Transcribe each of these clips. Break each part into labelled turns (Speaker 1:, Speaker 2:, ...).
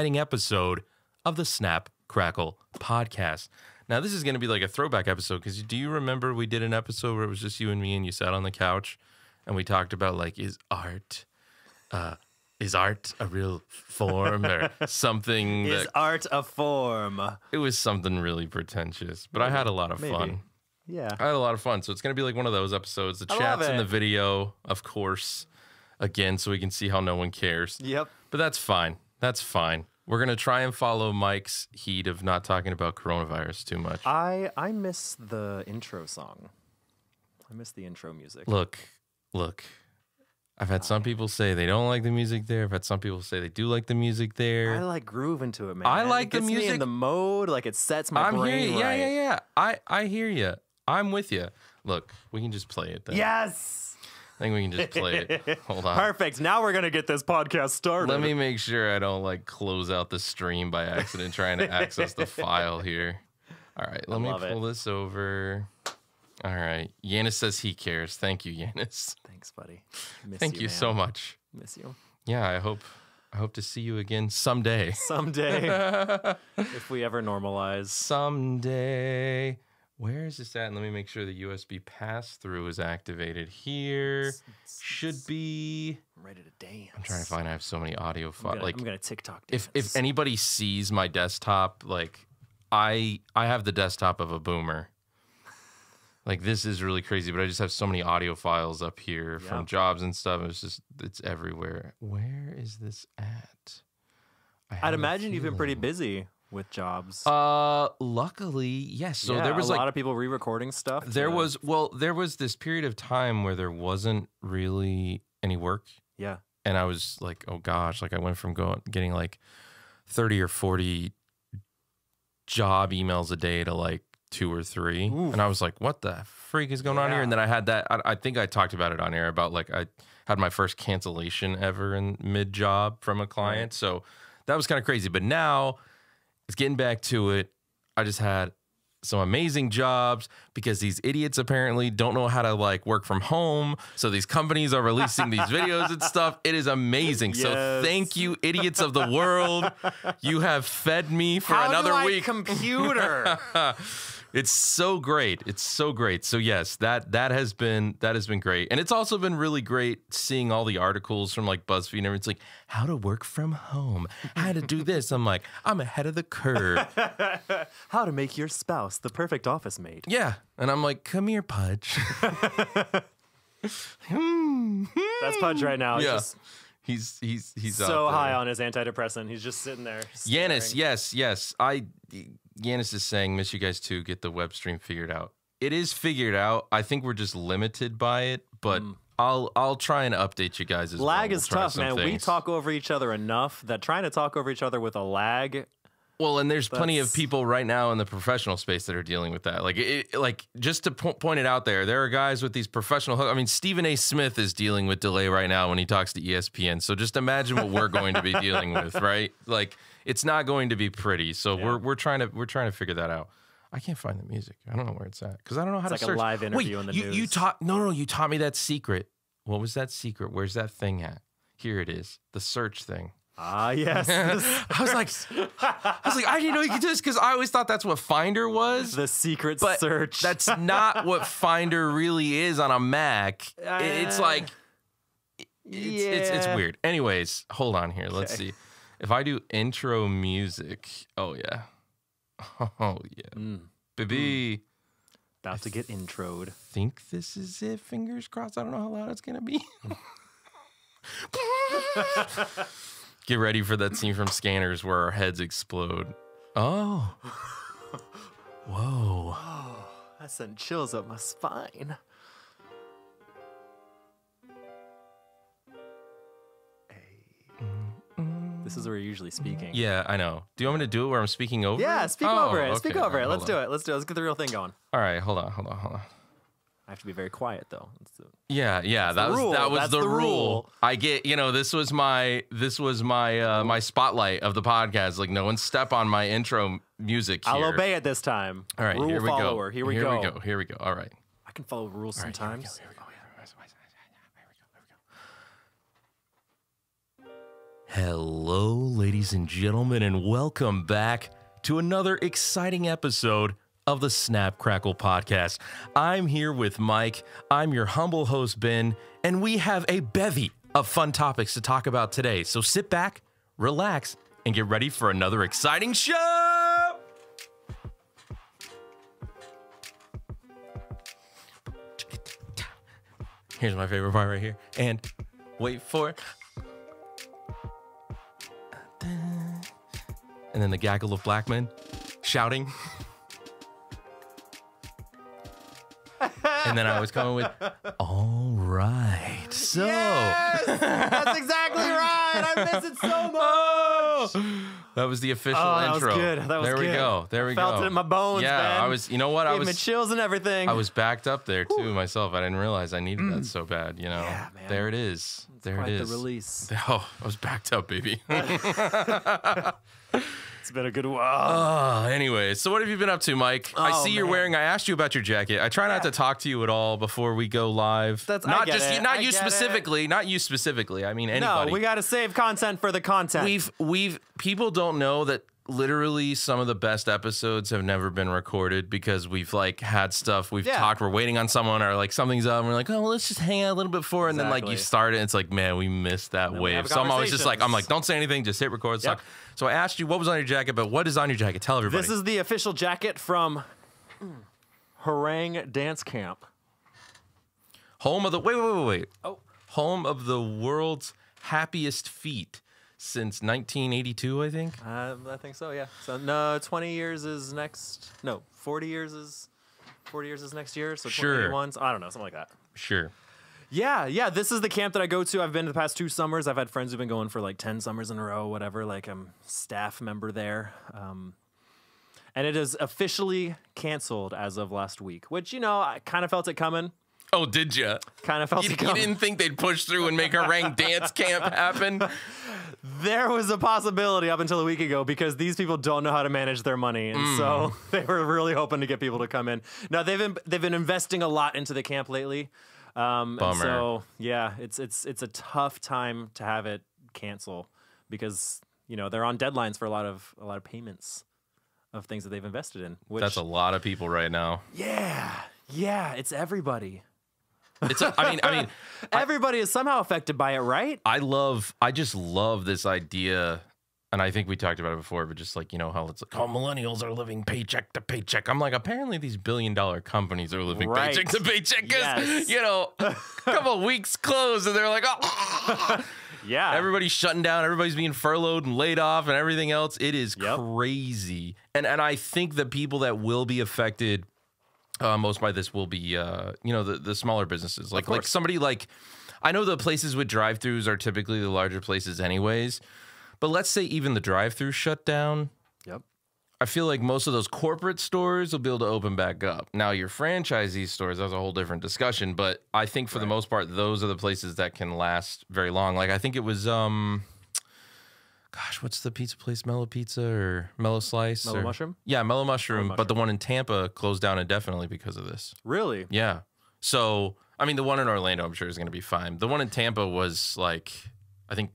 Speaker 1: exciting episode of the Snap Crackle podcast. Now, this is going to be like a throwback episode because do you remember we did an episode where it was just you and me and you sat on the couch and we talked about like, is art, uh, is art a real form or something?
Speaker 2: Is
Speaker 1: that-
Speaker 2: art a form?
Speaker 1: it was something really pretentious, but I had a lot of
Speaker 2: Maybe.
Speaker 1: fun.
Speaker 2: Yeah.
Speaker 1: I had a lot of fun. So it's going to be like one of those episodes. The
Speaker 2: I love
Speaker 1: chat's in
Speaker 2: it.
Speaker 1: the video, of course, again, so we can see how no one cares.
Speaker 2: Yep.
Speaker 1: But that's fine. That's fine. We're gonna try and follow Mike's heat of not talking about coronavirus too much.
Speaker 2: I I miss the intro song. I miss the intro music.
Speaker 1: look, look. I've had some people say they don't like the music there. I've had some people say they do like the music
Speaker 2: I
Speaker 1: there.
Speaker 2: like groove into it, man.
Speaker 1: I
Speaker 2: It
Speaker 1: like the
Speaker 2: gets me in
Speaker 1: music.
Speaker 2: the mode, like it sets my
Speaker 1: I'm
Speaker 2: brain
Speaker 1: hearing you. Yeah,
Speaker 2: right.
Speaker 1: yeah, yeah. I I hear you. I'm with you. Look, we can just play it then.
Speaker 2: Yes.
Speaker 1: I think we can just play it. Hold on.
Speaker 2: Perfect. Now we're gonna get this podcast started.
Speaker 1: Let me make sure I don't like close out the stream by accident trying to access the file here. All right, let me
Speaker 2: love it.
Speaker 1: pull this over. All right. Yanis says he cares. Thank you, Yanis.
Speaker 2: Thanks, buddy. Miss
Speaker 1: Thank you,
Speaker 2: man.
Speaker 1: so much.
Speaker 2: Miss you.
Speaker 1: Yeah, I hope I hope to see you again someday.
Speaker 2: Someday, if we ever normalize.
Speaker 1: someday. Where is this at? And let me make sure the USB pass through is activated here. Should be.
Speaker 2: I'm ready to dance.
Speaker 1: I'm trying to find. I have so many audio
Speaker 2: I'm
Speaker 1: files.
Speaker 2: gonna,
Speaker 1: Like
Speaker 2: I'm gonna TikTok.
Speaker 1: if
Speaker 2: Dance.
Speaker 1: if anybody sees my desktop like i i have the desktop of a boomer like this is really crazy but i just have so many audio files up here from
Speaker 2: Yep.
Speaker 1: jobs and stuff it's just it's everywhere where is this at I have
Speaker 2: I'd
Speaker 1: a
Speaker 2: imagine you've been pretty
Speaker 1: feeling-
Speaker 2: busy with jobs.
Speaker 1: uh luckily yes so
Speaker 2: Yeah,
Speaker 1: there was
Speaker 2: a
Speaker 1: like
Speaker 2: lot of people re-recording stuff.
Speaker 1: there
Speaker 2: to-
Speaker 1: was well there was this period of time where there wasn't really any work
Speaker 2: yeah.
Speaker 1: and I was like, oh gosh, like I went from going getting like thirty or forty job emails a day to like two or three,
Speaker 2: Oof.
Speaker 1: and I was like, what the freak is going on here?
Speaker 2: Yeah.
Speaker 1: And then I had that. I, I think I talked about it on air about like I had my first cancellation ever in mid job from a client, so that was kind of crazy. But now it's getting back to it. I just had some amazing jobs because these idiots apparently don't know how to like work from home. So these companies are releasing these videos and stuff. It is amazing. So
Speaker 2: Yes.
Speaker 1: thank you, idiots of the world. You have fed me for another week.
Speaker 2: computer.
Speaker 1: it's so great. It's so great. So yes, that that has been that has been great. And it's also been really great seeing all the articles from like BuzzFeed and everything. It's like how to work from home, how to do this. I'm like, I'm ahead of the curve.
Speaker 2: How to make your spouse the perfect office mate.
Speaker 1: Yeah. And I'm like, come here, Pudge. Hmm.
Speaker 2: That's Pudge right now. He's
Speaker 1: Yeah.
Speaker 2: just
Speaker 1: he's he's he's
Speaker 2: so
Speaker 1: out
Speaker 2: high
Speaker 1: there.
Speaker 2: on his antidepressant. He's just sitting there.
Speaker 1: Yanis,
Speaker 2: staring.
Speaker 1: yes, yes. I Yanis is saying, miss you guys too. Get the web stream figured out. It is figured out. I think we're just limited by it, but I'll I'll try and update you guys as well.
Speaker 2: Hmm. Lag
Speaker 1: We'll
Speaker 2: is
Speaker 1: try
Speaker 2: tough,
Speaker 1: some
Speaker 2: man. We
Speaker 1: things.
Speaker 2: talk over each other enough that trying to talk over each other with a lag.
Speaker 1: Well, and there's plenty of
Speaker 2: That's-
Speaker 1: people right now in the professional space that are dealing with that. Like, it, like just to po- point it out there, there are guys with these professional. hook- I mean, Stephen A. Smith is dealing with delay right now when he talks to E ESPN. So just imagine what we're going to be dealing with, right? Like, it's not going to be pretty. So we're we're trying to we're trying to figure that out. I can't find the music. I don't know where it's at because I don't know how
Speaker 2: It's
Speaker 1: to
Speaker 2: like a
Speaker 1: search.
Speaker 2: live interview
Speaker 1: Wait,
Speaker 2: in the
Speaker 1: you,
Speaker 2: news.
Speaker 1: You taught no, no. You taught me that secret. What was that secret? Where's that thing at? Here it is. The search thing.
Speaker 2: ah, yes.
Speaker 1: I was like, I was like, I didn't know you could do this because I always thought that's what Finder was,
Speaker 2: the secret
Speaker 1: but
Speaker 2: search.
Speaker 1: that's not what Finder really is on a Mac. I- it's
Speaker 2: Uh,
Speaker 1: like, it's, it's it's
Speaker 2: yeah.
Speaker 1: weird. Anyways, hold on here. Let's
Speaker 2: Okay.
Speaker 1: see. If I do intro music, oh yeah, oh yeah,
Speaker 2: Mm,
Speaker 1: baby.
Speaker 2: about to get introed.
Speaker 1: Think this is it. Fingers crossed. I don't know how loud it's gonna be. Get ready for that scene from Scanners where our heads explode. Oh. Whoa.
Speaker 2: Oh, That sent chills up my spine. This is where you're usually speaking.
Speaker 1: Mm-hmm. Yeah, I know. Do you want me to do it where I'm speaking over?
Speaker 2: Yeah, speak
Speaker 1: Oh,
Speaker 2: over it. Speak
Speaker 1: okay.
Speaker 2: over it.
Speaker 1: All right,
Speaker 2: Let's
Speaker 1: hold
Speaker 2: do
Speaker 1: on.
Speaker 2: it. Let's do it. Let's get the real thing going.
Speaker 1: All right, hold on, hold on, hold on.
Speaker 2: I have to be very quiet though. Let's do it.
Speaker 1: Yeah, yeah, that
Speaker 2: the
Speaker 1: was
Speaker 2: rule.
Speaker 1: that was
Speaker 2: That's
Speaker 1: the,
Speaker 2: the
Speaker 1: rule.
Speaker 2: rule.
Speaker 1: I get, you know, this was my this was my uh my spotlight of the podcast. Like no one step on my intro music here.
Speaker 2: I'll obey it this time.
Speaker 1: All right,
Speaker 2: rule
Speaker 1: here we
Speaker 2: follower.
Speaker 1: go.
Speaker 2: Here we
Speaker 1: here
Speaker 2: go.
Speaker 1: we go. Here we go. All right.
Speaker 2: I can follow rules
Speaker 1: All right, here we go,
Speaker 2: sometimes.
Speaker 1: Oh, here we go, here we go, here we go, here we go, here we go, here we go. Hello, ladies and gentlemen, and welcome back to another exciting episode of the Snap Crackle Podcast. I'm here with Mike. I'm your humble host, Ben, and we have a bevy of fun topics to talk about today. So sit back, relax, and get ready for another exciting show. Here's my favorite part right here. And wait for it. And then the gaggle of black men shouting. and then I was coming with, all right. So.
Speaker 2: Yes! That's exactly right. I miss it so much.
Speaker 1: Oh! That was the official
Speaker 2: Oh, that was
Speaker 1: intro.
Speaker 2: good. That was
Speaker 1: there we
Speaker 2: good.
Speaker 1: go. There we
Speaker 2: Felt
Speaker 1: go.
Speaker 2: it in my bones,
Speaker 1: Yeah,
Speaker 2: man.
Speaker 1: I was. You know what? I
Speaker 2: Gave me
Speaker 1: was.
Speaker 2: chills and everything.
Speaker 1: I was backed up there too myself. I didn't realize I needed that so bad. You know.
Speaker 2: Mm. Yeah, man.
Speaker 1: There it is. there
Speaker 2: Quite
Speaker 1: it
Speaker 2: the
Speaker 1: is.
Speaker 2: release.
Speaker 1: Oh, I was backed up, baby.
Speaker 2: It's been a good while.
Speaker 1: uh, anyway, so what have you been up to, Mike? I
Speaker 2: Oh,
Speaker 1: see you're
Speaker 2: man.
Speaker 1: wearing. I asked you about your jacket. I try not to talk to you at all before we go live.
Speaker 2: That's- I
Speaker 1: not
Speaker 2: get
Speaker 1: just
Speaker 2: it.
Speaker 1: you not
Speaker 2: I
Speaker 1: you
Speaker 2: get it.
Speaker 1: specifically. Not you specifically. I mean
Speaker 2: no,
Speaker 1: anybody.
Speaker 2: we got to save content for the content.
Speaker 1: we've we've people don't know that literally some of the best episodes have never been recorded because we've like had stuff we've
Speaker 2: Yeah.
Speaker 1: talked we're waiting on someone or like something's up and we're like oh well, let's just hang out a little bit before and then like you
Speaker 2: Exactly.
Speaker 1: start it and it's like man we missed that
Speaker 2: we
Speaker 1: wave
Speaker 2: have
Speaker 1: so I'm always just like I'm like
Speaker 2: conversations.
Speaker 1: don't say anything just hit record let's
Speaker 2: Yep.
Speaker 1: talk. so I asked you what was on your jacket but what is on your jacket tell everybody
Speaker 2: This is the official jacket from Harang Dance Camp.
Speaker 1: home of the wait wait wait wait
Speaker 2: Oh.
Speaker 1: home of the world's happiest feet since 1982 I think
Speaker 2: Uh, I think so, yeah. So no, 20 years is next. No, 40 years is 40 years is next year. So
Speaker 1: Sure.
Speaker 2: 21's, I don't know, something like that.
Speaker 1: sure
Speaker 2: Yeah, yeah. This is the camp that I go to. I've been to the past two summers. I've had friends who've been going for like 10 summers in a row, whatever. Like I'm staff member there. Um, and it is officially canceled as of last week, which, you know, I kind of felt it coming.
Speaker 1: oh did ya
Speaker 2: Kind of felt
Speaker 1: You,
Speaker 2: it
Speaker 1: you
Speaker 2: coming.
Speaker 1: didn't think they'd push through and make a rank dance camp happen?
Speaker 2: There was a possibility up until a week ago because these people don't know how to manage their money,
Speaker 1: Mm.
Speaker 2: and so they were really hoping to get people to come in. Now they've been they've been investing a lot into the camp lately. Um, and
Speaker 1: Bummer.
Speaker 2: so yeah, it's it's it's a tough time to have it cancel because you know they're on deadlines for a lot of a lot of payments of things that they've invested in. Which
Speaker 1: That's a lot of people right now.
Speaker 2: yeah yeah, it's everybody.
Speaker 1: It's a, I mean, I mean,
Speaker 2: everybody is somehow affected by it, right?
Speaker 1: I love, I just love this idea, and I think we talked about it before, but just like you know how it's like, oh, millennials are living paycheck to paycheck. I'm like, apparently these billion dollar companies are living
Speaker 2: Right.
Speaker 1: paycheck to paycheck because
Speaker 2: Yes.
Speaker 1: you know, a couple weeks close and they're like, oh,
Speaker 2: Yeah,
Speaker 1: everybody's shutting down everybody's being furloughed and laid off and everything else it is
Speaker 2: Yep.
Speaker 1: crazy and and i think the people that will be affected uh, most by this will be uh, you know the, the smaller businesses like like
Speaker 2: course.
Speaker 1: somebody like i know the places with drive-throughs are typically the larger places anyways but let's say even the drive-through shut down
Speaker 2: yep.
Speaker 1: I feel like most of those corporate stores will be able to open back up. Now, your franchisee stores, that's a whole different discussion, but I think for the most part, those are the places that can last very long. Like, I think it was, um, gosh, what's the pizza place? Mellow Pizza or Mellow Slice?
Speaker 2: Mellow
Speaker 1: or-
Speaker 2: Mushroom?
Speaker 1: Yeah, Mellow Mushroom, but the one in Tampa closed down indefinitely because of this.
Speaker 2: Really?
Speaker 1: Yeah. So, I mean, the one in Orlando, I'm sure, is going to be fine. The one in Tampa was like, I think,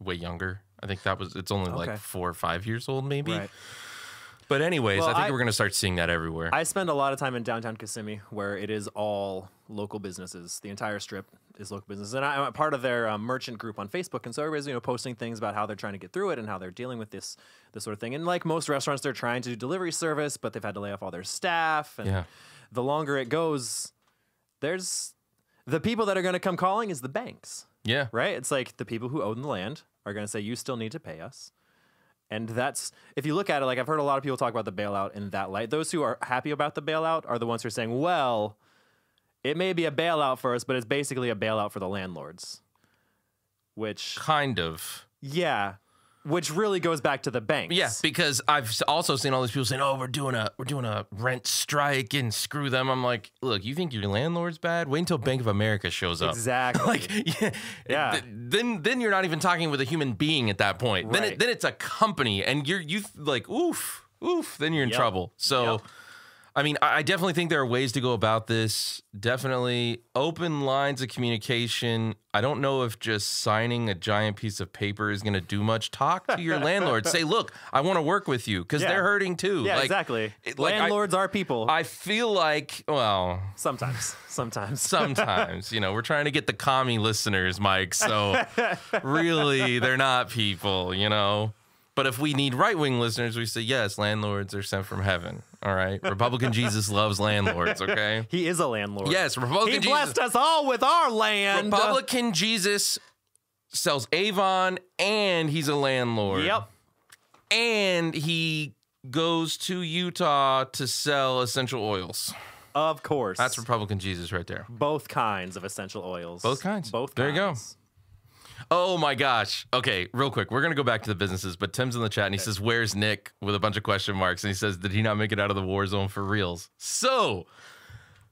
Speaker 1: way younger. I think that was, it's only
Speaker 2: Okay.
Speaker 1: like four or five years old, maybe.
Speaker 2: Right.
Speaker 1: But anyways,
Speaker 2: Well,
Speaker 1: I think
Speaker 2: I-
Speaker 1: we're gonna start seeing that everywhere.
Speaker 2: I spend a lot of time in downtown Kissimmee, where it is all local businesses. The entire strip is local business, and I, I'm a part of their um, merchant group on Facebook. And so everybody's you know posting things about how they're trying to get through it and how they're dealing with this this sort of thing. And like most restaurants, they're trying to do delivery service, but they've had to lay off all their staff. And
Speaker 1: Yeah.
Speaker 2: the longer it goes, there's the people that are going to come calling is the banks
Speaker 1: yeah,
Speaker 2: right? It's like the people who own the land are going to say, you still need to pay us. And that's, if you look at it, like I've heard a lot of people talk about the bailout in that light. Those who are happy about the bailout are the ones who are saying, well, it may be a bailout for us, but it's basically a bailout for the landlords. Which,
Speaker 1: kind of.
Speaker 2: yeah, which really goes back to the banks.
Speaker 1: Yeah, because I've s- also seen all these people saying, "Oh, we're doing a we're doing a rent strike and screw them." I'm like, look, you think your landlord's bad? Wait until Bank of America shows up.
Speaker 2: Exactly.
Speaker 1: Like, yeah,
Speaker 2: Yeah.
Speaker 1: th- then then you're not even talking with a human being at that point. Then
Speaker 2: Right.
Speaker 1: it, then it's a company, and you're you th- like oof oof. Then you're in
Speaker 2: Yep.
Speaker 1: trouble. So.
Speaker 2: Yep.
Speaker 1: I mean, I I definitely think there are ways to go about this. Definitely open lines of communication. I don't know if just signing a giant piece of paper is going to do much. Talk to your landlord. Say, look, I want to work with you because
Speaker 2: Yeah.
Speaker 1: they're hurting too.
Speaker 2: Yeah,
Speaker 1: Like,
Speaker 2: exactly.
Speaker 1: it- like, I-
Speaker 2: Landlords are people.
Speaker 1: I feel like, well,
Speaker 2: sometimes, sometimes.
Speaker 1: sometimes, you know, we're trying to get the commie listeners, Mike. So really, they're not people, you know. But if we need right wing listeners, we say, yes, landlords are sent from heaven. All right. Republican Jesus loves landlords. Okay.
Speaker 2: He is a landlord.
Speaker 1: Yes. Republican
Speaker 2: He
Speaker 1: Jesus.
Speaker 2: blessed us all with our land.
Speaker 1: Republican Jesus sells Avon and he's a landlord.
Speaker 2: Yep.
Speaker 1: And he goes to Utah to sell essential oils.
Speaker 2: Of course.
Speaker 1: That's Republican Jesus right there.
Speaker 2: both kinds of essential oils.
Speaker 1: Both kinds.
Speaker 2: Both
Speaker 1: There you go.
Speaker 2: kinds.
Speaker 1: Oh my gosh. Okay, real quick. We're going to go back to the businesses, but Tim's in the chat and he says, Where's Nick? with a bunch of question marks. And he says, Did he not make it out of the war zone for reals? So,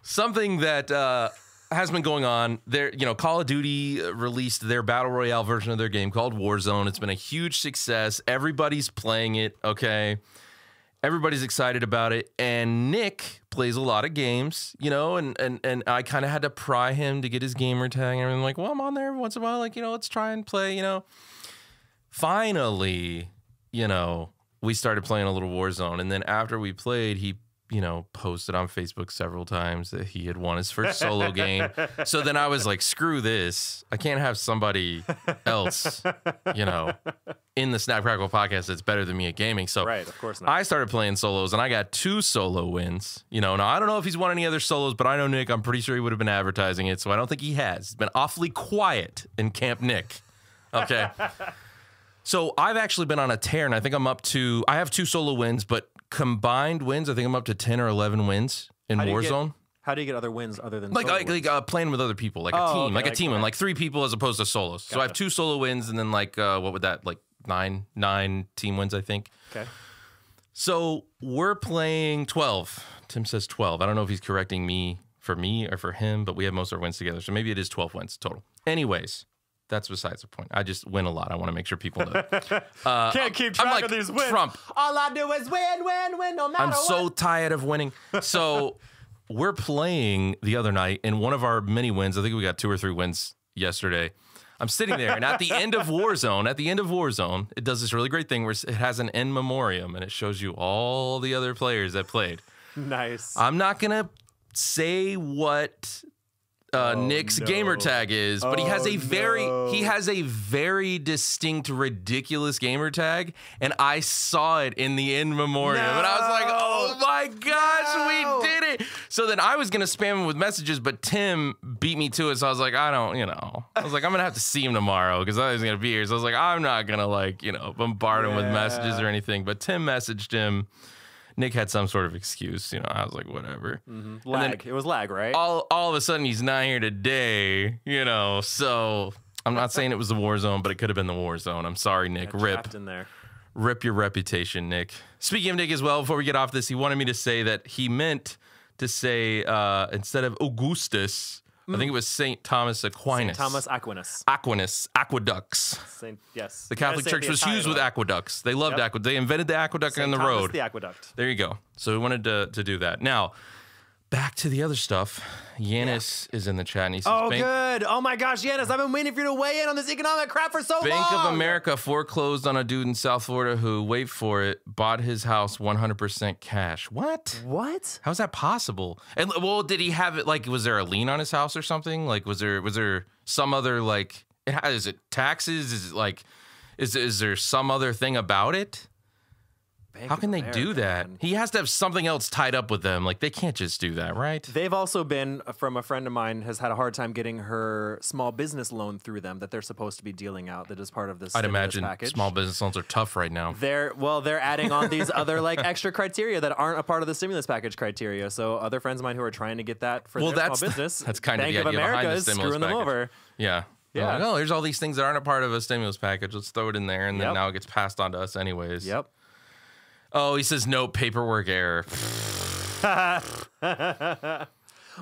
Speaker 1: something that uh, has been going on there, you know, Call of Duty uh, released their battle royale version of their game called Warzone. It's been a huge success. Everybody's playing it. Okay. Everybody's excited about it. And Nick plays a lot of games, you know, and and, and I kind of had to pry him to get his gamer tag. And I'm like, well, I'm on there every once in a while. Like, you know, let's try and play, you know finally, you know, we started playing a little Warzone. And then after we played, he, you know, posted on Facebook several times that he had won his first solo game. So then I was like, screw this. I can't have somebody else, you know, in the Snap Crackle podcast that's better than me at gaming. So
Speaker 2: Right. Of course not.
Speaker 1: I started playing solos and I got two solo wins. You know, now I don't know if he's won any other solos, but I know Nick, I'm pretty sure he would have been advertising it. So I don't think he has. It's been awfully quiet in Camp Nick. Okay. so I've actually been on a tear and I think I'm up to, I have two solo wins, but combined wins, I think I'm up to 10 or 11 wins in
Speaker 2: How do you get-
Speaker 1: Warzone.
Speaker 2: How do you get other wins other than
Speaker 1: Like,
Speaker 2: solo
Speaker 1: like,
Speaker 2: wins?
Speaker 1: like uh, playing with other people, like a
Speaker 2: Oh,
Speaker 1: team,
Speaker 2: okay,
Speaker 1: like a
Speaker 2: like-
Speaker 1: team, and like three people as opposed to solos. So I have two solo wins, and then like uh, what would that like nine nine team wins? I think.
Speaker 2: okay.
Speaker 1: So we're playing 12. Tim says 12. I don't know if he's correcting me for me or for him, but we have most of our wins together. So maybe it is 12 wins total. Anyways, that's besides the point. I just win a lot. I want to make sure people know.
Speaker 2: Can't keep
Speaker 1: uh, I'm
Speaker 2: track
Speaker 1: like
Speaker 2: of these wins.
Speaker 1: Trump.
Speaker 2: All I do is win, win, win, no matter
Speaker 1: I'm so
Speaker 2: what.
Speaker 1: tired of winning. So we're playing the other night in one of our many wins. I think we got two or three wins yesterday. I'm sitting there, and at the end of Warzone, at the end of Warzone, it does this really great thing where it has an in memoriam and it shows you all the other players that played.
Speaker 2: nice.
Speaker 1: I'm not gonna say what uh, Nick's
Speaker 2: Oh, no.
Speaker 1: gamer tag is, but he has
Speaker 2: Oh,
Speaker 1: a very
Speaker 2: no.
Speaker 1: he has a very distinct, ridiculous gamer tag, and I saw it in the in memoriam, and I was like,
Speaker 2: No.
Speaker 1: oh my gosh,
Speaker 2: No.
Speaker 1: we did it! So then I was gonna spam him with messages, but Tim beat me to it, so I was like, I don't, you know, I was like, I'm gonna have to see him tomorrow because I was gonna be here, so I was like, I'm not gonna like you know bombard him with
Speaker 2: Yeah.
Speaker 1: messages or anything, but Tim messaged him. Nick had some sort of excuse, you know. I was like, whatever
Speaker 2: Mm-hmm.
Speaker 1: then-
Speaker 2: lag. it was lag, right?
Speaker 1: all all of a sudden he's not here today, you know. So I'm not saying it was the war zone, but it could have been the war zone. I'm sorry, Nick. Rip.
Speaker 2: Trapped in there.
Speaker 1: Rip your reputation, Nick. Speaking of Nick as well, before we get off this, he wanted me to say that he meant to say uh, instead of Augustus, I think it was Saint Thomas Aquinas.
Speaker 2: Thomas Aquinas.
Speaker 1: Aquinas, aqueducts.
Speaker 2: Saint, yes.
Speaker 1: The Catholic Church was huge with aqueducts. They loved
Speaker 2: Yep.
Speaker 1: aqueducts. They invented the aqueduct on the road.
Speaker 2: The aqueduct.
Speaker 1: There you go. So we wanted to, to do that. Now, back to the other stuff. Yanis is in the chat and he says
Speaker 2: Oh,
Speaker 1: Bank,
Speaker 2: good. Oh my gosh, Yanis, I've been waiting for you to weigh in on this economic crap for so long.
Speaker 1: Bank of America foreclosed on a dude in South Florida who, wait for it, bought his house 100% cash. What?
Speaker 2: What?
Speaker 1: How's that possible? And well, did he have it like was there a lien on his house or something? Like was there was there some other like it ha- is it taxes? Is it like is is there some other thing about it?
Speaker 2: Bank
Speaker 1: How
Speaker 2: of
Speaker 1: can they do
Speaker 2: America,
Speaker 1: that?
Speaker 2: man.
Speaker 1: He has to have something else tied up with them. Like they can't just do that, right?
Speaker 2: They've also been uh, from a friend of mine has had a hard time getting her small business loan through them that they're supposed to be dealing out that is part of this.
Speaker 1: I'd
Speaker 2: stimulus
Speaker 1: imagine
Speaker 2: package.
Speaker 1: small business loans are tough right now.
Speaker 2: They're well, they're adding on these other like extra criteria that aren't a part of the stimulus package criteria. So other friends of mine who are trying to get that for
Speaker 1: Well,
Speaker 2: their
Speaker 1: that's
Speaker 2: small business,
Speaker 1: that's kind
Speaker 2: Bank
Speaker 1: of the idea
Speaker 2: America
Speaker 1: behind the
Speaker 2: is
Speaker 1: stimulus
Speaker 2: screwing them
Speaker 1: package.
Speaker 2: over.
Speaker 1: Yeah.
Speaker 2: Yeah.
Speaker 1: Like, oh, here's all these things that aren't a part of a stimulus package. Let's throw it in there, and then
Speaker 2: Yep.
Speaker 1: now it gets passed on to us anyways.
Speaker 2: Yep.
Speaker 1: Oh, he says no paperwork error.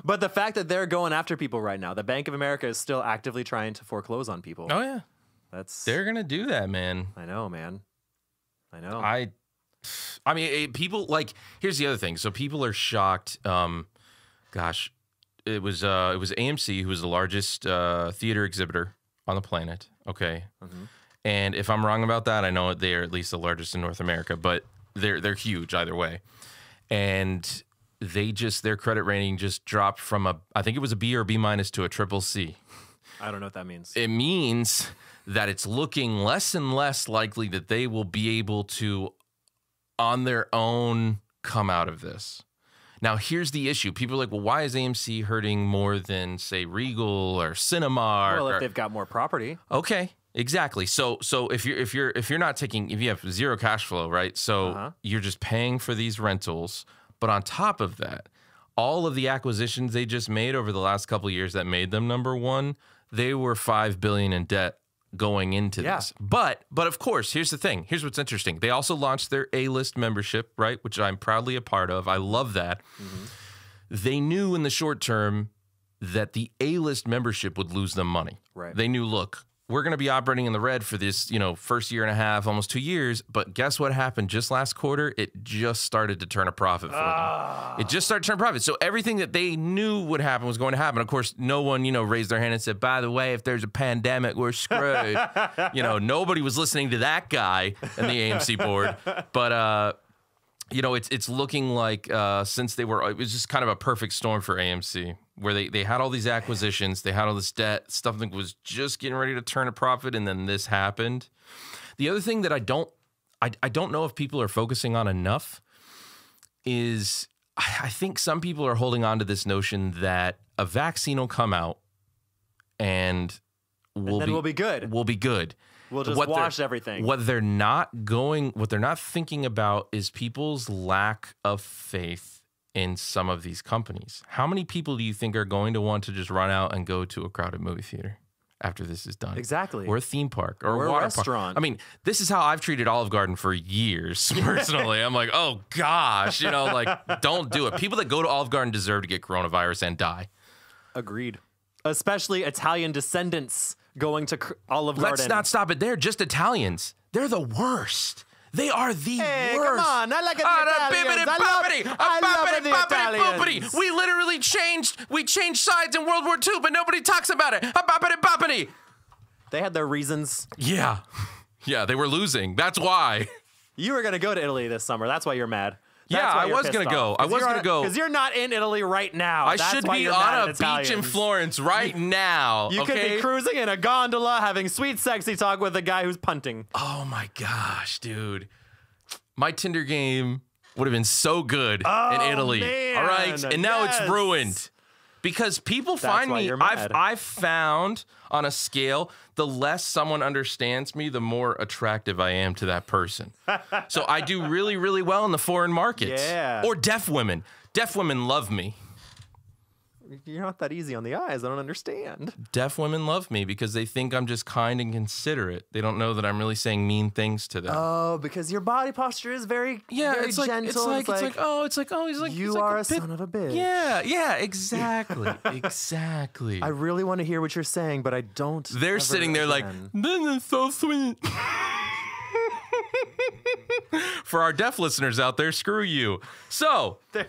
Speaker 2: But the fact that they're going after people right now, the Bank of America is still actively trying to foreclose on people.
Speaker 1: Oh yeah,
Speaker 2: That's
Speaker 1: they're gonna do that, man.
Speaker 2: I know, man. I know.
Speaker 1: I I mean, it, people like here's the other thing. So people are shocked. Um, gosh, it was uh, it was AMC who was the largest uh, theater exhibitor on the planet. Okay,
Speaker 2: Mhm.
Speaker 1: and if I'm wrong about that, I know they are at least the largest in North America, but they're they're huge either way. And they just their credit rating just dropped from a I think it was a B or B minus to a triple C
Speaker 2: I don't know what that means.
Speaker 1: it means that it's looking less and less likely that they will be able to on their own come out of this. Now here's the issue. People are like, well, why is AMC hurting more than say Regal or Cinemark?
Speaker 2: well,
Speaker 1: or-
Speaker 2: if they've got more property,
Speaker 1: Okay, exactly. So so if you're if you're if you're not taking if you have zero cash flow, right? So
Speaker 2: Uh-huh.
Speaker 1: you're just paying for these rentals, but on top of that, all of the acquisitions they just made over the last couple of years that made them number one, they were five billion in debt going into
Speaker 2: Yeah.
Speaker 1: this. But but of course, here's the thing. Here's what's interesting. They also launched their A-list membership, right? Which I'm proudly a part of. I love that.
Speaker 2: Mm-hmm.
Speaker 1: They knew in the short term that the A-list membership would lose them money
Speaker 2: right?
Speaker 1: they knew look we're going to be operating in the red for this you know first year and a half almost two years but guess what happened just last quarter it just started to turn a profit for them it just started to turn profit so everything that they knew would happen was going to happen of course no one you know raised their hand and said by the way if there's a pandemic we're screwed you know nobody was listening to that guy and the amc board but uh you know, it's it's looking like uh, since they were, it was just kind of a perfect storm for AMC, where they they had all these acquisitions, they had all this debt, stuff that was just getting ready to turn a profit, and then this happened. The other thing that I don't, I, I don't know if people are focusing on enough is, I I think some people are holding on to this notion that a vaccine will come out, and we'll
Speaker 2: then
Speaker 1: be,
Speaker 2: we'll be good.
Speaker 1: we'll be good.
Speaker 2: We'll just
Speaker 1: What they're-
Speaker 2: wash everything.
Speaker 1: What they're not going, what they're not thinking about is people's lack of faith in some of these companies. How many people do you think are going to want to just run out and go to a crowded movie theater after this is done?
Speaker 2: Exactly.
Speaker 1: Or a theme park or,
Speaker 2: Or
Speaker 1: a water
Speaker 2: a
Speaker 1: Park.
Speaker 2: restaurant.
Speaker 1: I mean, this is how I've treated Olive Garden for years personally. I'm like, oh gosh, you know, like don't do it. People that go to Olive Garden deserve to get coronavirus and die.
Speaker 2: Agreed. Especially Italian descendants going to cr- Olive Garden.
Speaker 1: Let's not stop it there. Just Italians. They're the worst. They are the
Speaker 2: Hey, come
Speaker 1: worst.
Speaker 2: on. I like the
Speaker 1: Ah, da
Speaker 2: Italians.
Speaker 1: bibbidi
Speaker 2: I love-
Speaker 1: bobbidi.
Speaker 2: I
Speaker 1: Ah,
Speaker 2: love
Speaker 1: bobbidi
Speaker 2: the
Speaker 1: bobbidi
Speaker 2: Italians.
Speaker 1: bobbidi. We literally changed. We changed sides in World War II, but nobody talks about it. Ah, bobbidi bobbidi.
Speaker 2: They had their reasons.
Speaker 1: Yeah, yeah. They were losing. That's why.
Speaker 2: You were gonna go to Italy this summer. That's why you're mad. That's
Speaker 1: Yeah,
Speaker 2: why
Speaker 1: I
Speaker 2: you're
Speaker 1: was
Speaker 2: pissed
Speaker 1: gonna
Speaker 2: off.
Speaker 1: go. I
Speaker 2: Cause
Speaker 1: was
Speaker 2: you're
Speaker 1: gonna go.
Speaker 2: because you're not in Italy right now.
Speaker 1: I
Speaker 2: That's
Speaker 1: should
Speaker 2: why
Speaker 1: be
Speaker 2: you're mad
Speaker 1: on a
Speaker 2: at
Speaker 1: beach in
Speaker 2: Italians.
Speaker 1: Florence right now.
Speaker 2: You
Speaker 1: okay?
Speaker 2: could be cruising in a gondola, having sweet, sexy talk with a guy who's punting.
Speaker 1: Oh my gosh, dude. My Tinder game would have been so good in Italy.
Speaker 2: Oh, man.
Speaker 1: All right. And now
Speaker 2: Yes.
Speaker 1: it's ruined. Because people find
Speaker 2: why
Speaker 1: me,
Speaker 2: you're
Speaker 1: I've,
Speaker 2: mad.
Speaker 1: I've found on a scale, the less someone understands me, the more attractive I am to that person. so I do really, really well in the foreign markets.
Speaker 2: Yeah.
Speaker 1: Or deaf women. Deaf women love me.
Speaker 2: You're not that easy on the eyes. I don't understand.
Speaker 1: Deaf women love me because they think I'm just kind and considerate. They don't know that I'm really saying mean things to them.
Speaker 2: Oh, because your body posture is very,
Speaker 1: Yeah,
Speaker 2: very
Speaker 1: it's like,
Speaker 2: gentle.
Speaker 1: It's like, it's like, oh, it's like, oh, he's like,
Speaker 2: you
Speaker 1: he's like
Speaker 2: are a,
Speaker 1: pit-
Speaker 2: son of a bitch.
Speaker 1: Yeah, yeah, exactly, exactly.
Speaker 2: I really want to hear what you're saying, but I don't.
Speaker 1: They're
Speaker 2: ever
Speaker 1: sitting there like,
Speaker 2: again.
Speaker 1: this is so sweet. For our deaf listeners out there, screw you. So,
Speaker 2: they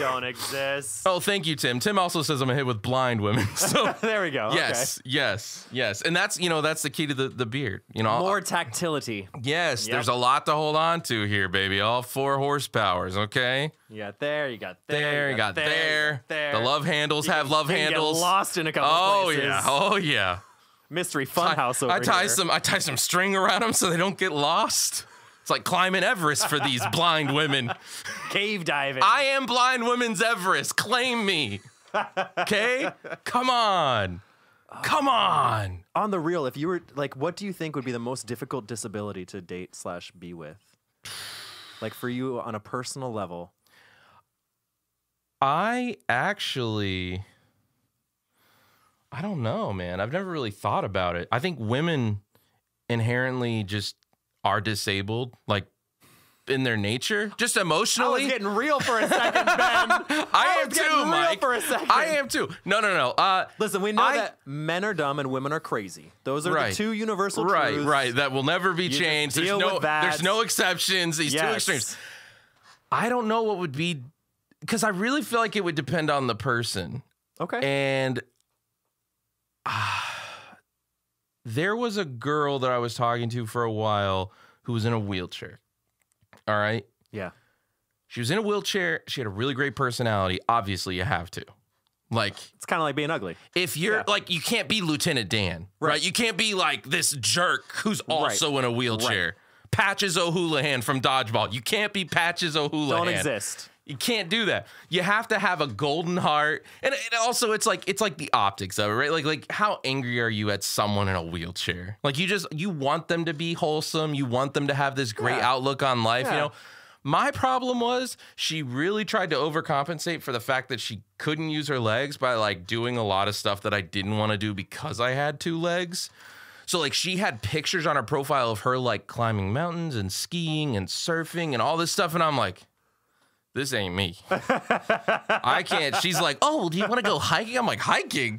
Speaker 2: don't exist.
Speaker 1: oh, thank you, Tim. Tim also says I'm a hit with blind women. So,
Speaker 2: There we go.
Speaker 1: yes, yes, yes, and that's you know that's the key to the the beard. You know,
Speaker 2: Okay. More tactility.
Speaker 1: yes,
Speaker 2: Yep.
Speaker 1: there's a lot to hold on to here, baby. All four horsepowers, okay.
Speaker 2: You got there. You got there.
Speaker 1: there, you got there,
Speaker 2: you got there.
Speaker 1: The love handles
Speaker 2: You
Speaker 1: have
Speaker 2: can-
Speaker 1: love
Speaker 2: you can get
Speaker 1: handles.
Speaker 2: lost in a couple
Speaker 1: Oh
Speaker 2: places.
Speaker 1: yeah, oh yeah.
Speaker 2: Mystery funhouse over
Speaker 1: I tie
Speaker 2: here.
Speaker 1: some I tie some string around them so they don't get lost. It's like climbing Everest for these blind women.
Speaker 2: cave diving.
Speaker 1: I am blind women's Everest. Claim me. Okay? Come on. Come on.
Speaker 2: on the real, if you were like, what do you think would be the most difficult disability to date slash be with? Like for you on a personal level.
Speaker 1: I actually I don't know, man. I've never really thought about it. I think women inherently just are disabled. Like in their nature, just
Speaker 2: I was
Speaker 1: emotionally.
Speaker 2: getting real for a second, Ben.
Speaker 1: I am
Speaker 2: was getting
Speaker 1: too,
Speaker 2: real
Speaker 1: Mike.
Speaker 2: for a second.
Speaker 1: I am too. No, no, no. Uh,
Speaker 2: Listen, we know
Speaker 1: I-
Speaker 2: that men are dumb and women are crazy. Those are
Speaker 1: Right.
Speaker 2: the two universal
Speaker 1: right,
Speaker 2: truths.
Speaker 1: right. That will never be
Speaker 2: just
Speaker 1: changed. There's
Speaker 2: deal
Speaker 1: no,
Speaker 2: with that.
Speaker 1: there's no exceptions. These two
Speaker 2: Yes.
Speaker 1: extremes. I don't know what would be, because I really feel like it would depend on the person.
Speaker 2: Okay.
Speaker 1: And ah, there was a girl that I was talking to for a while who was in a wheelchair. All right.
Speaker 2: yeah.
Speaker 1: She was in a wheelchair. She had a really great personality. Obviously, you have to. Like,
Speaker 2: It's kind of like being ugly.
Speaker 1: if you're
Speaker 2: Yeah.
Speaker 1: like, you can't be Lieutenant Dan, right.
Speaker 2: Right.
Speaker 1: You can't be like this jerk who's also in a wheelchair. Patches O'Houlihan from Dodgeball. You can't be Patches O'Houlihan.
Speaker 2: Don't exist.
Speaker 1: You can't do that. You have to have a golden heart, and, and also it's like it's like the optics of it, right? Like like how angry are you at someone in a wheelchair? Like you just you want them to be wholesome, you want them to have this great
Speaker 2: Yeah.
Speaker 1: outlook on life. You
Speaker 2: Yeah.
Speaker 1: know, my problem was she really tried to overcompensate for the fact that she couldn't use her legs by like doing a lot of stuff that I didn't want to do because I had two legs. So like she had pictures on her profile of her like climbing mountains and skiing and surfing and all this stuff, and I'm like this ain't me. I can't. She's like, oh, well, do you want to go hiking? I'm like, hiking?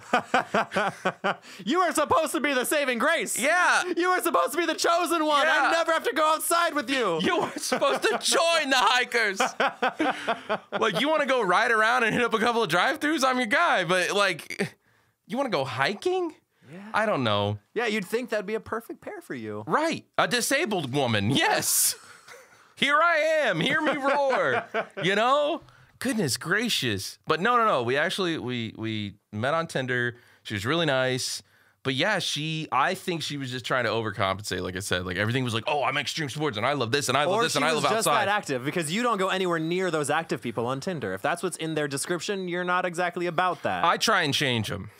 Speaker 2: You are supposed to be the saving grace.
Speaker 1: Yeah.
Speaker 2: You are supposed to be the chosen one.
Speaker 1: Yeah.
Speaker 2: I never have to go outside with you.
Speaker 1: You were supposed to join the hikers. like, you want to go ride around and hit up a couple of drive throughs? I'm your guy. But, like, you want to go hiking?
Speaker 2: Yeah.
Speaker 1: I don't know.
Speaker 2: yeah, you'd think that'd be a perfect pair for you.
Speaker 1: Right. A disabled woman. Yes. Here I am. Hear me roar. you know? Goodness gracious. But no, no, no. We actually we we met on Tinder. She was really nice. But yeah, she I think she was just trying to overcompensate, like I said. Like everything was like, oh, I'm extreme sports and I love this and I love
Speaker 2: Or
Speaker 1: this
Speaker 2: she
Speaker 1: and I
Speaker 2: was
Speaker 1: love
Speaker 2: just
Speaker 1: outside.
Speaker 2: that active because you don't go anywhere near those active people on Tinder. If that's what's in their description, you're not exactly about that.
Speaker 1: I try and change them.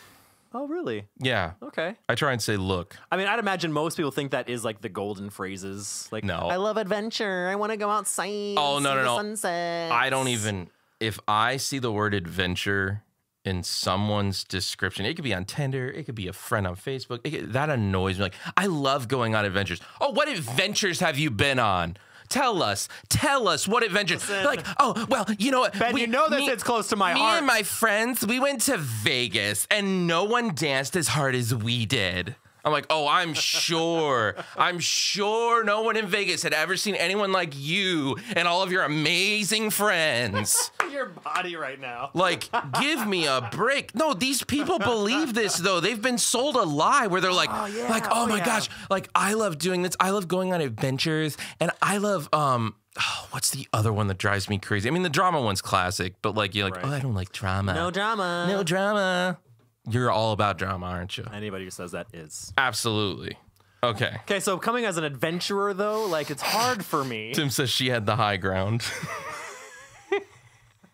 Speaker 2: oh, really?
Speaker 1: Yeah.
Speaker 2: Okay.
Speaker 1: I try and say, look,
Speaker 2: I mean, I'd imagine most people think that is like the golden phrases. Like,
Speaker 1: No.
Speaker 2: I love adventure. I want to go outside.
Speaker 1: Oh, no,
Speaker 2: see
Speaker 1: no,
Speaker 2: the
Speaker 1: no.
Speaker 2: Sunset.
Speaker 1: I don't even if I see the word adventure in someone's description, it could be on Tinder, it could be a friend on Facebook. It could, that annoys me. Like I love going on adventures. Oh, what adventures have you been on? Tell us, tell us what adventures.
Speaker 2: Listen.
Speaker 1: Like, oh well, you know what?
Speaker 2: Ben, you know this
Speaker 1: me-
Speaker 2: hits close to my
Speaker 1: me
Speaker 2: heart.
Speaker 1: and my friends, we went to Vegas, and no one danced as hard as we did. I'm like, oh, I'm sure. I'm sure no one in Vegas had ever seen anyone like you and all of your amazing friends.
Speaker 2: your body right now.
Speaker 1: Like, give me a break. No, these people believe this though. They've been sold a lie where they're like,
Speaker 2: yeah,
Speaker 1: like, oh,
Speaker 2: oh,
Speaker 1: my
Speaker 2: yeah."
Speaker 1: gosh, like I love doing this. I love going on adventures, and I love um. oh, what's the other one that drives me crazy? I mean, the drama one's classic, but like you're like,
Speaker 2: Right.
Speaker 1: oh, I don't like drama.
Speaker 2: No drama.
Speaker 1: No drama. You're all about drama, aren't you?
Speaker 2: Anybody who says that is.
Speaker 1: Absolutely. Okay.
Speaker 2: Okay, so coming as an adventurer though, like it's hard for me.
Speaker 1: Tim says she had the high ground.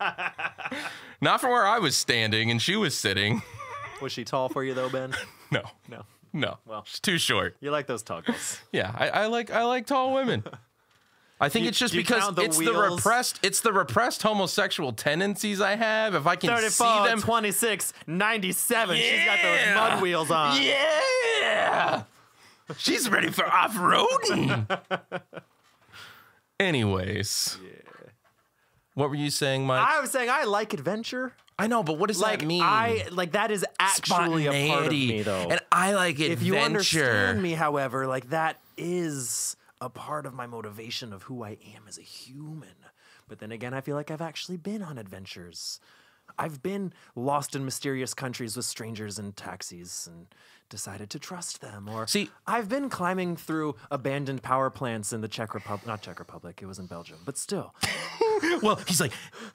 Speaker 1: Not from where I was standing and she was sitting.
Speaker 2: Was she tall for you though, Ben?
Speaker 1: No,
Speaker 2: No.
Speaker 1: no.
Speaker 2: Well.
Speaker 1: she's too short.
Speaker 2: You like those toggles.
Speaker 1: Yeah, I, I like I like tall women. I think
Speaker 2: You-
Speaker 1: it's just
Speaker 2: you
Speaker 1: because
Speaker 2: count the
Speaker 1: it's the
Speaker 2: wheels?
Speaker 1: repressed it's the repressed homosexual tendencies I have. If I can see
Speaker 2: 34,
Speaker 1: them,
Speaker 2: 26, 97. She's got
Speaker 1: Yeah.
Speaker 2: those mud wheels on.
Speaker 1: Yeah. She's ready for off roading. Anyways. What were you saying, Mike? I,
Speaker 2: I was saying I like adventure.
Speaker 1: know, but what does
Speaker 2: Like
Speaker 1: that mean?
Speaker 2: I like that is actually a part of me though.
Speaker 1: And I like adventure.
Speaker 2: if you understand me, however, like that is a part of my motivation of who I am as a human. But then again, I feel like I've actually been on adventures. I've been lost in mysterious countries with strangers in taxis and decided to trust them. Or
Speaker 1: See-
Speaker 2: I've been climbing through abandoned power plants in the Czech Republic. Not Czech Republic. It was in Belgium, but still.
Speaker 1: Well, he's like,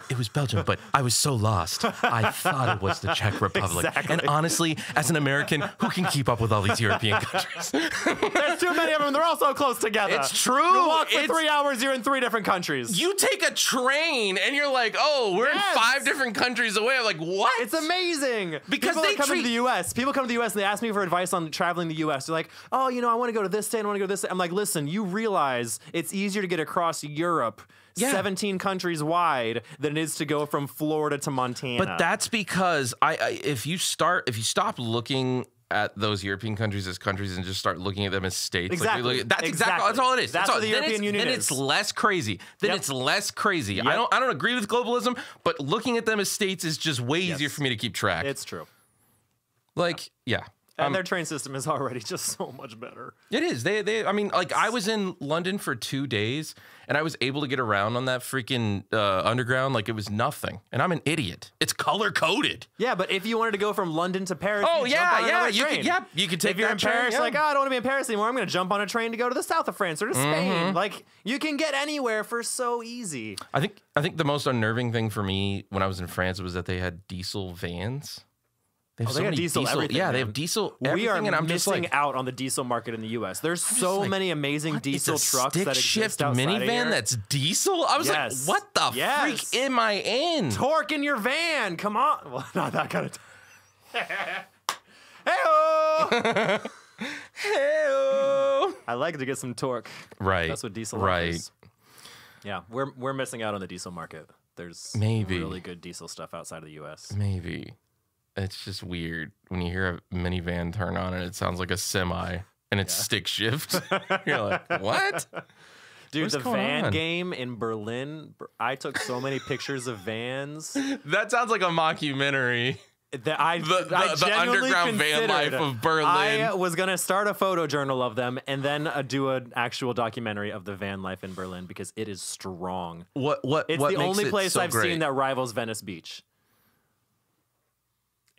Speaker 1: it was Belgium, but I was so lost. I thought it was the Czech Republic. And
Speaker 2: Exactly.
Speaker 1: honestly, as an American, who can keep up with all these European countries?
Speaker 2: There's too many of them. They're all so close together.
Speaker 1: It's true.
Speaker 2: You walk for
Speaker 1: It's-
Speaker 2: three hours. You're in three different countries.
Speaker 1: you take a train and you're like, oh, we're
Speaker 2: Yes.
Speaker 1: in five different countries away. I'm like, what?
Speaker 2: It's amazing
Speaker 1: Because
Speaker 2: people
Speaker 1: they
Speaker 2: that come
Speaker 1: treat-
Speaker 2: to the U.S. People come to the U.S. and they ask me for advice on traveling the U.S. They're like, "Oh, you know, I want to go to this state. I want to go to this." State. I'm like, "Listen, you realize it's easier to get across Europe,
Speaker 1: Yeah.
Speaker 2: 17 countries wide, than it is to go from Florida to Montana."
Speaker 1: But that's because I, I if you start if you stop looking at those European countries as countries and just start looking at them as states.
Speaker 2: Exactly.
Speaker 1: Like, we look at- that's exactly.
Speaker 2: Exactly.
Speaker 1: That's all it is.
Speaker 2: That's
Speaker 1: all,
Speaker 2: what the
Speaker 1: then
Speaker 2: European
Speaker 1: it's-
Speaker 2: Union
Speaker 1: Then
Speaker 2: is.
Speaker 1: it's less crazy. Then
Speaker 2: Yep.
Speaker 1: it's less crazy.
Speaker 2: Yep.
Speaker 1: I don't. I don't agree with globalism, but looking at them as states is just way easier for me to keep track.
Speaker 2: It's true.
Speaker 1: like, yeah.
Speaker 2: And
Speaker 1: Um,
Speaker 2: their train system is already just so much better.
Speaker 1: It is. They they I mean, like I was in London for 2 days and I was able to get around on that freaking uh, underground like it was nothing. And I'm an idiot. It's color coded.
Speaker 2: Yeah, but if you wanted to go from London to Paris,
Speaker 1: Oh,
Speaker 2: you
Speaker 1: yeah,
Speaker 2: jump on
Speaker 1: yeah,
Speaker 2: another
Speaker 1: you could-
Speaker 2: train.
Speaker 1: yep, you could take
Speaker 2: If you're
Speaker 1: that
Speaker 2: in
Speaker 1: train,
Speaker 2: Paris,
Speaker 1: yeah.
Speaker 2: like, oh, I don't want to be in Paris anymore. I'm going to jump on a train to go to the south of France or to Spain. Like, you can get anywhere for so easy.
Speaker 1: I think I think the most unnerving thing for me when I was in France was that they had diesel vans. They have
Speaker 2: Oh, they got diesel everything,
Speaker 1: Yeah, they
Speaker 2: man.
Speaker 1: have diesel
Speaker 2: we
Speaker 1: everything
Speaker 2: are
Speaker 1: and I'm
Speaker 2: missing
Speaker 1: just like
Speaker 2: out on the diesel market in the U.S. There's so
Speaker 1: like,
Speaker 2: many amazing
Speaker 1: what,
Speaker 2: diesel
Speaker 1: it's a
Speaker 2: trucks
Speaker 1: stick
Speaker 2: that
Speaker 1: shift
Speaker 2: exist outside of
Speaker 1: minivan
Speaker 2: here.
Speaker 1: that's diesel. I was
Speaker 2: Yes.
Speaker 1: like, what the
Speaker 2: Yes.
Speaker 1: freak am I in?
Speaker 2: torque in your van. Come on, well, not that kind of. T- hey
Speaker 1: Heyo.
Speaker 2: I like to get some torque.
Speaker 1: right.
Speaker 2: That's what diesel
Speaker 1: Right.
Speaker 2: is. Yeah, we're we're missing out on the diesel market. There's
Speaker 1: Maybe.
Speaker 2: really good diesel stuff outside of the U.S.
Speaker 1: Maybe. It's just weird when you hear a minivan turn on and it sounds like a semi and it's stick shift. You're like, what?
Speaker 2: Dude,
Speaker 1: What's
Speaker 2: the
Speaker 1: going
Speaker 2: van
Speaker 1: on?
Speaker 2: game in Berlin. br- I took so many pictures of vans
Speaker 1: That sounds like a mockumentary.
Speaker 2: that I
Speaker 1: The- the-
Speaker 2: I
Speaker 1: the
Speaker 2: genuinely
Speaker 1: underground van
Speaker 2: considered-
Speaker 1: life of Berlin.
Speaker 2: I was gonna start a photo journal of them and then uh, do an actual documentary of the van life in Berlin because it is strong.
Speaker 1: What? What?
Speaker 2: It's
Speaker 1: what
Speaker 2: the
Speaker 1: makes
Speaker 2: only
Speaker 1: it
Speaker 2: place
Speaker 1: so
Speaker 2: I've
Speaker 1: great?
Speaker 2: seen that rivals Venice Beach.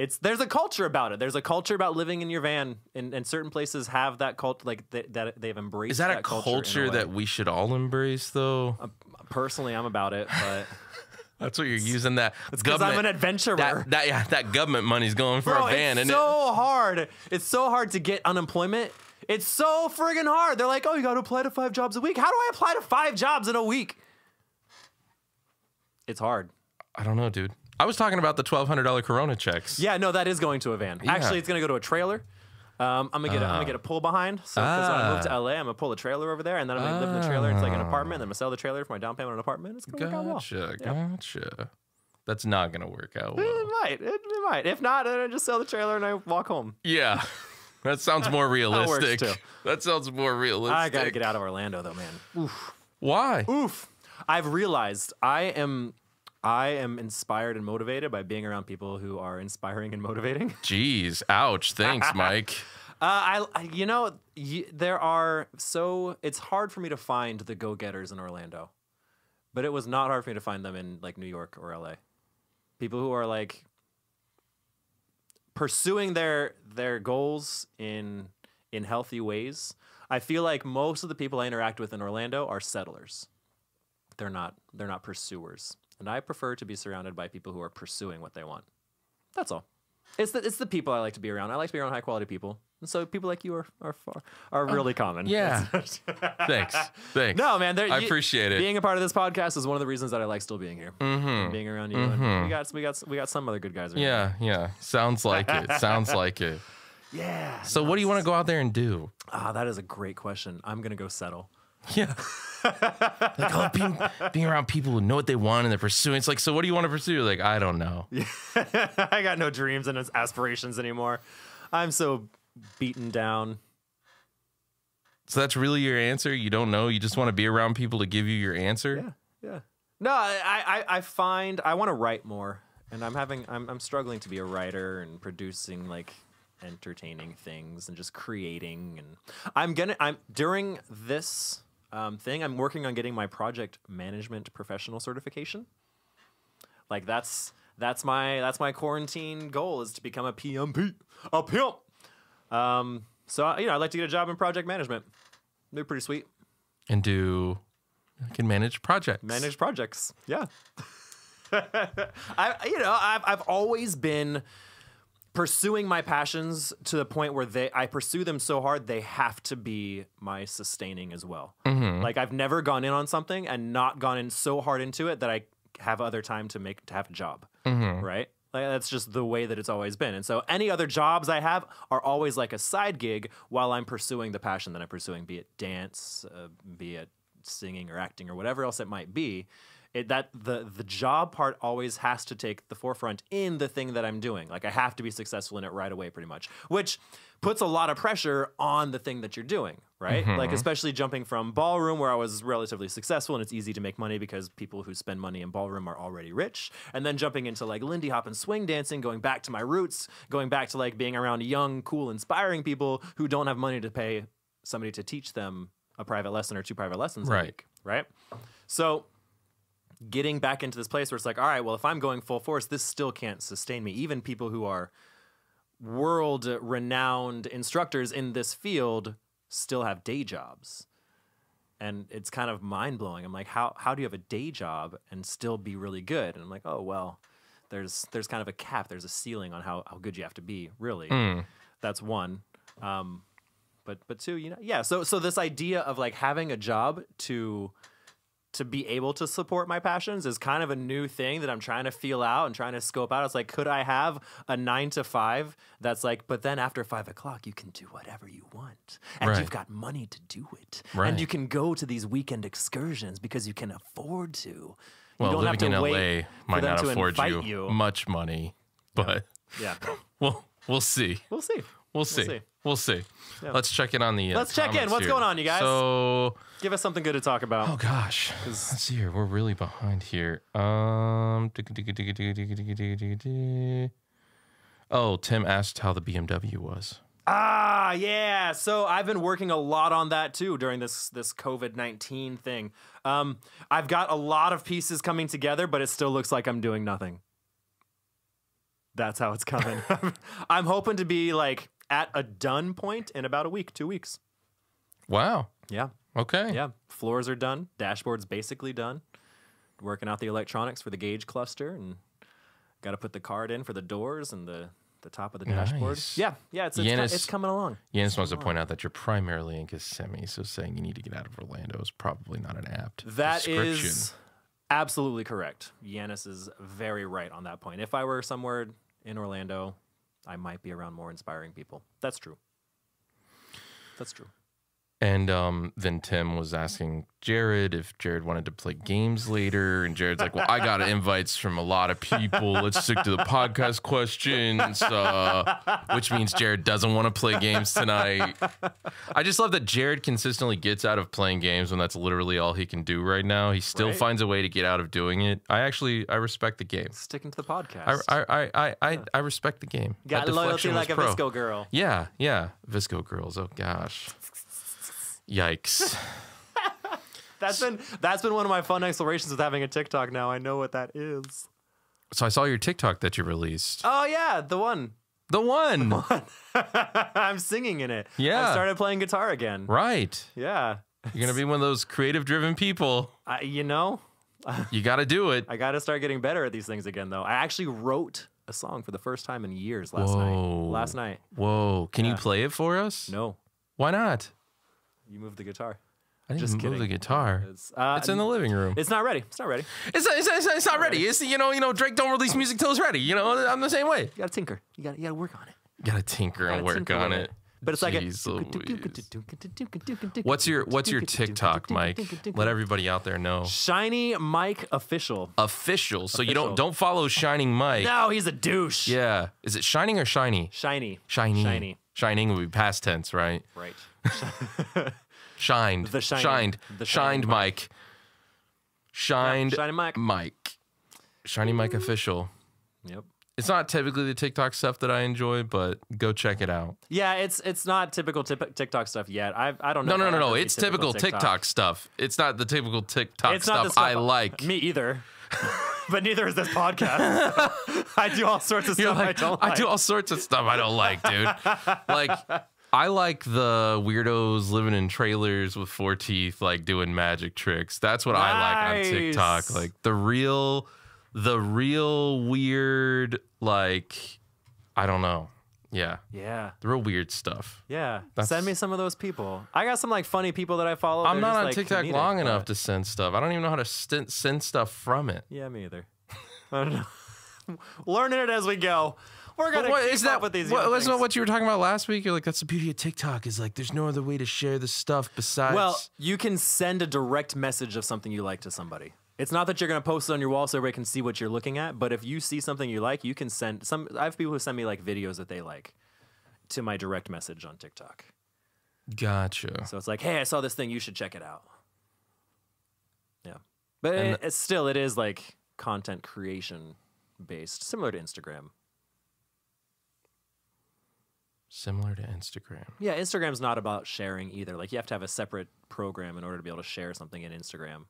Speaker 2: It's there's a culture about it. There's a culture about living in your van, and, and certain places have that cult like th- that they've embraced.
Speaker 1: Is that, a
Speaker 2: culture, in a
Speaker 1: culture
Speaker 2: way. Uh, Um,
Speaker 1: that we should all embrace, though?
Speaker 2: personally I'm about it, but
Speaker 1: That's what you're using that
Speaker 2: because
Speaker 1: government.
Speaker 2: I'm an adventurer.
Speaker 1: that, that yeah, that government money's going for
Speaker 2: Bro,
Speaker 1: a van,
Speaker 2: it's
Speaker 1: and
Speaker 2: so hard. It's so hard to get unemployment. It's so friggin' hard. They're like, oh, you got to apply to five jobs a week. How do I apply to five jobs in a week? It's hard.
Speaker 1: I don't know, dude. I was talking about the twelve hundred dollar Corona checks.
Speaker 2: Yeah, no, that is going to a van. Actually, it's gonna go to a trailer. Um, I'm gonna get a, I'm gonna get
Speaker 1: Ah.
Speaker 2: a pull behind. So 'cause when I move to LA, I'm gonna pull a trailer over there, and then I'm gonna live in the trailer. It's like an apartment. Then I'm gonna sell the trailer for my down payment on an apartment. It's gonna work out well.
Speaker 1: gotcha, gotcha. That's not gonna work out well.
Speaker 2: It might. It, it might. If not, then I just sell the trailer and I walk home.
Speaker 1: Yeah. That sounds more
Speaker 2: works,
Speaker 1: realistic.
Speaker 2: too.
Speaker 1: That sounds more realistic.
Speaker 2: I gotta get out of Orlando though, man.
Speaker 1: Why?
Speaker 2: Oof. I've realized I am I am inspired and motivated by being around people who are inspiring and motivating.
Speaker 1: Jeez. Ouch. Thanks, Mike.
Speaker 2: Uh, I, I you know, you, there are so it's hard for me to find the go-getters in Orlando, but it was not hard for me to find them in like New York or LA. People who are like pursuing their their goals in in healthy ways. I feel like most of the people I interact with in Orlando are settlers. They're not they're not pursuers, and I prefer to be surrounded by people who are pursuing what they want. That's all. It's the it's the people I like to be around. I like to be around high quality people, and so people like you are are far, are really common.
Speaker 1: Yeah. Thanks. Thanks.
Speaker 2: No, man. there-
Speaker 1: I
Speaker 2: you-
Speaker 1: appreciate it. Mm-hmm.
Speaker 2: Being a part of this podcast is one of the reasons that I like still being here, And being around you. and we got we got we got some other good guys. Around.
Speaker 1: yeah, yeah. Sounds like it. Sounds like it.
Speaker 2: Yeah.
Speaker 1: So what do you want to go out there and do?
Speaker 2: Ah, that is a great question. I'm gonna go settle.
Speaker 1: Yeah. like oh, being being around people who know what they want and they're pursuing. It's like, so what do you want to pursue? Like, I don't know.
Speaker 2: I got no dreams and aspirations anymore. I'm so beaten down.
Speaker 1: So that's really your answer? You don't know? You just want to be around people to give you your answer?
Speaker 2: Yeah, yeah. No, I, I, I find I want to write more, and I'm having I'm, I'm struggling to be a writer and producing like entertaining things and just creating. And I'm gonna I'm during this um, thing I'm working on getting my project management professional certification. Like that's that's my that's my quarantine goal is to become a PMP a pimp. Um, so I- you know I'd like to get a job in project management. They're pretty sweet.
Speaker 1: And do I can manage projects.
Speaker 2: manage projects. Yeah. I you know, I've I've always been pursuing my passions to the point where they I pursue them so hard they have to be my sustaining as well. Like I've never gone in on something and not gone in so hard into it that I have other time to make to have a job. Right? Like that's just the way that it's always been. And so any other jobs I have are always like a side gig while I'm pursuing the passion that I'm pursuing, be it dance, uh, be it singing or acting or whatever else it might be. it that the the job part always has to take the forefront in the thing that I'm doing. Like I have to be successful in it right away, pretty much, which puts a lot of pressure on the thing that you're doing, right? Like especially jumping from ballroom where I was relatively successful and it's easy to make money because people who spend money in ballroom are already rich, and then jumping into like Lindy Hop and swing dancing, going back to my roots, going back to like being around young, cool, inspiring people who don't have money to pay somebody to teach them a private lesson or two private lessons a
Speaker 1: Right.
Speaker 2: week, right? So getting back into this place where it's like, all right, well, if I'm going full force, this still can't sustain me. Even people who are world renowned instructors in this field still have day jobs. And it's kind of mind blowing. I'm like, how how do you have a day job and still be really good? And I'm like, oh well, there's there's kind of a cap, there's a ceiling on how, how good you have to be, really. That's one. Um, but but two, you know, yeah. So so this idea of like having a job to to be able to support my passions is kind of a new thing that I'm trying to feel out and trying to scope out. It's like, could I have a nine to five that's like, but then after five o'clock, you can do whatever you want and
Speaker 1: Right.
Speaker 2: you've got money to do it.
Speaker 1: Right.
Speaker 2: And you can go to these weekend excursions because you can afford to.
Speaker 1: Well,
Speaker 2: you don't have
Speaker 1: living
Speaker 2: to
Speaker 1: in
Speaker 2: wait
Speaker 1: LA might
Speaker 2: for them
Speaker 1: not
Speaker 2: to
Speaker 1: afford
Speaker 2: invite
Speaker 1: you, Mm. much money, but
Speaker 2: Yeah.
Speaker 1: we'll we'll see.
Speaker 2: We'll see.
Speaker 1: We'll see.
Speaker 2: see.
Speaker 1: We'll see. Let's check in on the. Uh,
Speaker 2: Let's check in.
Speaker 1: comments
Speaker 2: What's
Speaker 1: here.
Speaker 2: going on, you guys?
Speaker 1: So,
Speaker 2: Give us something good to talk about.
Speaker 1: oh gosh, let's see here. We're really behind here. Um, oh, Tim asked how the BMW was.
Speaker 2: Ah, yeah. So I've been working a lot on that too during this this COVID nineteen thing. Um, I've got a lot of pieces coming together, but it still looks like I'm doing nothing. That's how it's coming. I'm hoping to be like at a done point in about a week, two weeks.
Speaker 1: Wow.
Speaker 2: Yeah,
Speaker 1: Okay.
Speaker 2: yeah. Floors are done. Dashboard's basically done. Working out the electronics for the gauge cluster, and got to put the card in for the doors and the the top of the dashboard.
Speaker 1: Nice.
Speaker 2: Yeah, yeah. It's it's, co-
Speaker 1: Yanis-
Speaker 2: it's coming along.
Speaker 1: Jens wants to point out that you're primarily in Kissimmee, so saying you need to get out of Orlando is probably not an apt
Speaker 2: That
Speaker 1: description.
Speaker 2: is absolutely correct. Yanis is very right on that point. If I were somewhere in Orlando, I might be around more inspiring people. That's true. That's true.
Speaker 1: And um, then Tim was asking Jared if Jared wanted to play games later, and Jared's like, "Well, I got invites from a lot of people. Let's stick to the podcast questions," uh, which means Jared doesn't want to play games tonight. I just love that Jared consistently gets out of playing games when that's literally all he can do right now. He still
Speaker 2: Right.
Speaker 1: finds a way to get out of doing it. I actually I respect the game.
Speaker 2: Sticking to the podcast.
Speaker 1: I I I I, I, I respect the game.
Speaker 2: Got
Speaker 1: That
Speaker 2: loyalty
Speaker 1: deflection was
Speaker 2: like a
Speaker 1: pro.
Speaker 2: Visco girl.
Speaker 1: Yeah, yeah. Visco girls. Oh gosh. Yikes.
Speaker 2: That's been that's been one of my fun explorations with having a TikTok now. I know what that is.
Speaker 1: So I saw your TikTok that you released.
Speaker 2: Oh yeah, the one.
Speaker 1: The one.
Speaker 2: I'm singing in it.
Speaker 1: Yeah.
Speaker 2: I started playing guitar again.
Speaker 1: Right.
Speaker 2: Yeah.
Speaker 1: You're going to be one of those creative driven people.
Speaker 2: I, you know,
Speaker 1: You got to do it.
Speaker 2: I got to start getting better at these things again, though. I actually wrote a song for the first time in years last
Speaker 1: Whoa.
Speaker 2: night. Last night.
Speaker 1: Whoa. Can you play it for us?
Speaker 2: No,
Speaker 1: Why not?
Speaker 2: you moved the guitar.
Speaker 1: I didn't
Speaker 2: Just
Speaker 1: move the
Speaker 2: kidding.
Speaker 1: guitar.
Speaker 2: It's, uh,
Speaker 1: It's in the living room.
Speaker 2: It's not ready. It's not ready.
Speaker 1: It's, it's, it's, it's not ready. It's you know you know Drake don't release music till it's ready. You know I'm the same way.
Speaker 2: You got to tinker. You got you got to work on it.
Speaker 1: Got to tinker and
Speaker 2: Gotta
Speaker 1: work
Speaker 2: tinker
Speaker 1: on
Speaker 2: with
Speaker 1: it.
Speaker 2: But it's like
Speaker 1: Jeez Louise.
Speaker 2: a,
Speaker 1: What's your what's your TikTok, Mike? Let everybody out there know.
Speaker 2: Shiny Mike official.
Speaker 1: Official. So you don't
Speaker 2: Official.
Speaker 1: don't follow Shining Mike.
Speaker 2: No, he's a douche.
Speaker 1: Yeah. Is it Shining or Shiny?
Speaker 2: Shiny.
Speaker 1: Shiny.
Speaker 2: Shiny.
Speaker 1: Shining would be past tense, right?
Speaker 2: Right.
Speaker 1: Shined.
Speaker 2: The shining-
Speaker 1: Shined.
Speaker 2: the
Speaker 1: shined
Speaker 2: shining
Speaker 1: Mike. Shined
Speaker 2: Shiny Mike.
Speaker 1: Mike. Shiny Mike official.
Speaker 2: Yep.
Speaker 1: It's not typically the TikTok stuff that I enjoy, but go check it out.
Speaker 2: Yeah, it's it's not typical tip- TikTok stuff yet. I I don't know.
Speaker 1: No, no,
Speaker 2: if
Speaker 1: no,
Speaker 2: I'll
Speaker 1: no.
Speaker 2: ever be
Speaker 1: It's typical TikTok stuff. It's not the typical TikTok
Speaker 2: It's not
Speaker 1: stuff,
Speaker 2: the
Speaker 1: I like.
Speaker 2: Me either. but neither is this podcast. I do all sorts of
Speaker 1: You're
Speaker 2: stuff
Speaker 1: like,
Speaker 2: I don't like.
Speaker 1: do all sorts of stuff I don't like, dude. like, I like the weirdos living in trailers with four teeth, like doing magic tricks. That's what I like on TikTok.
Speaker 2: Nice.
Speaker 1: Like the real, the real weird. Like, I don't know. Yeah,
Speaker 2: yeah.
Speaker 1: the real weird stuff.
Speaker 2: Yeah.
Speaker 1: That's-
Speaker 2: Send me some of those people. I got some like funny people that I follow.
Speaker 1: I'm
Speaker 2: They're
Speaker 1: not
Speaker 2: just,
Speaker 1: on
Speaker 2: like,
Speaker 1: TikTok
Speaker 2: comedic,
Speaker 1: long
Speaker 2: but-
Speaker 1: enough to send stuff. I don't even know how to send, send stuff from it.
Speaker 2: Yeah, me either. I don't know. Learning it as we go. We're gonna
Speaker 1: What
Speaker 2: keep
Speaker 1: is
Speaker 2: up
Speaker 1: that?
Speaker 2: with these.
Speaker 1: what,
Speaker 2: young
Speaker 1: that's not
Speaker 2: things.
Speaker 1: what you were talking about last week. You're like, that's the beauty of TikTok is like, there's no other way to share the stuff besides.
Speaker 2: well, you can send a direct message of something you like to somebody. It's not that you're going to post it on your wall so everybody can see what you're looking at, but if you see something you like, you can send some. I have people who send me like videos that they like to my direct message on TikTok.
Speaker 1: Gotcha.
Speaker 2: So it's like, hey, I saw this thing. You should check it out. Yeah, but
Speaker 1: And
Speaker 2: it, it's still it is like content creation based, similar to Instagram.
Speaker 1: Similar to Instagram.
Speaker 2: Yeah, Instagram's not about sharing either. Like you have to have a separate program in order to be able to share something in Instagram.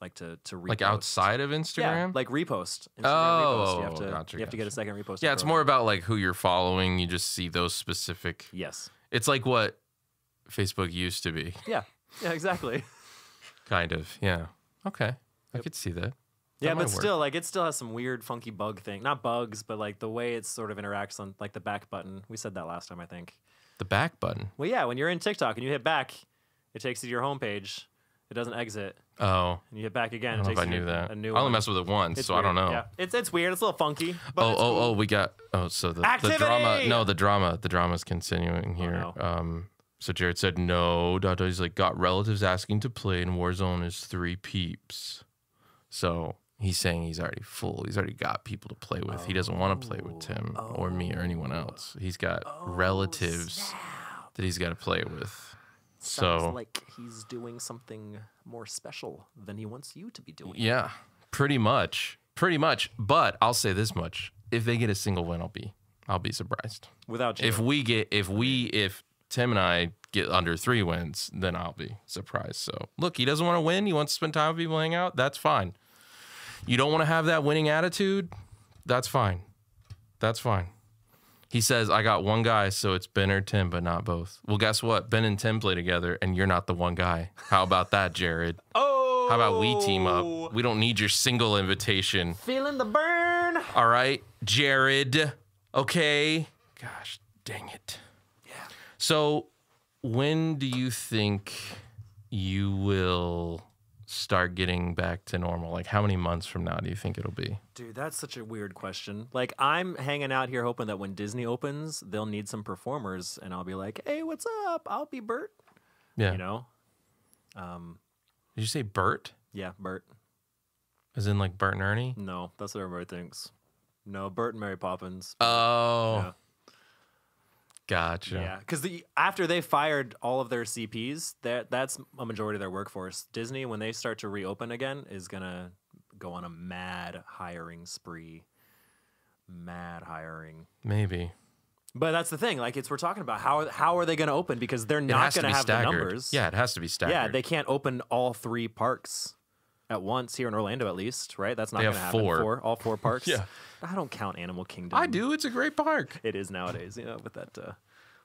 Speaker 2: Like to to repost.
Speaker 1: Like outside of Instagram?
Speaker 2: Yeah, like repost. Instagram repost. You have
Speaker 1: Oh,
Speaker 2: to,
Speaker 1: gotcha,
Speaker 2: you have to get a
Speaker 1: gotcha.
Speaker 2: second repost.
Speaker 1: yeah, it's more about like who you're following. You just see those specific.
Speaker 2: Yes.
Speaker 1: It's like what Facebook used to be,
Speaker 2: Yeah. Yeah. Exactly.
Speaker 1: kind of. Yeah. Okay. I could see that.
Speaker 2: yeah,
Speaker 1: might
Speaker 2: but
Speaker 1: work.
Speaker 2: still, like it still has some weird, funky bug thing. Not bugs, but like the way it sort of interacts on like the back button. We said that last time, I think.
Speaker 1: The back button.
Speaker 2: Well, yeah, when you're in TikTok and you hit back, it takes you to your homepage. It doesn't exit,
Speaker 1: Oh,
Speaker 2: and you hit back again.
Speaker 1: I don't
Speaker 2: it
Speaker 1: know
Speaker 2: takes
Speaker 1: if I
Speaker 2: you
Speaker 1: knew
Speaker 2: to
Speaker 1: that.
Speaker 2: a
Speaker 1: I
Speaker 2: new
Speaker 1: only
Speaker 2: one.
Speaker 1: messed with it once,
Speaker 2: It's
Speaker 1: so I don't
Speaker 2: weird.
Speaker 1: know.
Speaker 2: Yeah, it's it's weird. It's a little funky. But
Speaker 1: oh,
Speaker 2: it's
Speaker 1: oh,
Speaker 2: cool.
Speaker 1: oh, we got oh, so the, the drama
Speaker 2: Activity! Oh,
Speaker 1: no, the drama, the drama's continuing here.
Speaker 2: no.
Speaker 1: Um so Jared said no, dot, dot, he's like got relatives asking to play and Warzone is three peeps. So he's saying he's already full. He's already got people to play with. he doesn't want to play
Speaker 2: Oh,
Speaker 1: with Tim or me or anyone else. He's got relatives that he's got to play with.
Speaker 2: Sounds
Speaker 1: so
Speaker 2: like he's doing something more special than he wants you to be doing.
Speaker 1: yeah, pretty much, pretty much. But I'll say this much: if they get a single win, I'll be, I'll be surprised.
Speaker 2: Without you,
Speaker 1: If we get, if we, if Tim and I get under three wins, then I'll be surprised. So look, he doesn't want to win. He wants to spend time with people, hang out. That's fine. You don't want to have that winning attitude. That's fine. That's fine. He says, I got one guy, so it's Ben or Tim, but not both. Well, guess what? Ben and Tim play together, and you're not the one guy. How about that, Jared?
Speaker 2: oh,
Speaker 1: How about we team up? We don't need your single invitation.
Speaker 2: Feeling the burn.
Speaker 1: All right, Jared. Okay. Gosh, dang it. Yeah. So, when do you think you will start getting back to normal? Like, how many months from now do you think it'll be?
Speaker 2: Dude, that's such a weird question. Like, I'm hanging out here hoping that when Disney opens, they'll need some performers, and I'll be like, "Hey, what's up? I'll be Bert."
Speaker 1: Yeah.
Speaker 2: You know?
Speaker 1: Did you say Bert?
Speaker 2: Yeah, Bert.
Speaker 1: As in, like, Bert and Ernie?
Speaker 2: No, that's what everybody thinks. No, Bert and Mary Poppins.
Speaker 1: Oh.
Speaker 2: Yeah.
Speaker 1: Gotcha.
Speaker 2: Yeah, because the after they fired all of their CPs, that that's a majority of their workforce. Disney, when they start to reopen again, is gonna go on a mad hiring spree. Mad hiring.
Speaker 1: Maybe.
Speaker 2: But that's the thing. Like, it's we're talking about how how are they gonna open because they're
Speaker 1: It
Speaker 2: not
Speaker 1: has to
Speaker 2: gonna
Speaker 1: be
Speaker 2: have
Speaker 1: staggered.
Speaker 2: the numbers.
Speaker 1: Yeah, it has to be staggered.
Speaker 2: yeah, they can't open all three parks at once here in Orlando, at least, right? That's not
Speaker 1: They have
Speaker 2: gonna happen.
Speaker 1: four.
Speaker 2: all four parks.
Speaker 1: Yeah.
Speaker 2: I don't count Animal Kingdom
Speaker 1: I do. It's a great park.
Speaker 2: it is nowadays. You know, with that, uh,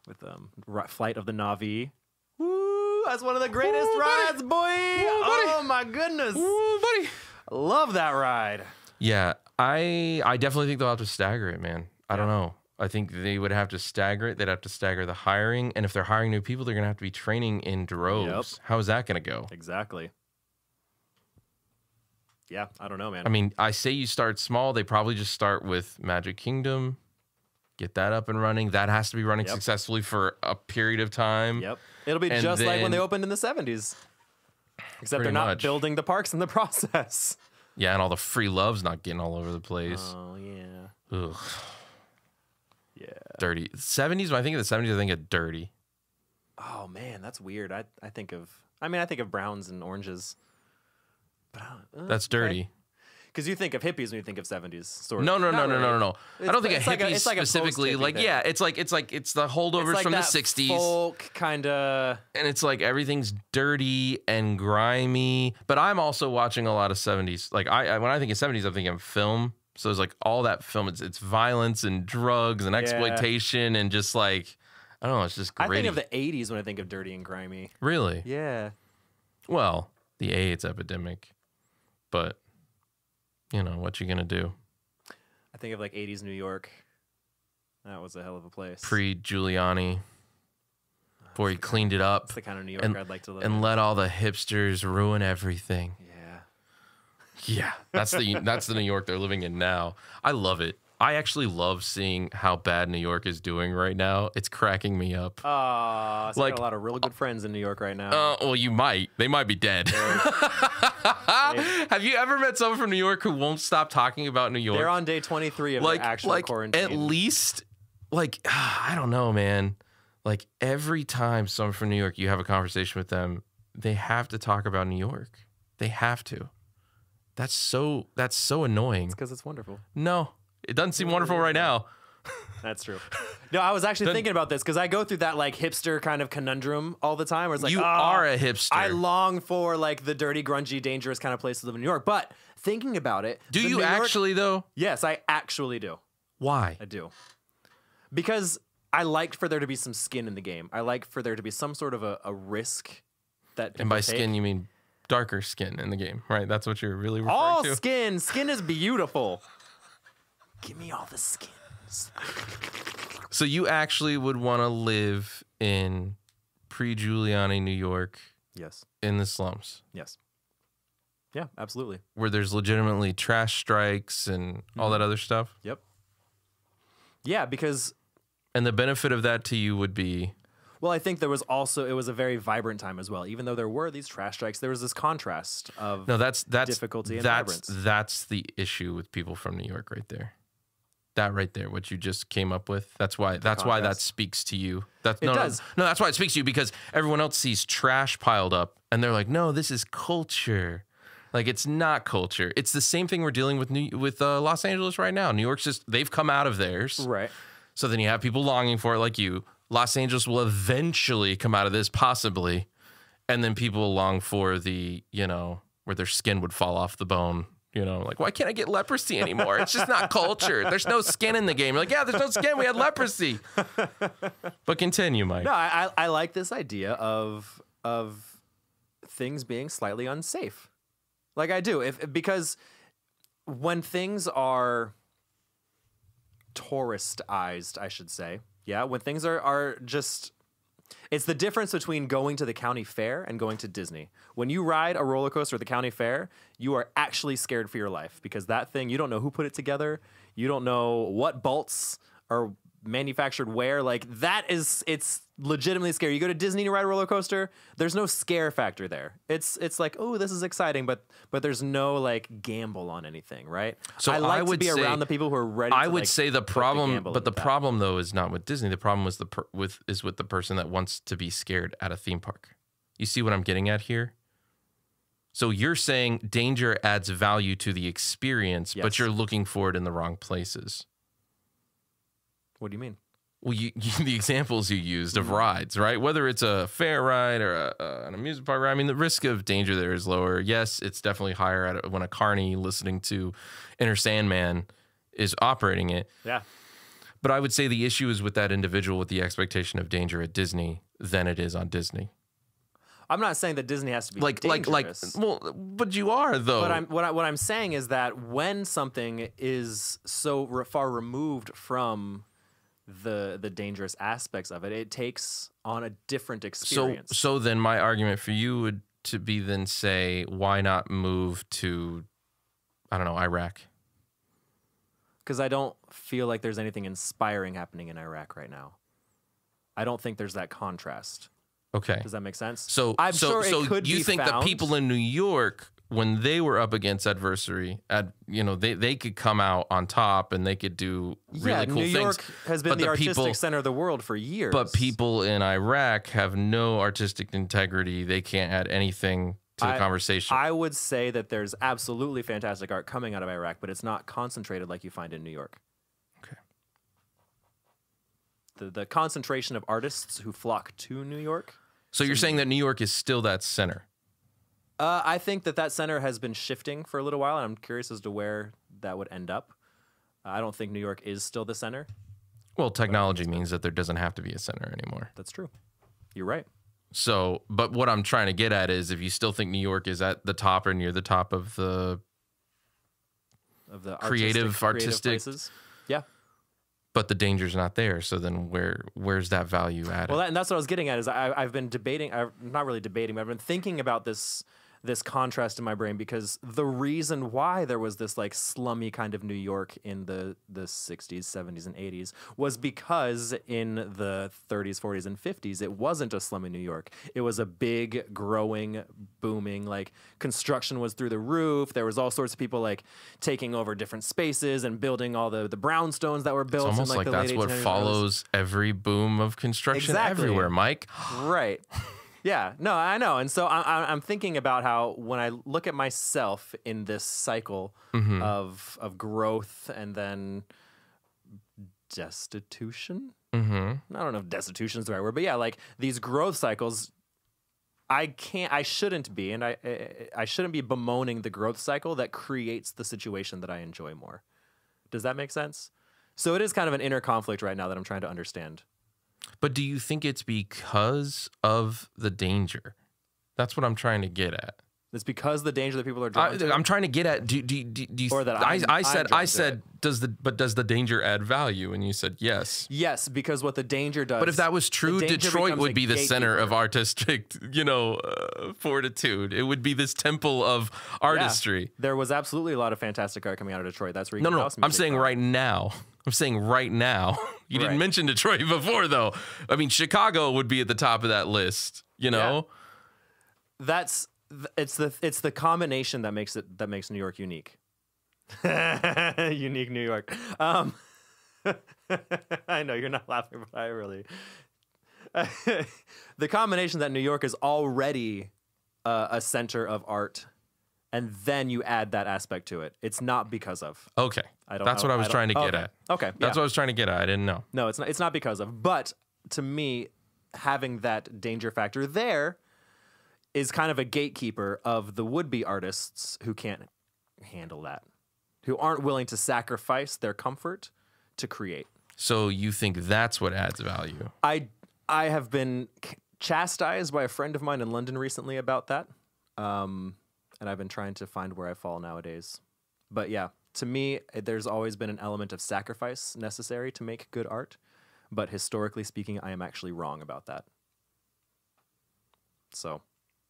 Speaker 2: with um, Ri- Flight of the Navi. Woo! That's one of the greatest
Speaker 1: Ooh, buddy.
Speaker 2: rides, boy. Oh my goodness,
Speaker 1: Ooh, buddy.
Speaker 2: love that ride.
Speaker 1: Yeah, I I definitely think they'll have to stagger it, man. I don't know. I think they would have to stagger it. They'd have to stagger the hiring, and if they're hiring new people, they're gonna have to be training in droves. How is that gonna go?
Speaker 2: Exactly. Yeah, I don't know, man.
Speaker 1: I mean, I say you start small. They probably just start with Magic Kingdom, get that up and running. That has to be running
Speaker 2: Yep.
Speaker 1: successfully for a period of time.
Speaker 2: yep, it'll be
Speaker 1: And
Speaker 2: just like when they
Speaker 1: then-
Speaker 2: opened in the '70s, except they're
Speaker 1: Pretty
Speaker 2: not
Speaker 1: much.
Speaker 2: building the parks in the process.
Speaker 1: Yeah, and all the free loves not getting all over the place.
Speaker 2: Oh yeah,
Speaker 1: Ugh,
Speaker 2: yeah.
Speaker 1: dirty. Seventies. When I think of the seventies, I think of dirty.
Speaker 2: Oh man, that's weird. I I think of. I mean, I think of browns and oranges. But I don't, uh,
Speaker 1: That's
Speaker 2: okay.
Speaker 1: dirty.
Speaker 2: Because you think of hippies when you think of seventies, sort
Speaker 1: No,
Speaker 2: of.
Speaker 1: no, no,
Speaker 2: Not
Speaker 1: no,
Speaker 2: really.
Speaker 1: no, no, no. I don't
Speaker 2: It's-
Speaker 1: think a
Speaker 2: it's like a-
Speaker 1: hippie
Speaker 2: it's like a
Speaker 1: specifically.
Speaker 2: post-hippie
Speaker 1: Like,
Speaker 2: thing.
Speaker 1: yeah, it's like it's like it's the holdovers
Speaker 2: It's like
Speaker 1: from the
Speaker 2: that
Speaker 1: '60s,
Speaker 2: folk kind of.
Speaker 1: and it's like everything's dirty and grimy. But I'm also watching a lot of '70s. Like, I, I when I think of '70s, I'm thinking of film. So it's like all that film. It's it's violence and drugs and exploitation and just like I don't know. It's just
Speaker 2: I
Speaker 1: gritty.
Speaker 2: think of the '80s when I think of dirty and grimy.
Speaker 1: really
Speaker 2: Yeah,
Speaker 1: well the AIDS epidemic, but you know what you gonna do?
Speaker 2: I think of like '80s New York. That was a hell of a place.
Speaker 1: Pre Giuliani, before he cleaned it up.
Speaker 2: That's the kind of New York
Speaker 1: and-
Speaker 2: I'd like to live.
Speaker 1: and let all the hipsters ruin everything.
Speaker 2: in. Yeah,
Speaker 1: Yeah, that's the that's the New York they're living in now. I love it. I actually love seeing how bad New York is doing right now. It's cracking me up.
Speaker 2: ah, so I
Speaker 1: Like- Oh,
Speaker 2: got a lot of real good friends in New York right now.
Speaker 1: Uh, well, you might. They might be dead. Have you ever met someone from New York who won't stop talking about New York?
Speaker 2: They're on day 23 of
Speaker 1: like
Speaker 2: their actual
Speaker 1: like
Speaker 2: quarantine.
Speaker 1: at least like I don't know, man. Like every time someone from New York, you have a conversation with them, they have to talk about New York. They have to. That's so that's so annoying.
Speaker 2: because it's wonderful.
Speaker 1: No, it doesn't seem wonderful right now.
Speaker 2: That's true. No, I was actually thinking about this because I go through that like hipster kind of conundrum all the time. Where it's like,
Speaker 1: you
Speaker 2: "Ah,
Speaker 1: are a hipster.
Speaker 2: I long for like the dirty, grungy, dangerous kind of place to live in New York. But thinking about it,
Speaker 1: Do
Speaker 2: the
Speaker 1: you
Speaker 2: New York-
Speaker 1: actually though?
Speaker 2: yes, I actually do.
Speaker 1: Why?
Speaker 2: I do. Because I like for there to be some skin in the game. I like for there to be some sort of a, a risk that
Speaker 1: And by
Speaker 2: people take.
Speaker 1: skin you mean darker skin in the game, right? That's what you're really referring
Speaker 2: all
Speaker 1: to.
Speaker 2: skin. Skin is beautiful. Give me all the skin.
Speaker 1: So you actually would want to live in pre-Giuliani New York
Speaker 2: Yes.
Speaker 1: in the slums.
Speaker 2: Yes. Yeah, absolutely.
Speaker 1: where there's legitimately trash strikes and all
Speaker 2: Mm-hmm.
Speaker 1: that other stuff.
Speaker 2: Yep. Yeah, because
Speaker 1: And the benefit of that to you would be
Speaker 2: well, I think there was also it was a very vibrant time as well. Even though there were these trash strikes, there was this contrast of
Speaker 1: no. That's that's
Speaker 2: Difficulty and
Speaker 1: that's
Speaker 2: vibrance.
Speaker 1: that's the issue with people from New York, right there. That right there, what you just came up with. That's why. That's why that
Speaker 2: contrast.
Speaker 1: speaks to you. That's no, no,
Speaker 2: does.
Speaker 1: no. That's why it speaks to you because everyone else sees trash piled up and they're like, no, this is culture. Like it's not culture. It's the same thing we're dealing with New, with uh, Los Angeles right now. New York's just they've come out of theirs.
Speaker 2: right.
Speaker 1: So then you have people longing for it, like you. Los Angeles will eventually come out of this, possibly. And then people long for the, you know, where their skin would fall off the bone. You know, like, why can't I get leprosy anymore? It's just not culture. There's no skin in the game. You're like, yeah, there's no skin. We had leprosy. But continue, Mike.
Speaker 2: No, I, I I like this idea of of things being slightly unsafe. Like I do, if because when things are touristized, I should say, yeah, when things are are just it's the difference between going to the county fair and going to Disney. When you ride a roller coaster at the county fair, you are actually scared for your life because that thing, you don't know who put it together, you don't know what bolts are manufactured where. Like that is it's legitimately scary. You go to Disney to ride a roller coaster, there's no scare factor there. It's it's like, oh, this is exciting, but but there's no like gamble on anything, right?
Speaker 1: So
Speaker 2: I like
Speaker 1: I
Speaker 2: to
Speaker 1: would
Speaker 2: be
Speaker 1: say-
Speaker 2: around the people who are ready
Speaker 1: I
Speaker 2: to,
Speaker 1: would
Speaker 2: like,
Speaker 1: say the
Speaker 2: put
Speaker 1: problem,
Speaker 2: gamble
Speaker 1: but
Speaker 2: in
Speaker 1: the
Speaker 2: that.
Speaker 1: problem though is not with Disney. The problem was the per- with is with the person that wants to be scared at a theme park. You see what I'm getting at here? So you're saying danger adds value to the experience, but
Speaker 2: Yes.
Speaker 1: you're looking for it in the wrong places.
Speaker 2: What do you mean?
Speaker 1: Well, you, you, the examples you used
Speaker 2: Mm-hmm.
Speaker 1: of rides, right? Whether it's a fair ride or a, uh, an amusement park ride, I mean, the risk of danger there is lower. Yes, it's definitely higher at when a carny listening to Inner Sandman is operating it.
Speaker 2: Yeah.
Speaker 1: But I would say the issue is with that individual with the expectation of danger at Disney than it is on Disney.
Speaker 2: I'm not saying that Disney has to be
Speaker 1: Like, like, like,
Speaker 2: dangerous.
Speaker 1: well, but you are though.
Speaker 2: But I'm what, I, what I'm saying is that when something is so re- far removed from the the dangerous aspects of it, it takes on a different
Speaker 1: so,
Speaker 2: experience.
Speaker 1: so then my argument for you would to be then say, why not move to, I don't know, Iraq?
Speaker 2: Because I don't feel like there's anything inspiring happening in Iraq right now. I don't think there's that contrast.
Speaker 1: Okay.
Speaker 2: Does that make sense?
Speaker 1: So,
Speaker 2: I'm
Speaker 1: so,
Speaker 2: sure
Speaker 1: so
Speaker 2: it could
Speaker 1: you
Speaker 2: be
Speaker 1: think
Speaker 2: found.
Speaker 1: the people in New York, when they were up against adversary, ad, you know, they, they could come out on top and they could do really
Speaker 2: yeah,
Speaker 1: cool
Speaker 2: New
Speaker 1: things.
Speaker 2: York has been
Speaker 1: but
Speaker 2: the,
Speaker 1: the
Speaker 2: artistic
Speaker 1: people-
Speaker 2: center of the world for years.
Speaker 1: But people in Iraq have no artistic integrity. They can't add anything to the
Speaker 2: I-
Speaker 1: conversation.
Speaker 2: I would say that there's absolutely fantastic art coming out of Iraq, but it's not concentrated like you find in New York.
Speaker 1: Okay.
Speaker 2: The the concentration of artists who flock to New York.
Speaker 1: so you're saying that New York is still that center.
Speaker 2: Uh, I think that that center has been shifting for a little while, and I'm curious as to where that would end up. I don't think New York is still the center.
Speaker 1: Well, technology means that there doesn't have to be a center anymore.
Speaker 2: That's true. You're right.
Speaker 1: So, but what I'm trying to get at is if you still think New York is at the top or near the top of the,
Speaker 2: Of the
Speaker 1: Creative, artistic-
Speaker 2: places. Yeah.
Speaker 1: but the danger's not there. So then where where's that value added?
Speaker 2: Well, that, and that's what I was getting at. Is I, I've been debating. I'm not really debating, but I've been thinking about this this contrast in my brain because the reason why there was this like slummy kind of New York in the the 60s, 70s and 80s was because in the 30s, 40s and 50s it wasn't a slummy New York. It was a big growing booming like construction was through the roof. There was all sorts of people like taking over different spaces and building all the the brownstones that were built
Speaker 1: It's
Speaker 2: in,
Speaker 1: almost like,
Speaker 2: the
Speaker 1: that's
Speaker 2: late
Speaker 1: what
Speaker 2: 1800s.
Speaker 1: follows every boom of construction
Speaker 2: Exactly.
Speaker 1: everywhere, Mike.
Speaker 2: Right. Yeah. No, I know. And so I, I, I'm thinking about how when I look at myself in this cycle
Speaker 1: Mm-hmm, Hmm.
Speaker 2: of of growth and then destitution. Mm-hmm. I don't know if destitution is the right word, but yeah, like these growth cycles. I can't. I shouldn't be, and I I- I shouldn't be bemoaning the growth cycle that creates the situation that I enjoy more. Does that make sense? So it is kind of an inner conflict right now that I'm trying to understand.
Speaker 1: But do you think it's because of the danger? That's what I'm trying to get at.
Speaker 2: It's because the danger that people are
Speaker 1: I,
Speaker 2: drawn to.
Speaker 1: I'm trying to get at do do do, do you-
Speaker 2: Or that
Speaker 1: I,
Speaker 2: I'm-
Speaker 1: I
Speaker 2: I'm
Speaker 1: said
Speaker 2: drawn
Speaker 1: I
Speaker 2: to
Speaker 1: said does the but does the danger add value? And you said yes.
Speaker 2: Yes, because what the danger does.
Speaker 1: But if that was true,
Speaker 2: danger
Speaker 1: Detroit
Speaker 2: becomes
Speaker 1: would
Speaker 2: a
Speaker 1: be the center
Speaker 2: gatekeeper.
Speaker 1: of artistic, you know, uh, fortitude. It would be this temple of
Speaker 2: Yeah.
Speaker 1: artistry.
Speaker 2: there was absolutely a lot of fantastic art coming out of Detroit. That's where you
Speaker 1: No,
Speaker 2: get
Speaker 1: no, no.
Speaker 2: house
Speaker 1: I'm
Speaker 2: music
Speaker 1: saying
Speaker 2: from.
Speaker 1: right now. I'm saying right now. You
Speaker 2: Right.
Speaker 1: didn't mention Detroit before, though. I mean, Chicago would be at the top of that list. You know,
Speaker 2: that's th- it's the it's the combination that makes it that makes New York unique. unique New York. Um, I know you're not laughing, but I really. the combination that New York is already uh, a center of art, and then you add that aspect to it. It's not because of.
Speaker 1: okay.
Speaker 2: I don't.
Speaker 1: That's
Speaker 2: know.
Speaker 1: what I was
Speaker 2: don't-
Speaker 1: trying to get
Speaker 2: okay.
Speaker 1: at.
Speaker 2: Okay,
Speaker 1: That's
Speaker 2: yeah.
Speaker 1: what I was trying to get at. I didn't know.
Speaker 2: No, it's not. It's not because of. But to me, having that danger factor there is kind of a gatekeeper of the would-be artists who can't handle that, who aren't willing to sacrifice their comfort to create.
Speaker 1: So you think that's what adds value?
Speaker 2: I I have been c- chastised by a friend of mine in London recently about that, um, and I've been trying to find where I fall nowadays. But yeah, to me, it- there's always been an element of sacrifice necessary to make good art. But historically speaking, I am actually wrong about that. So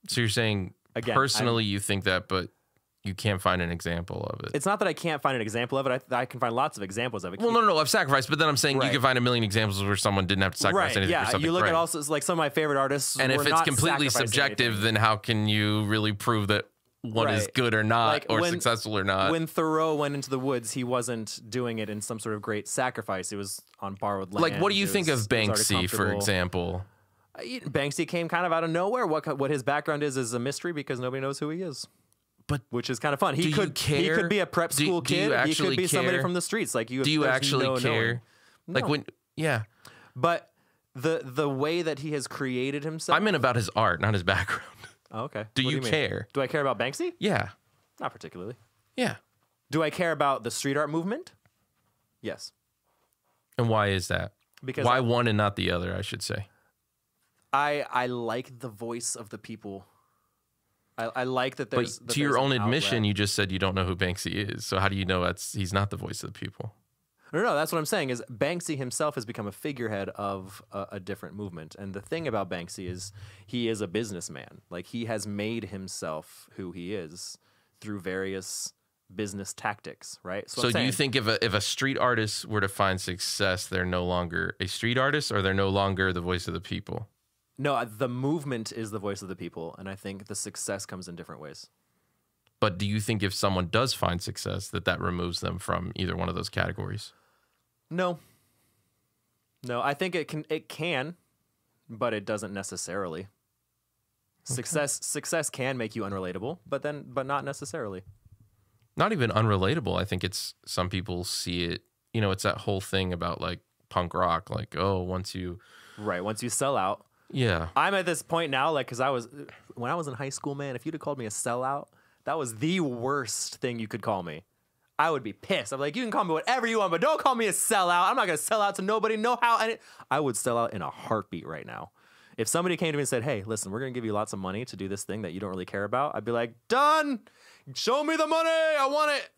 Speaker 1: So you're saying
Speaker 2: Again, I'm-
Speaker 1: personally you think that, but you can't find an example of it.
Speaker 2: it's not that I can't find an example of it. I, I can find lots of examples of it.
Speaker 1: Well, no, no, no, of sacrifice. But then I'm saying
Speaker 2: Right.
Speaker 1: you can find a million examples where someone didn't have to sacrifice
Speaker 2: right?
Speaker 1: anything for
Speaker 2: Yeah,
Speaker 1: something.
Speaker 2: you look
Speaker 1: right.
Speaker 2: at also like some of my favorite artists,
Speaker 1: and if
Speaker 2: were
Speaker 1: it's
Speaker 2: not
Speaker 1: completely
Speaker 2: sacrificing
Speaker 1: subjective,
Speaker 2: anything.
Speaker 1: then how can you really prove that what is
Speaker 2: Right.
Speaker 1: good or not,
Speaker 2: Like,
Speaker 1: or
Speaker 2: when-
Speaker 1: successful or not?
Speaker 2: when Thoreau went into the woods, he wasn't doing it in some sort of great sacrifice. It was on borrowed land.
Speaker 1: like, what do you
Speaker 2: It
Speaker 1: think
Speaker 2: was-
Speaker 1: of
Speaker 2: it was already
Speaker 1: Banksy, for
Speaker 2: comfortable.
Speaker 1: example?
Speaker 2: Uh, Banksy came kind of out of nowhere. What co- what his background is is a mystery because nobody knows who he is.
Speaker 1: But
Speaker 2: which is kind of fun.
Speaker 1: do
Speaker 2: He
Speaker 1: you
Speaker 2: could he
Speaker 1: care?
Speaker 2: could be a prep
Speaker 1: Do-
Speaker 2: school
Speaker 1: do you
Speaker 2: kid. He
Speaker 1: actually
Speaker 2: could be somebody
Speaker 1: care?
Speaker 2: from the streets. Like you,
Speaker 1: Do you
Speaker 2: there's
Speaker 1: actually
Speaker 2: no knowing.
Speaker 1: care? Like when? Yeah,
Speaker 2: But the the way that he has created himself.
Speaker 1: I meant about his art, not his background.
Speaker 2: oh, okay. What
Speaker 1: Do you
Speaker 2: mean?
Speaker 1: care?
Speaker 2: Do I care about Banksy?
Speaker 1: Yeah,
Speaker 2: Not particularly.
Speaker 1: yeah.
Speaker 2: Do I care about the street art movement? Yes.
Speaker 1: And why is that?
Speaker 2: Because
Speaker 1: why
Speaker 2: I-
Speaker 1: one and not the other? I should say.
Speaker 2: I I like the voice of the people. I, I like that
Speaker 1: But
Speaker 2: there's that
Speaker 1: to your
Speaker 2: there's
Speaker 1: own
Speaker 2: an
Speaker 1: admission,
Speaker 2: outlet.
Speaker 1: you just said you don't know who Banksy is. So how do you know that's he's not the voice of the people?
Speaker 2: No, no, no, that's what I'm saying. Is Banksy himself has become a figurehead of a, a different movement, and the thing about Banksy is he is a businessman. Like he has made himself who he is through various business tactics, right?
Speaker 1: So
Speaker 2: I'm
Speaker 1: do you
Speaker 2: saying-
Speaker 1: think if a if a street artist were to find success, they're no longer a street artist, or they're no longer the voice of the people?
Speaker 2: no? uh, The movement is the voice of the people, and I think the success comes in different ways.
Speaker 1: But do you think if someone does find success, that that removes them from either one of those categories?
Speaker 2: No. No, I think it can it can, but it doesn't necessarily. Success success can make you unrelatable, but then but not necessarily.
Speaker 1: Not even unrelatable. I think it's some people see it. You know, it's that whole thing about like punk rock. Like, oh, once you,
Speaker 2: Right, once you sell out.
Speaker 1: yeah,
Speaker 2: I'm at this point now like cuz I was when I was in high school, man, if you'd have called me a sellout, that was the worst thing you could call me. I would be pissed. I'm like, you can call me whatever you want, but don't call me a sellout. I'm not gonna sell out to nobody. No how. And it, I would sell out in a heartbeat right now. If somebody came to me and said, "Hey, listen, we're gonna give you lots of money to do this thing that you don't really care about," I'd be like, "Done. Show me the money. I want it."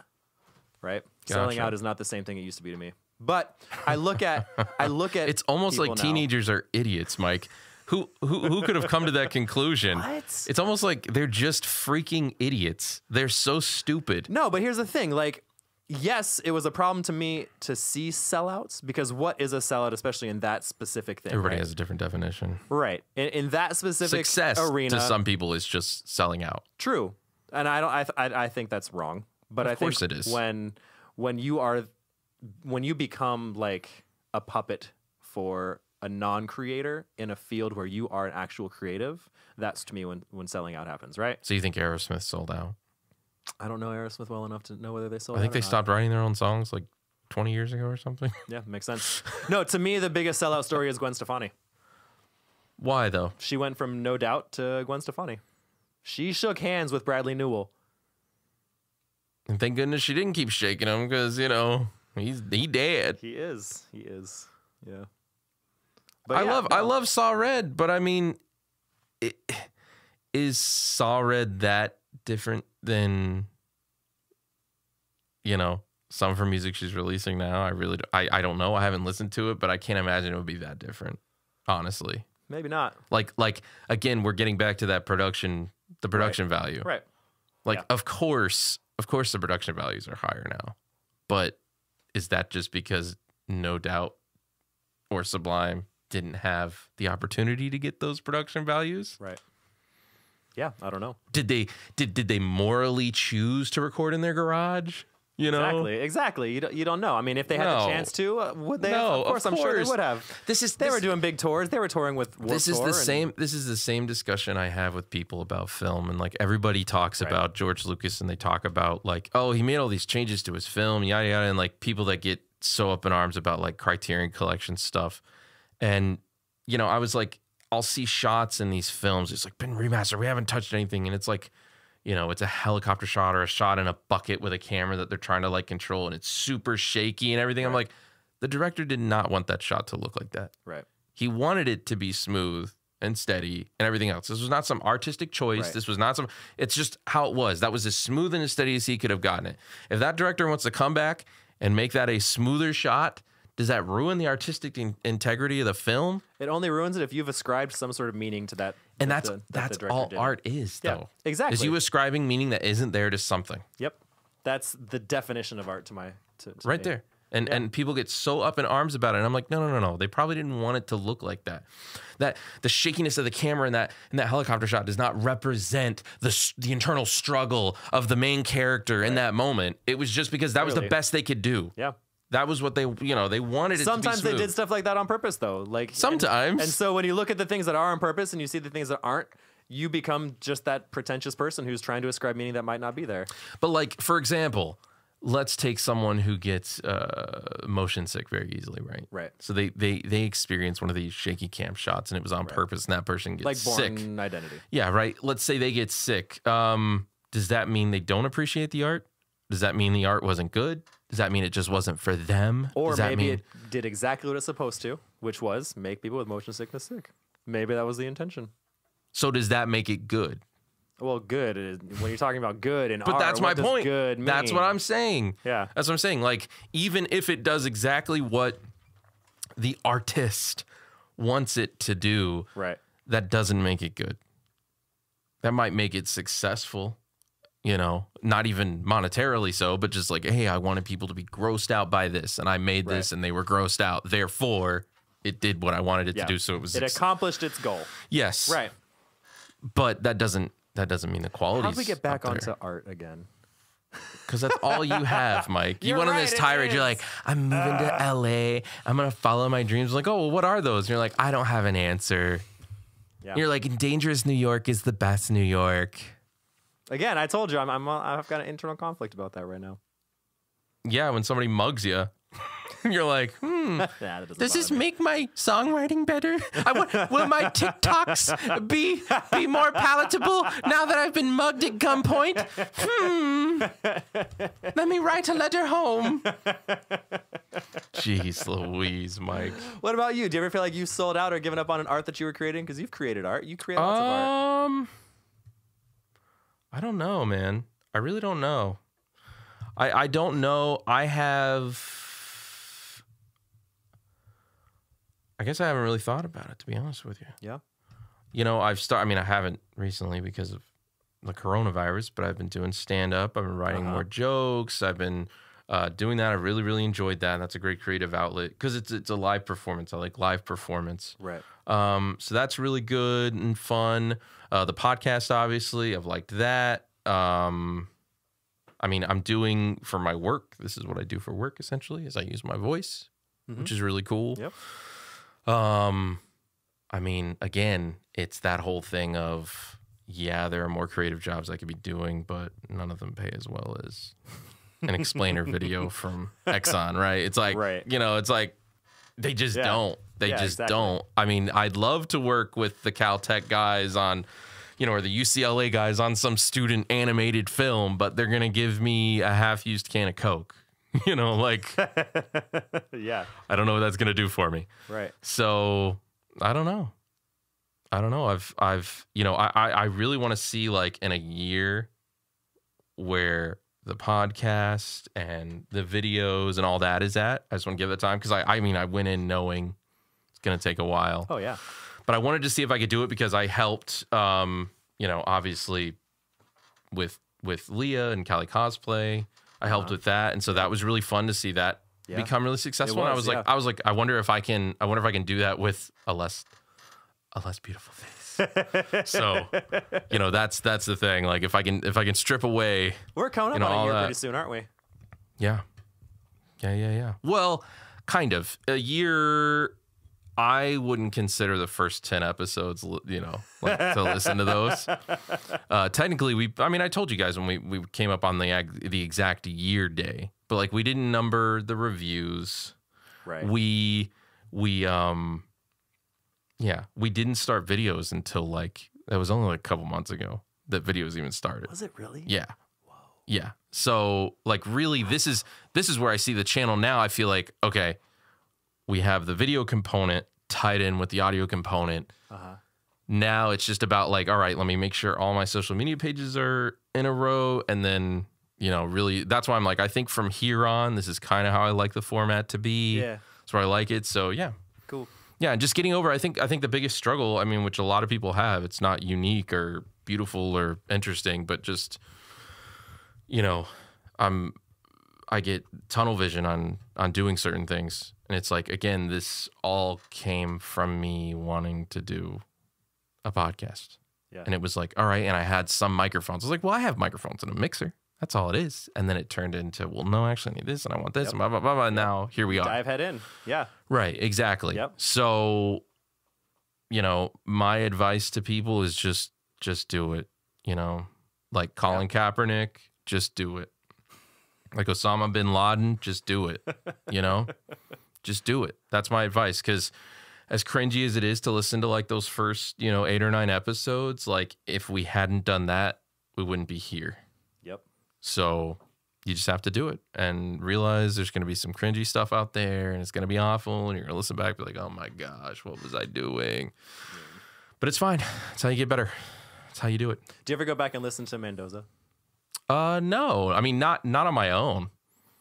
Speaker 2: Right? Selling
Speaker 1: Gotcha.
Speaker 2: out is not the same thing it used to be to me. But I look at, I look at.
Speaker 1: It's almost like
Speaker 2: people now.
Speaker 1: teenagers are idiots, Mike. who who who could have come to that conclusion?
Speaker 2: What?
Speaker 1: It's almost like they're just freaking idiots. They're so stupid.
Speaker 2: No, but here's the thing. Like, yes, it was a problem to me to see sellouts because what is a sellout, especially in that specific thing?
Speaker 1: Everybody
Speaker 2: right?
Speaker 1: has a different definition.
Speaker 2: right in, in that specific
Speaker 1: Success
Speaker 2: arena.
Speaker 1: to some people is just selling out.
Speaker 2: True, and I don't. I th- I, I think that's wrong. But I
Speaker 1: course
Speaker 2: think
Speaker 1: it is.
Speaker 2: when when you are when you become like a puppet for a non-creator in a field where you are an actual creative, that's to me when when selling out happens, right?
Speaker 1: So you think Aerosmith sold out?
Speaker 2: I don't know Aerosmith well enough to know whether they sold.
Speaker 1: I think
Speaker 2: out
Speaker 1: they
Speaker 2: or not.
Speaker 1: stopped writing their own songs like 20 years ago or something.
Speaker 2: Yeah, makes sense. no, to me the biggest sellout story is Gwen Stefani.
Speaker 1: Why though?
Speaker 2: She went from No Doubt to Gwen Stefani. She shook hands with Bradley Newell.
Speaker 1: And thank goodness she didn't keep shaking him because you know he's he dead.
Speaker 2: He is. He is. Yeah. But
Speaker 1: I
Speaker 2: yeah,
Speaker 1: love I
Speaker 2: no.
Speaker 1: love Saw Red, but I mean, it, is Saw Red that different than you know some of her music she's releasing now? I really d- I I don't know. I haven't listened to it, but I can't imagine it would be that different. Honestly,
Speaker 2: Maybe not.
Speaker 1: like like again, we're getting back to that production the production value.
Speaker 2: Right.
Speaker 1: Like
Speaker 2: Yeah.
Speaker 1: of course, of course the production values are higher now. But is that just because no doubt or Sublime didn't have the opportunity to get those production values?
Speaker 2: Right. Yeah, I don't know.
Speaker 1: Did they did did they morally choose to record in their garage? You know?
Speaker 2: Exactly. Exactly. You don't, you don't know. I mean, if they had
Speaker 1: No.
Speaker 2: the chance to, uh, would they?
Speaker 1: No,
Speaker 2: of course,
Speaker 1: of
Speaker 2: I'm sure
Speaker 1: course.
Speaker 2: they would have.
Speaker 1: This is
Speaker 2: They
Speaker 1: this,
Speaker 2: were doing big tours. They were touring with. Warped
Speaker 1: this is
Speaker 2: Tour
Speaker 1: the
Speaker 2: and-
Speaker 1: same this is the same discussion I have with people about film and like everybody talks about George Lucas and they talk about like oh he made all these changes to his film yada yada and like people that get so up in arms about like Criterion Collection stuff and you know I was like I'll see shots in these films it's like been remastered we haven't touched anything and it's like you know it's a helicopter shot or a shot in a bucket with a camera that they're trying to like control and it's super shaky and everything I'm like the director did not want that shot to look like that
Speaker 2: Right.
Speaker 1: he wanted it to be smooth and steady and everything else. This was not some artistic choice.
Speaker 2: Right.
Speaker 1: This was not some, it's just how it was. That was as smooth and as steady as he could have gotten it. If that director wants to come back and make that a smoother shot, does that ruin the artistic in- integrity of the film?
Speaker 2: It only ruins it if you've ascribed some sort of meaning to that.
Speaker 1: And
Speaker 2: that
Speaker 1: that's
Speaker 2: the- that the
Speaker 1: that's
Speaker 2: director
Speaker 1: all
Speaker 2: did.
Speaker 1: art is,
Speaker 2: Yeah,
Speaker 1: though.
Speaker 2: exactly.
Speaker 1: Is you ascribing meaning that isn't there to something
Speaker 2: Yep. That's the definition of art to my. To, to
Speaker 1: right
Speaker 2: me.
Speaker 1: there. And and people get so up in arms about it. And I'm like, no, no, no, no. They probably didn't want it to look like that. That the shakiness of the camera in that in that helicopter shot does not represent the s- the internal struggle of the main character in that moment. It was just because that was the
Speaker 2: Clearly.
Speaker 1: best they could do.
Speaker 2: Yeah.
Speaker 1: That was what they you know they wanted it
Speaker 2: Sometimes
Speaker 1: to be
Speaker 2: they did
Speaker 1: smooth.
Speaker 2: stuff like that on purpose, though. Like and-
Speaker 1: Sometimes.
Speaker 2: And, so when you look at the things that are on purpose and you see the things that aren't, you become just that pretentious person who's trying to ascribe meaning that might not be there.
Speaker 1: But like for example, let's take someone who gets uh, motion sick very easily, right?
Speaker 2: Right.
Speaker 1: So they they they experience one of these shaky cam shots and it was on purpose, and that person gets
Speaker 2: Like born
Speaker 1: sick.
Speaker 2: identity.
Speaker 1: Yeah, right. Let's say they get sick. Um, does that mean they don't appreciate the art? Does that mean the art wasn't good? Does that mean it just wasn't for them?
Speaker 2: Or
Speaker 1: does that
Speaker 2: maybe
Speaker 1: mean
Speaker 2: it did exactly what it's supposed to, which was make people with motion sickness sick. Maybe that was the intention.
Speaker 1: so? Does that make it good?
Speaker 2: Well, good. is- When you're talking about good and
Speaker 1: But
Speaker 2: art,
Speaker 1: that's
Speaker 2: what
Speaker 1: my
Speaker 2: does
Speaker 1: point.
Speaker 2: Good.
Speaker 1: That's
Speaker 2: mean?
Speaker 1: what I'm saying.
Speaker 2: Yeah.
Speaker 1: That's what I'm saying. Like, even if it does exactly what the artist wants it to do,
Speaker 2: Right.
Speaker 1: that doesn't make it good. That might make it successful, you know, not even monetarily so, but just like, hey, I wanted people to be grossed out by this, and I made this, and they were grossed out. Therefore, it did what I wanted it
Speaker 2: Yeah.
Speaker 1: to do, so it was
Speaker 2: It
Speaker 1: suc-
Speaker 2: accomplished its goal.
Speaker 1: yes,
Speaker 2: Right.
Speaker 1: But that doesn't that doesn't mean the quality.
Speaker 2: How do we get back onto art again?
Speaker 1: Because that's all you have, Mike. You
Speaker 2: You're
Speaker 1: went on
Speaker 2: right,
Speaker 1: this
Speaker 2: it
Speaker 1: tirade. You're
Speaker 2: is.
Speaker 1: like, I'm moving to LA. I'm gonna follow my dreams. like, oh, well, what are those? And you're like, I don't have an answer.
Speaker 2: Yeah.
Speaker 1: You're like, dangerous New York is the best New York.
Speaker 2: Again, I told you, I'm, I'm, I've got an internal conflict about that right now.
Speaker 1: yeah, when somebody mugs you, you're like, hmm,
Speaker 2: Nah, that doesn't
Speaker 1: does this
Speaker 2: bother me.
Speaker 1: make my songwriting better? I want, will my TikToks be be more palatable now that I've been mugged at gunpoint? Hmm. Let me write a letter home. Jeez Louise, Mike.
Speaker 2: What about you? Do you ever feel like you've sold out or given up on an art that you were creating? Because you've created art. You create lots of art.
Speaker 1: Um, I don't know, man. I really don't know. I I don't know. I have. I guess I haven't really thought about it, to be honest with you.
Speaker 2: Yeah.
Speaker 1: you know, I've started. I mean, I haven't recently because of the coronavirus, but I've been doing stand up. I've been writing
Speaker 2: Uh-huh.
Speaker 1: more jokes. I've been uh, doing that. I really, really enjoyed that. That's a great creative outlet because it's it's a live performance. I like live performance.
Speaker 2: Right.
Speaker 1: Um, so that's really good and fun. Uh, the podcast, obviously, I've liked that. Um, I mean, I'm doing for my work. This is what I do for work essentially. Is I use my voice, which is really cool.
Speaker 2: Mm-hmm. Yep.
Speaker 1: Um, I mean, again, it's that whole thing of yeah, there are more creative jobs I could be doing, but none of them pay as well as an explainer video from Exxon, right? It's like
Speaker 2: Right.
Speaker 1: you know, it's like they just
Speaker 2: Yeah.
Speaker 1: don't. They
Speaker 2: Yeah,
Speaker 1: just
Speaker 2: exactly.
Speaker 1: don't. I mean, I'd love to work with the Caltech guys on you know, or the UCLA guys on some student animated film, but they're gonna give me a half used can of Coke. You know, like
Speaker 2: yeah.
Speaker 1: I don't know what that's gonna do for me.
Speaker 2: Right.
Speaker 1: So I don't know. I don't know. I've I've you know I I, I really want to see like in a year where the podcast and the videos and all that is at. I just want to give it time because I I mean I went in knowing it's gonna take a while,
Speaker 2: Oh yeah.
Speaker 1: but I wanted to see if I could do it because I helped. Um, you know, obviously with with Leah and Cali cosplay, I helped
Speaker 2: Uh-huh.
Speaker 1: with that, and so that was really fun to see that
Speaker 2: Yeah.
Speaker 1: become really successful. and I was
Speaker 2: was,
Speaker 1: like,
Speaker 2: yeah.
Speaker 1: I was like, I wonder if I can, I wonder if I can do that with a less, a less beautiful face. so, you know, that's that's the thing. Like, if I can, if I can strip away,
Speaker 2: We're coming
Speaker 1: You
Speaker 2: up
Speaker 1: know,
Speaker 2: on a
Speaker 1: all
Speaker 2: year
Speaker 1: that-
Speaker 2: pretty soon, aren't we?
Speaker 1: yeah, yeah, yeah, yeah. Well, kind of a year. I wouldn't consider the first ten episodes, li- you know, like to listen to those. Uh, technically, we. I mean, I told you guys when we, we came up on the ag- the exact year day, but like we didn't number the reviews.
Speaker 2: Right.
Speaker 1: we we um yeah we didn't start videos until like that was only like a couple months ago that videos even started
Speaker 2: was it really?
Speaker 1: yeah yeah so like really this is this is where i see the channel now i feel like okay we have the video component tied in with the audio component
Speaker 2: Uh-huh.
Speaker 1: now it's just about like all right let me make sure all my social media pages are in a row and then you know really that's why i'm like i think from here on this is kind of how i like the format to be
Speaker 2: Yeah.
Speaker 1: that's where I like it. So yeah,
Speaker 2: Cool.
Speaker 1: yeah. And just getting over, I think I think the biggest struggle, I mean, which a lot of people have, it's not unique or beautiful or interesting, but just you know, I'm I get tunnel vision on on doing certain things, and it's like again, this all came from me wanting to do a podcast.
Speaker 2: Yeah.
Speaker 1: And it was like, all right, and I had some microphones. I was like, well, I have microphones and a mixer. That's all it is. And then it turned into, well, no, actually, I need this and I want this
Speaker 2: Yep.
Speaker 1: and blah, blah, blah, blah. And now here we are.
Speaker 2: Dive head in. Yeah.
Speaker 1: Right, exactly.
Speaker 2: Yep.
Speaker 1: So, you know, my advice to people is just just do it. You know, like Colin Kaepernick, just do it. Like Osama bin Laden, just do it. You know, just do it. That's my advice. Because as cringy as it is to listen to like those first, you know, eight or nine episodes, like if we hadn't done that, we wouldn't be here.
Speaker 2: Yep.
Speaker 1: So you just have to do it and realize there's going to be some cringy stuff out there and it's going to be awful. And you're going to listen back and be like, oh my gosh, what was I doing? But it's fine. It's how you get better. It's how you do it.
Speaker 2: Do you ever go back and listen to Mendoza?
Speaker 1: Uh, no, I mean, not, not on my own.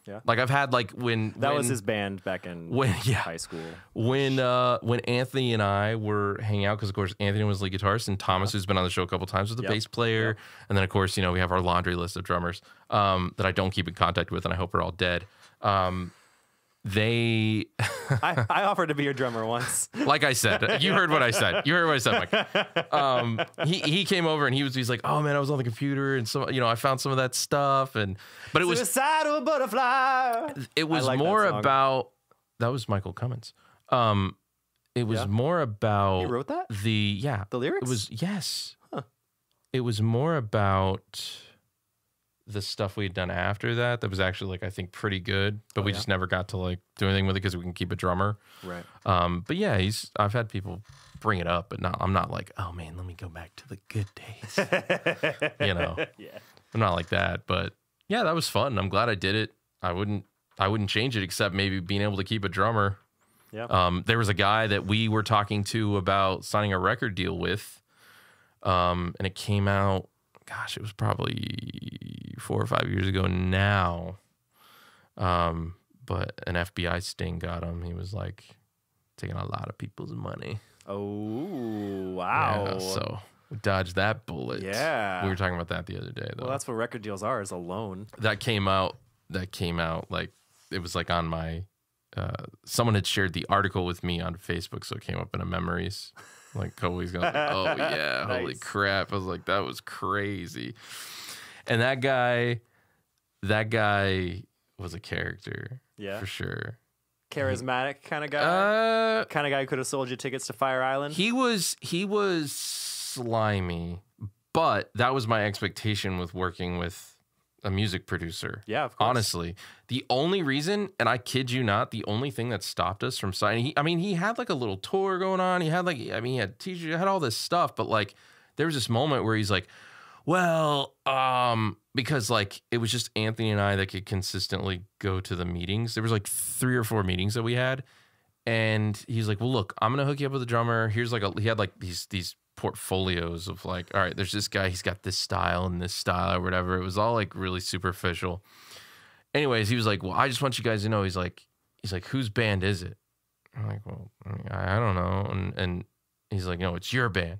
Speaker 2: Yeah.
Speaker 1: Like I've had like when,
Speaker 2: That
Speaker 1: when,
Speaker 2: was his band back in
Speaker 1: when, yeah,
Speaker 2: high school.
Speaker 1: when uh when Anthony and I were hanging out because of course Anthony was lead guitarist and Thomas who's been on the show a couple times was the
Speaker 2: Yep.
Speaker 1: bass player and then of course you know we have our laundry list of drummers um that I don't keep in contact with and I hope are all dead um they
Speaker 2: I, I offered to be your drummer once.
Speaker 1: like I said, you heard what I said. You heard what I said, Mike. Um, he he came over and he was he's like, oh man, I was on the computer and some you know I found some of that stuff and but it was
Speaker 2: Suicidal butterfly.
Speaker 1: it was
Speaker 2: like that
Speaker 1: more
Speaker 2: song.
Speaker 1: about that was Michael Cummins. Um, it was
Speaker 2: Yeah.
Speaker 1: more about
Speaker 2: You wrote that?
Speaker 1: the yeah
Speaker 2: The lyrics?
Speaker 1: Oh. it was yes. It was more about the stuff we had done after that. That was actually like I think pretty good, but
Speaker 2: Oh,
Speaker 1: we
Speaker 2: yeah?
Speaker 1: just never got to like do anything with it because we can keep a drummer.
Speaker 2: Right.
Speaker 1: Um, but yeah, he's I've had people bring it up, but not I'm not like oh man, let me go back to the good days. you know,
Speaker 2: Yeah.
Speaker 1: I'm not like that, but yeah, that was fun. I'm glad I did it. I wouldn't I wouldn't change it except maybe being able to keep a drummer.
Speaker 2: Yep.
Speaker 1: Um, there was a guy that we were talking to about signing a record deal with. Um, and it came out, gosh, it was probably four or five years ago now. Um, but an FBI sting got him. He was like taking a lot of people's money.
Speaker 2: Oh wow!
Speaker 1: Yeah, so dodge that bullet.
Speaker 2: Yeah.
Speaker 1: we were talking about that the other day though.
Speaker 2: well, that's what record deals are—is a loan.
Speaker 1: that came out. That came out like it was like on my. Uh, someone had shared the article with me on Facebook, so it came up in a memories. Like Kobe's going, like, oh yeah, holy
Speaker 2: Nice.
Speaker 1: crap! I was like, that was crazy. And that guy, that guy was a character,
Speaker 2: Yeah.
Speaker 1: for sure.
Speaker 2: Charismatic kind of guy,
Speaker 1: Uh,
Speaker 2: kind of guy who could have sold you tickets to Fire Island.
Speaker 1: He was he was slimy, but that was my expectation with working with a music producer.
Speaker 2: yeah, of course.
Speaker 1: Honestly, the only reason, and I kid you not, the only thing that stopped us from signing, he, I mean, he had like a little tour going on. He had like, I mean, he had t-shirt, had all this stuff, but like, there was this moment where he's like, well, um, because like it was just Anthony and I that could consistently go to the meetings. There was like three or four meetings that we had, and he's like, well, look, I'm gonna hook you up with a drummer. Here's like a, he had like these these portfolios of like, all right, there's this guy, he's got this style and this style or whatever. It was all like really superficial anyways, he was like, "Well, I just want you guys to know." He's like, "He's like, whose band is it?" I'm like, "Well, I mean, I I don't know." And and he's like, "No, it's your band."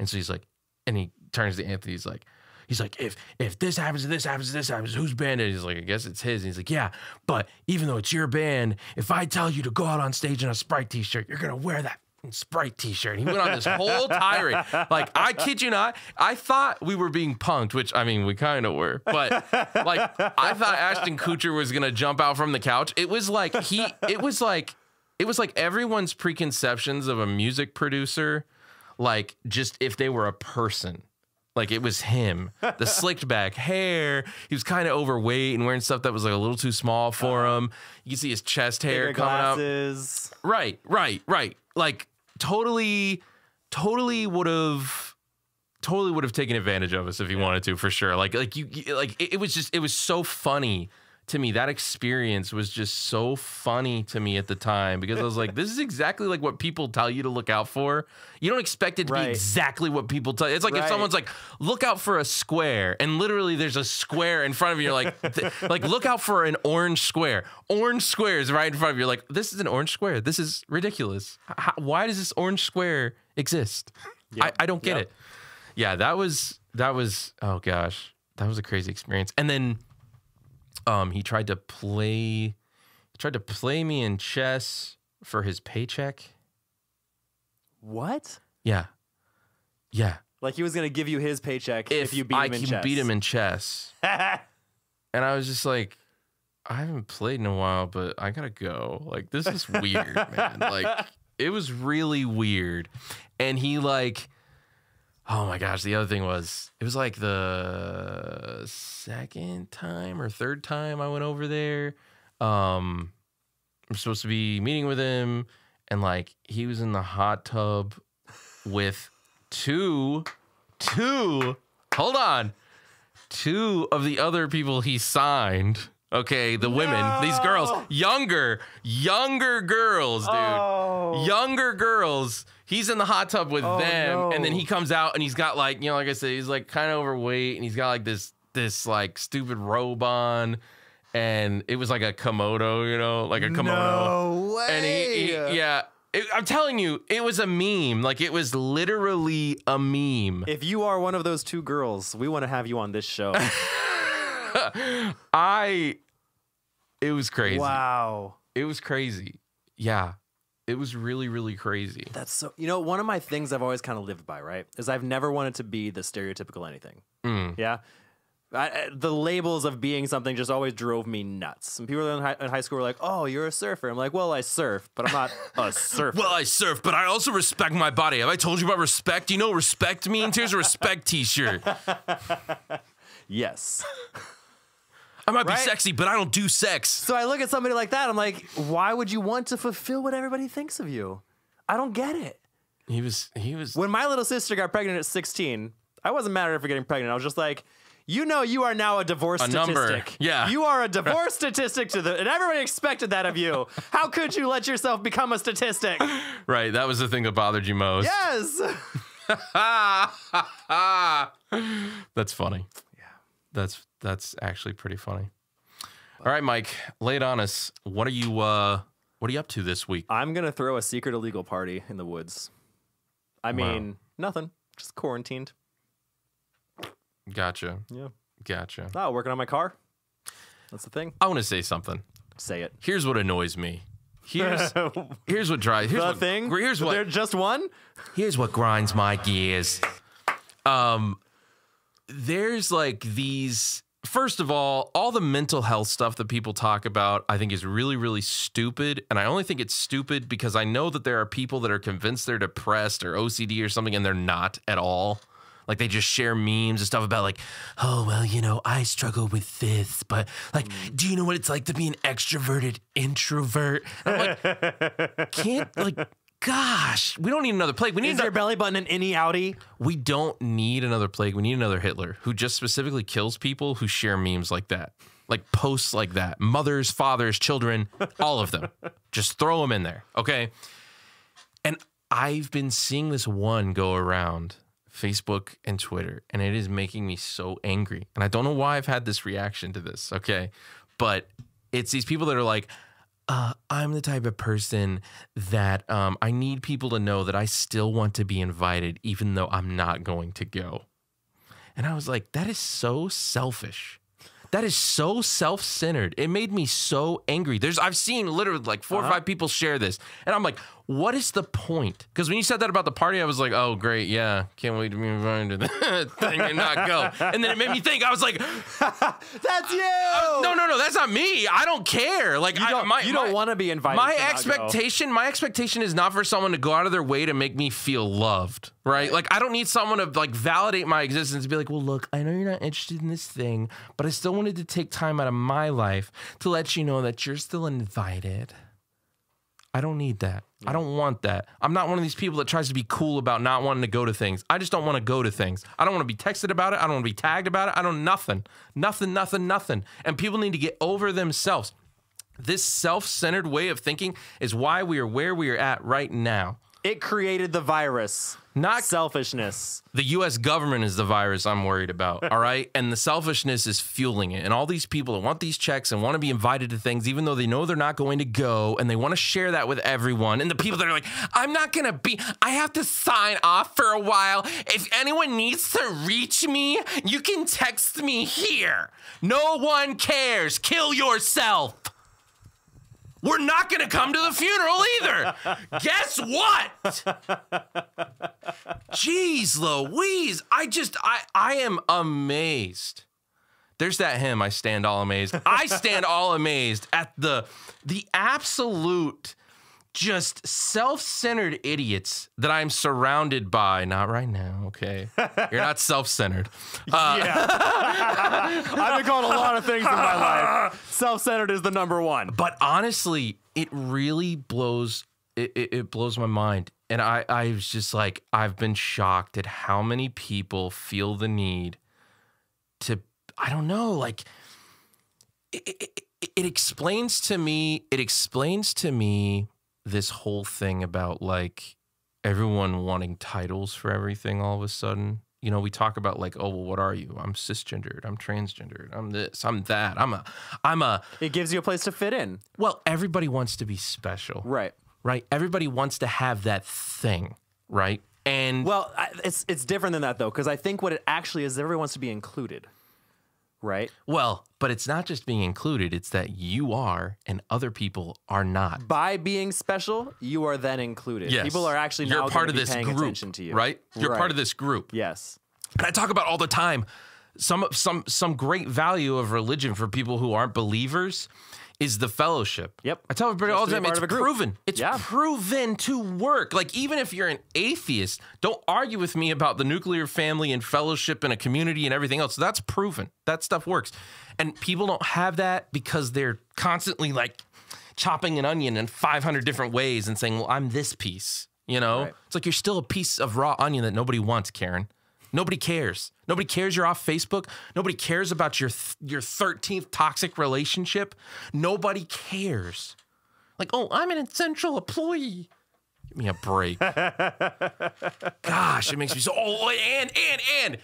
Speaker 1: And so he's like, and he turns to Anthony. He's like, he's like, "If if this happens, this happens, this happens, whose band is?" it? He's like, "I guess it's his." And he's like, "Yeah, but even though it's your band, if I tell you to go out on stage in a Sprite T-shirt, you're gonna wear that." f***ing Sprite T-shirt. He went on this whole tirade. Like I kid you not, I thought we were being punked, which I mean we kind of were. But like I thought Ashton Kutcher was gonna jump out from the couch. It was like he. It was like it was like everyone's preconceptions of a music producer, like just if they were a person. Like it was him, the slicked back hair. He was kind of overweight and wearing stuff that was like a little too small for him. You can see his chest hair
Speaker 2: Bigger
Speaker 1: coming up.
Speaker 2: glasses.
Speaker 1: Right, right, right. Like totally, totally would have, totally would have taken advantage of us if he wanted to for sure. Like, like you, you- like it, it was just, it was so funny to me. That experience was just so funny to me at the time because I was like, this is exactly like what people tell you to look out for. You don't expect it to
Speaker 2: Right.
Speaker 1: be exactly what people tell you. It's like if
Speaker 2: Right.
Speaker 1: someone's like, look out for a square, and literally there's a square in front of you. You're like, th- like look out for an orange square. Orange square is right in front of you. You're like, this is an orange square. This is ridiculous. H- how- why does this orange square exist? I, I don't get
Speaker 2: Yep.
Speaker 1: it. Yeah, that was that was oh gosh, that was a crazy experience. And then, um, he tried to play, he tried to play me in chess for his paycheck.
Speaker 2: What?
Speaker 1: Yeah, yeah.
Speaker 2: Like he was gonna give you his paycheck if, you beat
Speaker 1: I
Speaker 2: him in
Speaker 1: can
Speaker 2: chess.
Speaker 1: beat him in chess. And I was just like, I haven't played in a while, but I gotta go. Like, this is weird, man. Like, it was really weird. And he, like, oh my gosh, the other thing was, it was like the second time or third time I went over there. Um, I'm supposed to be meeting with him, and like, he was in the hot tub with two, two, hold on two of the other people he signed. Okay, the women, these girls,
Speaker 2: No.
Speaker 1: younger, younger girls, dude.
Speaker 2: oh.
Speaker 1: Younger girls. He's in the hot tub with
Speaker 2: Oh,
Speaker 1: them and then
Speaker 2: no.
Speaker 1: he comes out and he's got like, you know, like I said, he's like kind of overweight and he's got like this this like stupid robe on and it was like a komodo, you know, like a komodo.
Speaker 2: No way.
Speaker 1: And he, he- yeah, It- I'm telling you, it was a meme. Like it was literally a meme.
Speaker 2: If you are one of those two girls, we want to have you on this show.
Speaker 1: I it was crazy.
Speaker 2: wow.
Speaker 1: It was crazy. Yeah. It was really, really crazy.
Speaker 2: That's so. You know, one of my things I've always kind of lived by, right, is I've never wanted to be the stereotypical anything.
Speaker 1: Mm.
Speaker 2: Yeah. I, I- the labels of being something just always drove me nuts. And people in high, in high school were like, "Oh, you're a surfer." I'm like, "Well, I surf, but I'm not a surfer."
Speaker 1: Well, I surf, but I also respect my body. Have I told you about respect? You know what respect means? Here's a respect t shirt.
Speaker 2: yes.
Speaker 1: I might
Speaker 2: Right?
Speaker 1: be sexy, but I don't do sex.
Speaker 2: So I look at somebody like that. I'm like, "Why would you want to fulfill what everybody thinks of you?" I don't get it.
Speaker 1: He was he was
Speaker 2: When my little sister got pregnant at 16, I wasn't mad at her for getting pregnant. I was just like, you know, you are now a divorce
Speaker 1: A
Speaker 2: statistic.
Speaker 1: number. Yeah.
Speaker 2: You are a divorce statistic to the, and everybody expected that of you. How could you let yourself become a statistic?
Speaker 1: Right, that was the thing that bothered you most.
Speaker 2: Yes.
Speaker 1: That's funny. Yeah. That's that's actually pretty funny. All right, Mike, lay it on us. What are you uh what are you up to this week?
Speaker 2: I'm going to throw a secret illegal party in the woods. I mean, nothing. Just quarantined.
Speaker 1: Gotcha.
Speaker 2: Yeah.
Speaker 1: Gotcha.
Speaker 2: Oh, working on my car. That's the thing.
Speaker 1: I want to say something.
Speaker 2: Say it.
Speaker 1: Here's what annoys me. Here's here's what drives here's
Speaker 2: the
Speaker 1: what,
Speaker 2: thing.
Speaker 1: Here's what
Speaker 2: They're just one.
Speaker 1: here's what grinds my gears. Um, there's like these. First of all, all the mental health stuff that people talk about, I think is really, really stupid. And I only think it's stupid because I know that there are people that are convinced they're depressed or OCD or something, and they're not at all. Like they just share memes and stuff about like, oh well, you know, I struggle with this, but like, do you know what it's like to be an extroverted introvert? And I'm like, can't like, gosh, we don't need another plague. We need
Speaker 2: Is
Speaker 1: another
Speaker 2: your belly button an innie outie?
Speaker 1: we don't need another plague. We need another Hitler who just specifically kills people who share memes like that, like posts like that. Mothers, fathers, children, all of them. just throw them in there. Okay. And I've been seeing this one go around Facebook and Twitter, and it is making me so angry. And I don't know why I've had this reaction to this. Okay. But it's these people that are like, uh, I'm the type of person that um, I need people to know that I still want to be invited, even though I'm not going to go. And I was like, that is so selfish. That is so self-centered. It made me so angry. There's I've seen literally like 4
Speaker 2: Uh-huh.
Speaker 1: or five people share this, and I'm like, what is the point? Because when you said that about the party, I was like, oh great, yeah, can't wait to be invited to that thing and not go. And then it made me think. I was like,
Speaker 2: Oh. That's you.
Speaker 1: Uh, no, no, no, that's not me. I don't care. Like
Speaker 2: You don't,
Speaker 1: I, my,
Speaker 2: you don't
Speaker 1: my-
Speaker 2: want to be invited.
Speaker 1: my
Speaker 2: to not go.
Speaker 1: expectation my expectation is not for someone to go out of their way to make me feel loved right like i don't need someone to like validate my existence and be like well look i know you're not interested in this thing but i still wanted to take time out of my life to let you know that you're still invited i don't need that i don't want that i'm not one of these people that tries to be cool about not wanting to go to things i just don't want to go to things i don't want to be texted about it i don't want to be tagged about it i don't nothing nothing nothing nothing and people need to get over themselves this self-centered way of thinking is why we are where we are at right now.
Speaker 2: It created the virus.
Speaker 1: Not-
Speaker 2: selfishness.
Speaker 1: The US government is the virus I'm worried about, all right? And the selfishness is fueling it. And all these people that want these checks and want to be invited to things even though they know they're not going to go and they want to share that with everyone. And the people that are like, "I'm not going to be I have to sign off for a while. If anyone needs to reach me, you can text me here." No one cares. Kill yourself. We're not going to come to the funeral either. Guess what? Jeez Louise, I just I I am amazed. There's that hymn I stand all amazed. I stand all amazed at the the absolute just self-centered idiots that I'm surrounded by. Not right now, okay? You're not self-centered.
Speaker 2: Uh. I've been called a lot of things in my life. Self-centered is the number one.
Speaker 1: but honestly, it really blows it, it, it blows my mind. And I, I was just like, I've been shocked at how many people feel the need to, I don't know, like it, it, it explains to me, it explains to me this whole thing about like everyone wanting titles for everything all of a sudden. You know, we talk about like, oh well, what are you? I'm cisgendered, I'm transgendered, I'm this, I'm that, I'm a I'm a
Speaker 2: It gives you a place to fit in.
Speaker 1: well, everybody wants to be special,
Speaker 2: Right.
Speaker 1: right? Everybody wants to have that thing, right? And
Speaker 2: Well, I, it's it's different than that though, because I think what it actually is, everyone wants to be included. Right.
Speaker 1: well, but it's not just being included, it's that you are and other people are not.
Speaker 2: By being special, you are then included.
Speaker 1: Yes.
Speaker 2: People are actually
Speaker 1: you're
Speaker 2: now
Speaker 1: part
Speaker 2: gonna
Speaker 1: of
Speaker 2: be
Speaker 1: this
Speaker 2: paying
Speaker 1: group,
Speaker 2: attention to you.
Speaker 1: right? You're
Speaker 2: Right.
Speaker 1: part of this group.
Speaker 2: Yes.
Speaker 1: And I talk about all the time some some some great value of religion for people who aren't believers is the fellowship.
Speaker 2: Yep.
Speaker 1: I tell everybody all
Speaker 2: Just
Speaker 1: the
Speaker 2: to
Speaker 1: time
Speaker 2: be
Speaker 1: it's
Speaker 2: part of a group.
Speaker 1: proven. It's
Speaker 2: Yeah.
Speaker 1: proven to work. Like even if you're an atheist, don't argue with me about the nuclear family and fellowship and a community and everything else. That's proven. That stuff works. And people don't have that because they're constantly like chopping an onion in 500 different ways and saying, "Well, I'm this piece." You know?
Speaker 2: Right.
Speaker 1: It's like you're still a piece of raw onion that nobody wants, Karen. Nobody cares. Nobody cares you're off Facebook. Nobody cares about your th- your 13th toxic relationship. Nobody cares. Like, oh, I'm an essential employee. Give me a break. gosh, it makes me so oh and and and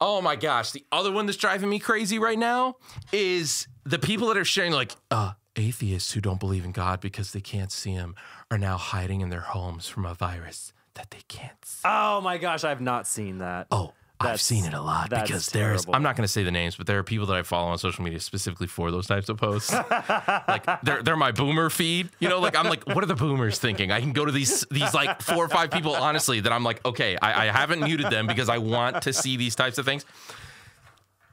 Speaker 1: Oh my gosh, the other one that's driving me crazy right now is the people that are sharing like uh atheists who don't believe in God because they can't see him are now hiding in their homes from a virus that they can't see.
Speaker 2: Oh my gosh, I've not seen that.
Speaker 1: Oh, I've
Speaker 2: That's-
Speaker 1: seen it a lot
Speaker 2: that's
Speaker 1: because there's.
Speaker 2: terrible.
Speaker 1: I'm not going to say the names, but there are people that I follow on social media specifically for those types of posts. like they're they're my boomer feed. You know, like I'm like, what are the boomers thinking? I can go to these these like four or five people honestly that I'm like, okay, I, I haven't muted them because I want to see these types of things.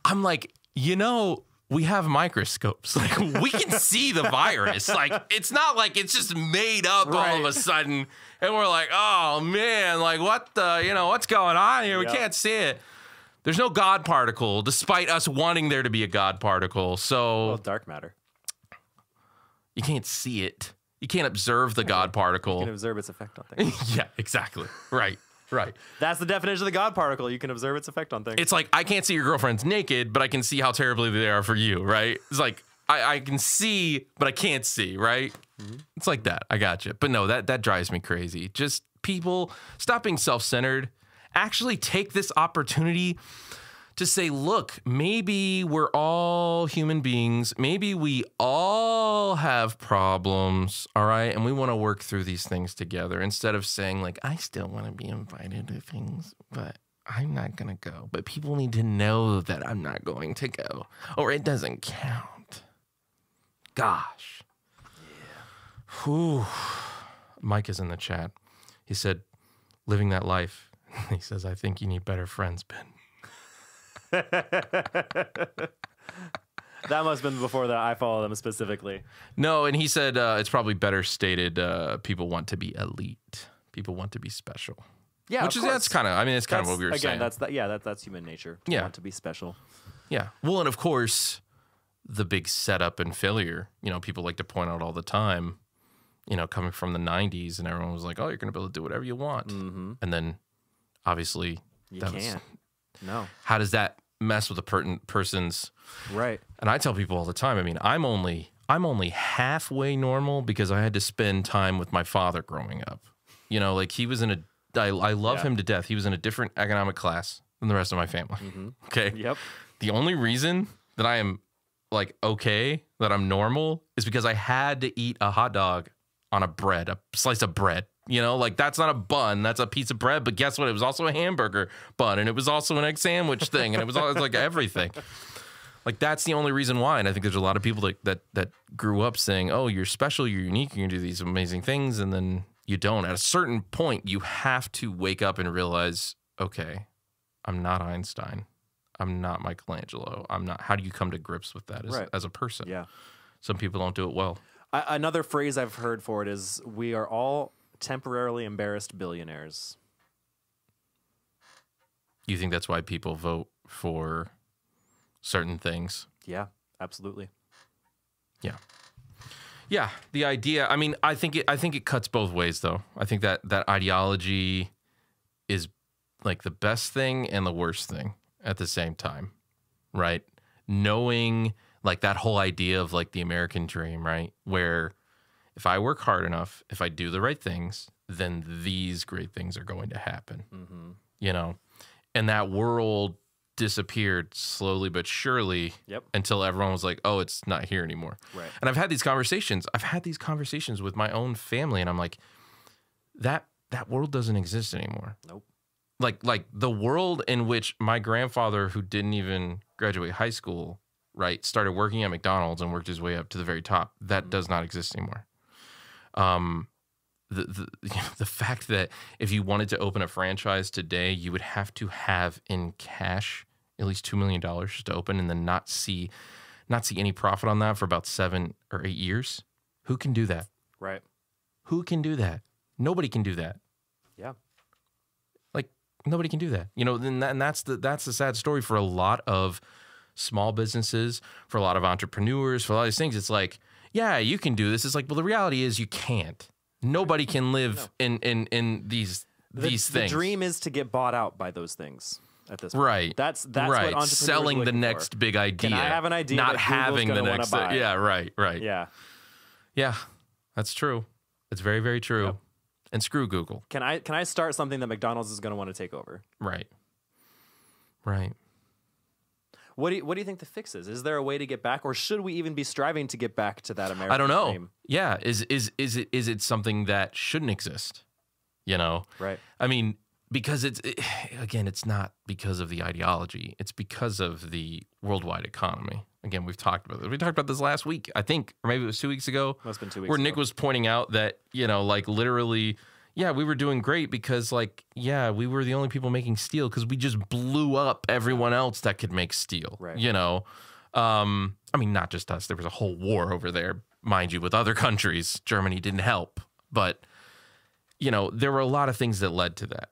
Speaker 1: I'm like, you know. We have microscopes. Like we can see the virus. Like it's not like it's just made up all of
Speaker 2: Right.
Speaker 1: a sudden, and we're like, oh man, like what the, you know, what's going on here? We
Speaker 2: Yeah.
Speaker 1: can't see it. There's no God particle, despite us wanting there to be a God particle. So
Speaker 2: Well, dark matter.
Speaker 1: you can't see it. You can't observe the God
Speaker 2: You can
Speaker 1: particle.
Speaker 2: observe its effect on things.
Speaker 1: yeah, exactly. Right, right.
Speaker 2: That's the definition of the God particle. You can observe its effect on things.
Speaker 1: It's like I can't see your girlfriend's naked, but I can see how terribly they are for you, right? It's like I, I can see, but I can't see, right? It's like that. I got you. But no, that that drives me crazy. Just people stop being self-centered. Actually take this opportunity to say, look, maybe we're all human beings. Maybe we all have problems. All right. And we want to work through these things together instead of saying, like, I still want to be invited to things, but I'm not going to go. But people need to know that I'm not going to go or it doesn't count. Gosh. Whew. Mike is in the chat. He said, living that life. He says, I think you need better friends, Ben.
Speaker 2: that must have been before that I follow them specifically.
Speaker 1: No, and he said uh, it's probably better stated. Uh, people want to be elite. People want to be special.
Speaker 2: Yeah,
Speaker 1: which is that's kind of. I mean, that's kind of what we were
Speaker 2: again,
Speaker 1: saying.
Speaker 2: that's that. Yeah, that, that's human nature. We
Speaker 1: Yeah.
Speaker 2: want to be special.
Speaker 1: yeah. Well, and of course, the big setup and failure. You know, people like to point out all the time. You know, coming from the '90s, and everyone was like, "Oh, you're going to be able to do whatever you want,"
Speaker 2: Mm-hmm.
Speaker 1: and then obviously,
Speaker 2: You
Speaker 1: that was-
Speaker 2: can't. No.
Speaker 1: how does that mess with a per- person's
Speaker 2: Right.
Speaker 1: And I tell people all the time, I mean, I'm only I'm only halfway normal because I had to spend time with my father growing up. You know, like he was in a I, I love
Speaker 2: Yeah.
Speaker 1: him to death. He was in a different economic class than the rest of my family.
Speaker 2: Mm-hmm.
Speaker 1: Okay.
Speaker 2: Yep.
Speaker 1: The only reason that I am like okay, that I'm normal is because I had to eat a hot dog on a bread, a slice of bread. You know, like that's not a bun, that's a piece of bread. But guess what? It was also a hamburger bun and it was also an egg sandwich thing and it was all it's like everything. Like that's the only reason why. And I think there's a lot of people that that that grew up saying, "Oh, you're special, you're unique, you're gonna do these amazing things," and then you don't. At a certain point, you have to wake up and realize, okay, I'm not Einstein. I'm not Michelangelo. I'm not. How do you come to grips with that as,
Speaker 2: Right.
Speaker 1: as a person?
Speaker 2: Yeah.
Speaker 1: Some people don't do it well.
Speaker 2: I, another phrase I've heard for it is we are all temporarily embarrassed billionaires.
Speaker 1: You think that's why people vote for certain things?
Speaker 2: Yeah, absolutely.
Speaker 1: Yeah, the idea. I mean, I think it, I think it cuts both ways, though. I think that that ideology is like the best thing and the worst thing at the same time, right? Knowing like that whole idea of like the American dream, right? Where if I work hard enough, if I do the right things, then these great things are going to happen
Speaker 2: hmm
Speaker 1: you know, and that world disappeared slowly but surely
Speaker 2: Yep.
Speaker 1: until everyone was like, oh, it's not here anymore.
Speaker 2: Right.
Speaker 1: And I've had these conversations. I've had these conversations with my own family, and I'm like, that that world doesn't exist anymore.
Speaker 2: Nope.
Speaker 1: Like like the world in which my grandfather, who didn't even graduate high school, right, started working at McDonald's and worked his way up to the very top. That
Speaker 2: Mhm.
Speaker 1: does not exist anymore. Um, the the the fact that if you wanted to open a franchise today, you would have to have in cash at least two million dollars just to open, and then not see not see any profit on that for about seven or eight years. Who can do that?
Speaker 2: Right.
Speaker 1: Who can do that? Nobody can do that.
Speaker 2: Yeah.
Speaker 1: Like nobody can do that. You know, and, that, and that's the that's the sad story for a lot of small businesses, for a lot of entrepreneurs, for a lot of these things. It's like, yeah, you can do this. It's like, well, the reality is you can't. Nobody can live
Speaker 2: No.
Speaker 1: in in in these
Speaker 2: The,
Speaker 1: these
Speaker 2: the
Speaker 1: things.
Speaker 2: dream is to get bought out by those things at this point.
Speaker 1: right.
Speaker 2: That's that's
Speaker 1: right.
Speaker 2: what entrepreneurs are
Speaker 1: Selling the
Speaker 2: looking for.
Speaker 1: next big idea.
Speaker 2: have an idea
Speaker 1: Not
Speaker 2: that Google's
Speaker 1: having the
Speaker 2: gonna wanna
Speaker 1: next. thing.
Speaker 2: buy?
Speaker 1: Yeah. Right. Right.
Speaker 2: Yeah.
Speaker 1: Yeah, that's true. That's very, very true.
Speaker 2: Yep.
Speaker 1: And screw Google.
Speaker 2: Can I can I start something that McDonald's is going to want to take over?
Speaker 1: Right. Right.
Speaker 2: What do you, what do you think the fix is? Is there a way to get back, or should we even be striving to get back to that American
Speaker 1: I don't know.
Speaker 2: dream?
Speaker 1: Yeah. Is is is it is it something that shouldn't exist? you know
Speaker 2: Right.
Speaker 1: I mean, because it's it, again, it's not because of the ideology; it's because of the worldwide economy. Again, we've talked about this. We talked about this last week, I think, or maybe it was two weeks ago,
Speaker 2: Must have been two weeks
Speaker 1: where Nick
Speaker 2: ago.
Speaker 1: was pointing out that you know, like literally, yeah, we were doing great because, like, yeah, we were the only people making steel because we just blew up everyone else that could make steel.
Speaker 2: Right.
Speaker 1: You know, um, I mean, not just us. There was a whole war over there, mind you, with other countries. Germany didn't help, but you know, there were a lot of things that led to that.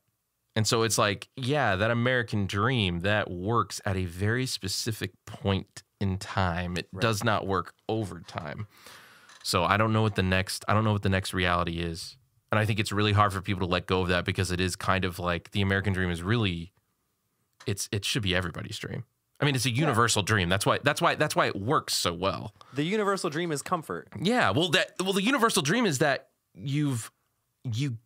Speaker 1: And so it's like, yeah, that American dream that works at a very specific point in time. It
Speaker 2: Right.
Speaker 1: does not work over time. So I don't know what the next I don't know what the next reality is. And I think it's really hard for people to let go of that because it is kind of like the American dream is really it's it should be everybody's dream. I mean, it's a universal dream. That's why that's why that's why it works so well.
Speaker 2: The universal dream is comfort.
Speaker 1: Yeah, well that well the universal dream is that you've you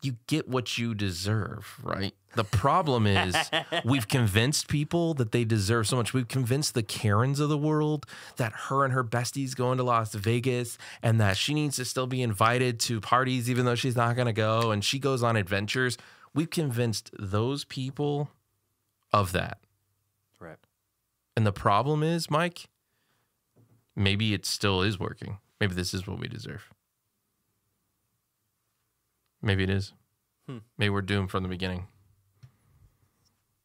Speaker 1: you get what you deserve, right? The problem is we've convinced people that they deserve so much. We've convinced the Karens of the world that her and her besties going to Las Vegas and that she needs to still be invited to parties even though she's not going to go and she goes on adventures. We've convinced those people of that.
Speaker 2: Right.
Speaker 1: And the problem is, Mike, maybe it still is working. Maybe this is what we deserve. Maybe it is.
Speaker 2: Hmm.
Speaker 1: Maybe we're doomed from the beginning.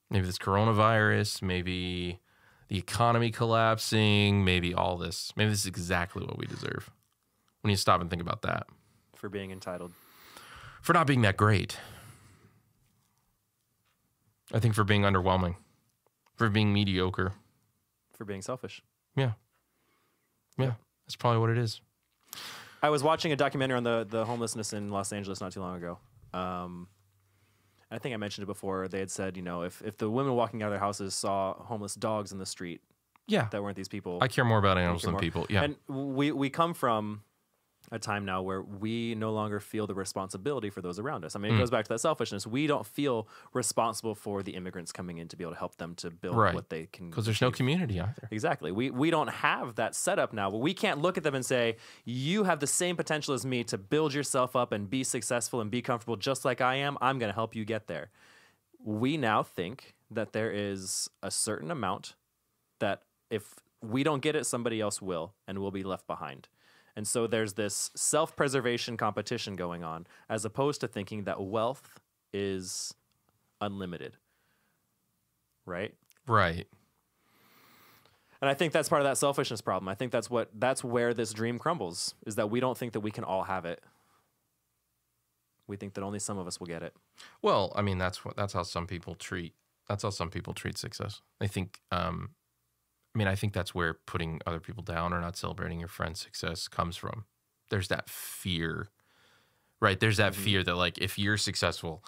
Speaker 1: Maybe this coronavirus, maybe the economy collapsing, maybe all this. Maybe this is exactly what we deserve. We need to stop and think about that
Speaker 2: For being entitled.
Speaker 1: for not being that great. I think for being underwhelming, for being mediocre.
Speaker 2: For being selfish.
Speaker 1: Yeah. Yeah. That's probably what it is.
Speaker 2: I was watching a documentary on the, the homelessness in Los Angeles not too long ago. Um, I think I mentioned it before. They had said, you know, if, if the women walking out of their houses saw homeless dogs in the street
Speaker 1: Yeah.
Speaker 2: that weren't these people,
Speaker 1: I care more about animals
Speaker 2: care
Speaker 1: than
Speaker 2: more.
Speaker 1: people. Yeah.
Speaker 2: And we we come from a time now where we no longer feel the responsibility for those around us. I mean, it
Speaker 1: Mm.
Speaker 2: goes back to that selfishness. We don't feel responsible for the immigrants coming in to be able to help them to build
Speaker 1: Right.
Speaker 2: what they can.
Speaker 1: Because there's no community either.
Speaker 2: Exactly. We we don't have that setup now, but we can't look at them and say, "You have the same potential as me to build yourself up and be successful and be comfortable just like I am. I'm going to help you get there." We now think that there is a certain amount that if we don't get it, somebody else will, and we'll be left behind. And so there's this self preservation competition going on, as opposed to thinking that wealth is unlimited, right?
Speaker 1: Right.
Speaker 2: And I think that's part of that selfishness problem. I think that's what that's where this dream crumbles is that we don't think that we can all have it. We think that only some of us will get it.
Speaker 1: Well, I mean, that's what that's how some people treat that's how some people treat success. I think um I mean, I think that's where putting other people down or not celebrating your friend's success comes from. There's that fear. Right? There's
Speaker 2: Mm-hmm.
Speaker 1: that fear that like if you're successful,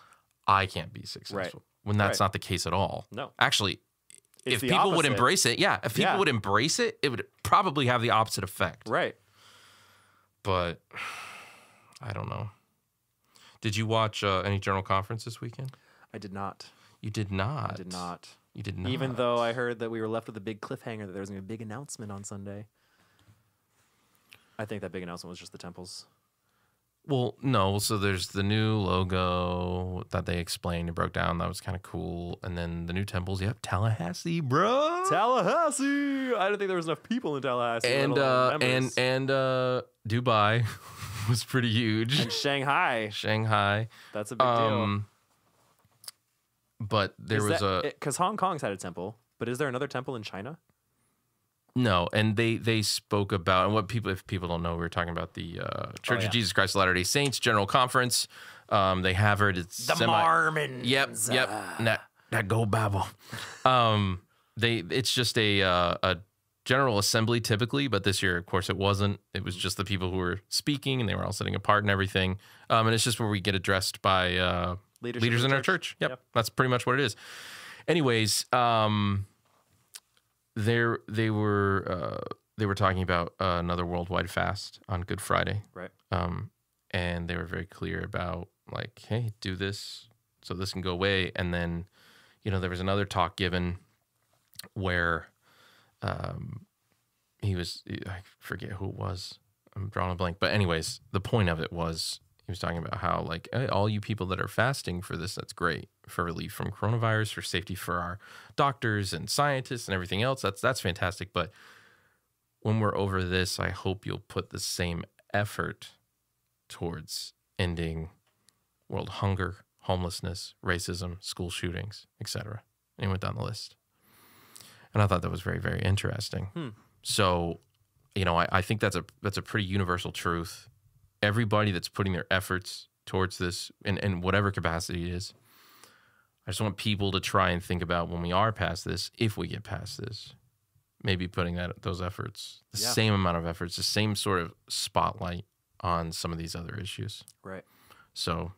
Speaker 1: I can't be successful. When that's
Speaker 2: Right.
Speaker 1: not the case at all.
Speaker 2: No.
Speaker 1: Actually,
Speaker 2: It's
Speaker 1: if
Speaker 2: the
Speaker 1: people would
Speaker 2: opposite.
Speaker 1: embrace it, yeah, if people
Speaker 2: Yeah.
Speaker 1: would embrace it, it would probably have the opposite effect.
Speaker 2: Right.
Speaker 1: but I don't know. Did you watch uh, any general conference this weekend?
Speaker 2: I did not.
Speaker 1: You did not.
Speaker 2: I did not.
Speaker 1: You did not.
Speaker 2: Even though I heard that we were left with a big cliffhanger that there was going to be a big announcement on Sunday. I think that big announcement was just the temples.
Speaker 1: Well, no. So there's the new logo that they explained and broke down. That was kind of cool. And then the new temples. Yep, Tallahassee, bro.
Speaker 2: Tallahassee. I do not think there was enough people in Tallahassee. let
Speaker 1: and
Speaker 2: alone
Speaker 1: uh, and
Speaker 2: members.
Speaker 1: and uh, Dubai was pretty huge.
Speaker 2: And Shanghai.
Speaker 1: Shanghai.
Speaker 2: That's a big
Speaker 1: Um, but there
Speaker 2: deal.
Speaker 1: was a
Speaker 2: because Hong Kong's had a temple, but is there another temple in China?
Speaker 1: No, and they they spoke about and what people if people don't know we were talking about the uh, Church
Speaker 2: Oh, yeah.
Speaker 1: of Jesus Christ of Latter Day Saints General Conference. Um, they have it. It's
Speaker 2: The
Speaker 1: semi-
Speaker 2: Mormons. Uh,
Speaker 1: Yep, yep. That that go Bible. um, they it's just a uh, a general assembly typically, but this year of course it wasn't. It was just the people who were speaking and they were all sitting apart and everything. Um, and it's just where we get addressed by uh,
Speaker 2: Leadership
Speaker 1: leaders
Speaker 2: of
Speaker 1: in
Speaker 2: the
Speaker 1: our church. Yep.
Speaker 2: Yep.
Speaker 1: That's pretty much what it is. Anyways, um there they were uh they were talking about uh, another worldwide fast on Good Friday.
Speaker 2: Right.
Speaker 1: Um and they were very clear about like, hey, do this so this can go away and then you know, there was another talk given where um he was I forget who it was. I'm drawing a blank. But anyways, the point of it was he was talking about how like hey, all you people that are fasting for this that's great for relief from coronavirus for safety for our doctors and scientists and everything else that's that's fantastic but when we're over this i hope you'll put the same effort towards ending world hunger homelessness racism school shootings etc and he went down the list and i thought that was very very interesting
Speaker 2: Hmm.
Speaker 1: so you know I, I think that's a that's a pretty universal truth everybody that's putting their efforts towards this in, in whatever capacity it is. I just want people to try and think about when we are past this, if we get past this, maybe putting that those efforts, the
Speaker 2: Yeah.
Speaker 1: same amount of efforts, the same sort of spotlight on some of these other issues.
Speaker 2: Right.
Speaker 1: So,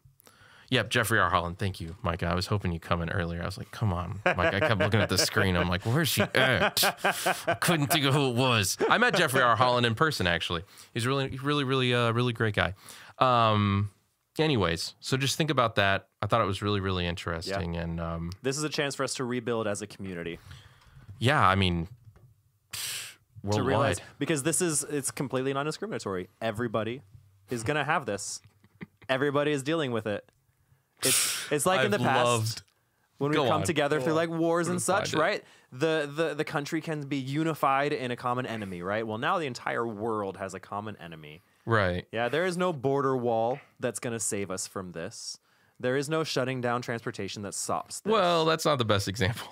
Speaker 1: yep, Jeffrey R. Holland, thank you, Mike. I was hoping you'd come in earlier. I was like, come on, Mike. I kept looking at the screen. I'm like, where's she at? I couldn't think of who it was. I met Jeffrey R. Holland in person. Actually, he's really, really, really, uh, really great guy. Um, anyways, so just think about that. I thought it was really, really interesting, and um,
Speaker 2: This is a chance for us to rebuild as a community.
Speaker 1: yeah, I mean,
Speaker 2: to
Speaker 1: worldwide.
Speaker 2: realize because this is it's completely non-discriminatory. Everybody is gonna have this. Everybody is dealing with it. It's it's like in the
Speaker 1: I've
Speaker 2: past
Speaker 1: loved-
Speaker 2: when we
Speaker 1: Go
Speaker 2: come
Speaker 1: on,
Speaker 2: together
Speaker 1: go
Speaker 2: through
Speaker 1: on.
Speaker 2: like wars and
Speaker 1: Unified
Speaker 2: such,
Speaker 1: it.
Speaker 2: right? The, the the country can be unified in a common enemy, right? Well, now the entire world has a common enemy.
Speaker 1: right?
Speaker 2: Yeah, there is no border wall that's gonna save us from this. There is no shutting down transportation that stops this.
Speaker 1: Well, that's not the best example,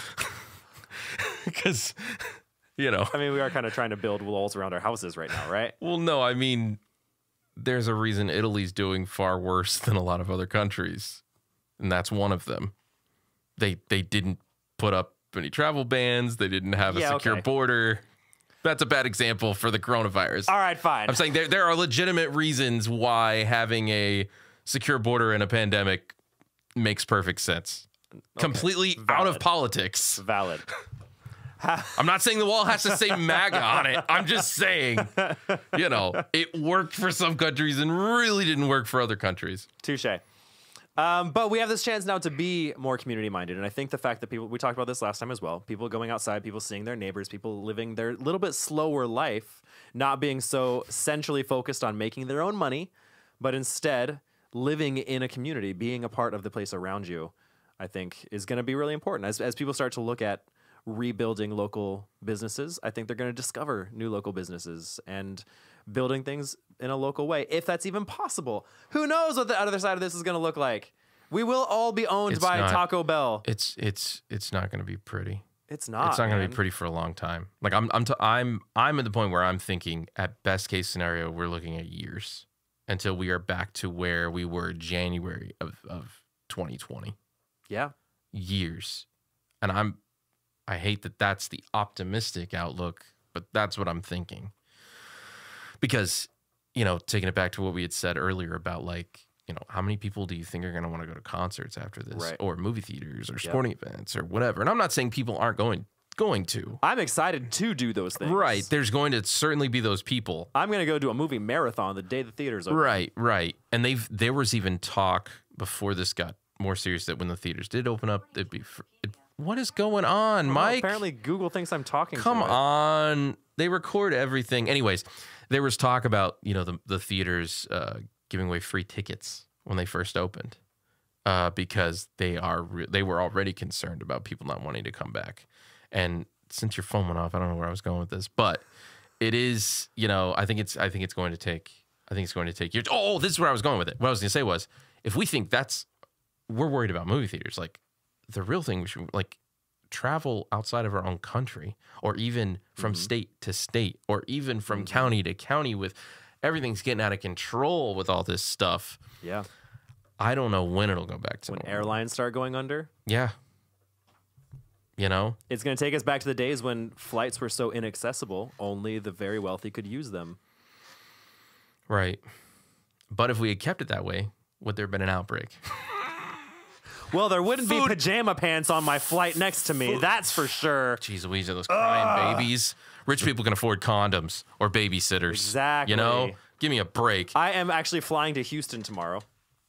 Speaker 1: because you know.
Speaker 2: I mean, we are kind of trying to build walls around our houses right now, right?
Speaker 1: Well, no, I mean, there's a reason Italy's doing far worse than a lot of other countries, and that's one of them. They they didn't put up any travel bans. They didn't have a
Speaker 2: Yeah,
Speaker 1: secure
Speaker 2: okay.
Speaker 1: border. That's a bad example for the coronavirus.
Speaker 2: All right, fine.
Speaker 1: I'm saying there there are legitimate reasons why having a secure border in a pandemic makes perfect sense. Completely out of
Speaker 2: valid.
Speaker 1: politics.
Speaker 2: Valid.
Speaker 1: I'm not saying the wall has to say MAGA on it. I'm just saying, you know, it worked for some countries and really didn't work for other countries.
Speaker 2: Touche. Um, but we have this chance now to be more community minded. And I think the fact that people, we talked about this last time as well, people going outside, people seeing their neighbors, people living their little bit slower life, not being so centrally focused on making their own money, but instead living in a community, being a part of the place around you, I think is going to be really important. As, as people start to look at rebuilding local businesses, I think they're going to discover new local businesses and building things in a local way, if that's even possible. Who knows what the other side of this is going to look like? We will all be owned
Speaker 1: It's
Speaker 2: by
Speaker 1: not-
Speaker 2: Taco Bell.
Speaker 1: It's it's it's not going to be pretty.
Speaker 2: It's not.
Speaker 1: it's not going to
Speaker 2: Ah, man.
Speaker 1: be pretty for a long time. Like I'm I'm t- I'm I'm at the point where I'm thinking at best case scenario we're looking at years until we are back to where we were January of of 2020.
Speaker 2: Yeah.
Speaker 1: years. And I'm I hate that that's the optimistic outlook, but that's what I'm thinking. Because, you know, taking it back to what we had said earlier about like, you know, how many people do you think are going to want to go to concerts after this
Speaker 2: Right.
Speaker 1: or movie theaters or sporting events or whatever. And I'm not saying people aren't going going to.
Speaker 2: I'm excited to do those things.
Speaker 1: Right, there's going to certainly be those people.
Speaker 2: I'm going to go do a movie marathon the day the theater's open.
Speaker 1: Right, right. And they've there was even talk before this got more serious that when the theaters did open up, it'd be fr- it, what is going on,
Speaker 2: Well,
Speaker 1: Mike?
Speaker 2: apparently Google thinks I'm talking.
Speaker 1: Come
Speaker 2: to it.
Speaker 1: on. They record everything. Anyways, there was talk about, you know, the, the theaters uh, giving away free tickets when they first opened uh, because they are re- they were already concerned about people not wanting to come back. And since your phone went off, I don't know where I was going with this, but it is, you know, I think it's I think it's going to take I think it's going to take years. Oh, this is where I was going with it. What I was going to say was if we think that's we're worried about movie theaters, like the real thing we should like travel outside of our own country or even from state to state or even from county to county with everything's getting out of control with all this stuff.
Speaker 2: Yeah.
Speaker 1: I don't know when it'll go back to
Speaker 2: When
Speaker 1: normal.
Speaker 2: airlines start going under,
Speaker 1: Yeah. You know?
Speaker 2: it's going to take us back to the days when flights were so inaccessible, only the very wealthy could use them.
Speaker 1: Right. But if we had kept it that way, would there have been an outbreak?
Speaker 2: Well, there wouldn't be pajama pants on my flight next to me. That's for sure.
Speaker 1: Jeez Louise, are those crying babies? Rich people can afford condoms or babysitters.
Speaker 2: Exactly.
Speaker 1: You know? Give me a break.
Speaker 2: I am actually flying to Houston tomorrow.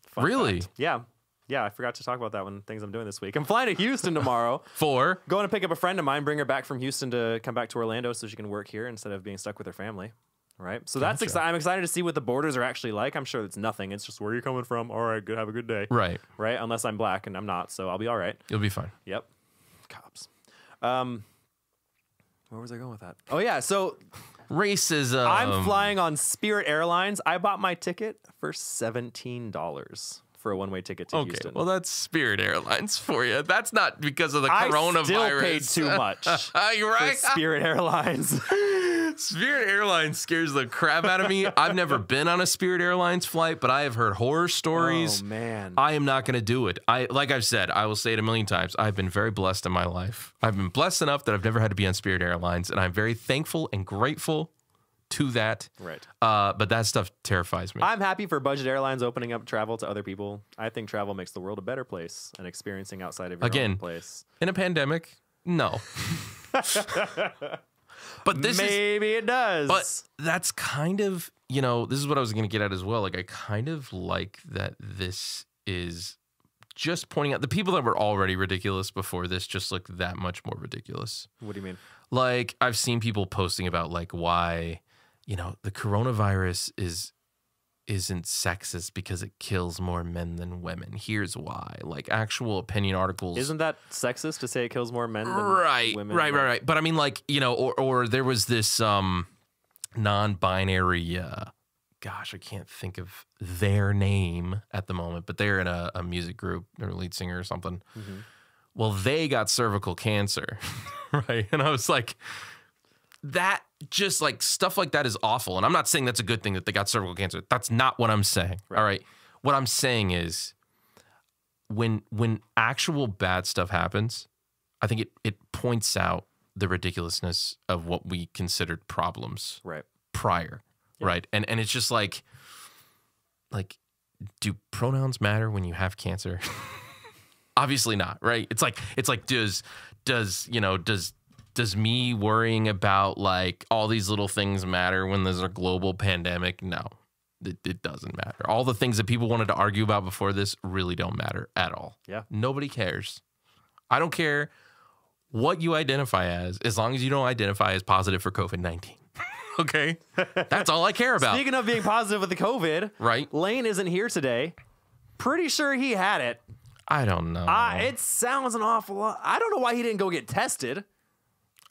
Speaker 2: Fun
Speaker 1: Really?
Speaker 2: fact. Yeah. Yeah, I forgot to talk about that one. Things I'm doing this week. I'm flying to Houston tomorrow.
Speaker 1: For
Speaker 2: Going to pick up a friend of mine, bring her back from Houston to come back to Orlando so she can work here instead of being stuck with her family. right? So that's exciting. I'm excited to see what the borders are actually like. I'm sure it's nothing. It's just where you're coming from. All right, good. Have a good day.
Speaker 1: Right.
Speaker 2: Right? Unless I'm black and I'm not, so I'll be all right.
Speaker 1: You'll be fine.
Speaker 2: Yep. Cops. Um, where was I going with that? Oh yeah. So
Speaker 1: Racism.
Speaker 2: I'm flying on Spirit Airlines. I bought my ticket for seventeen dollars for a one way ticket to
Speaker 1: Okay,
Speaker 2: Houston.
Speaker 1: well that's Spirit Airlines for you. That's not because of the
Speaker 2: I
Speaker 1: coronavirus.
Speaker 2: still paid too much.
Speaker 1: Uh, you're
Speaker 2: for
Speaker 1: right.
Speaker 2: Spirit Airlines.
Speaker 1: Spirit Airlines scares the crap out of me. I've never been on a Spirit Airlines flight, but I have heard horror stories.
Speaker 2: oh man.
Speaker 1: I am not going to do it. I like I've said, I will say it a million times. I've been very blessed in my life. I've been blessed enough that I've never had to be on Spirit Airlines, and I'm very thankful and grateful to that.
Speaker 2: Right.
Speaker 1: Uh, but that stuff terrifies me.
Speaker 2: I'm happy for budget airlines opening up travel to other people. I think travel makes the world a better place and experiencing outside of your
Speaker 1: Again,
Speaker 2: own place.
Speaker 1: in a pandemic, no. but this is
Speaker 2: Maybe it does.
Speaker 1: But that's kind of, you know, this is what I was going to get at as well. Like, I kind of like that this is just pointing out the people that were already ridiculous before this just look that much more ridiculous.
Speaker 2: what do you mean?
Speaker 1: Like, I've seen people posting about like why, you know, the coronavirus is isn't sexist because it kills more men than women. Here's why. Like actual opinion articles
Speaker 2: Isn't that sexist to say it kills more men than
Speaker 1: right
Speaker 2: women?
Speaker 1: right right right but i mean like you know or or there was this um non-binary uh gosh i can't think of their name at the moment but they're in a, a music group their lead singer or something
Speaker 2: Mhm.
Speaker 1: well they got cervical cancer right and i was like that just like stuff like that is awful and i'm not saying that's a good thing that they got cervical cancer that's not what i'm saying all right what i'm saying is when when actual bad stuff happens i think it it points out the ridiculousness of what we considered problems
Speaker 2: Right.
Speaker 1: prior right and and it's just like like do pronouns matter when you have cancer obviously not right it's like it's like does does you know does does me worrying about like all these little things matter when there's a global pandemic no it, it doesn't matter all the things that people wanted to argue about before this really don't matter at all
Speaker 2: Yeah.
Speaker 1: nobody cares i don't care what you identify as as long as you don't identify as positive for covid-19 okay that's all i care about
Speaker 2: Speaking of being positive with the COVID,
Speaker 1: right
Speaker 2: Lane isn't here today. Pretty sure he had it.
Speaker 1: i don't know
Speaker 2: Uh, it sounds an awful lot. I don't know why he didn't go get tested.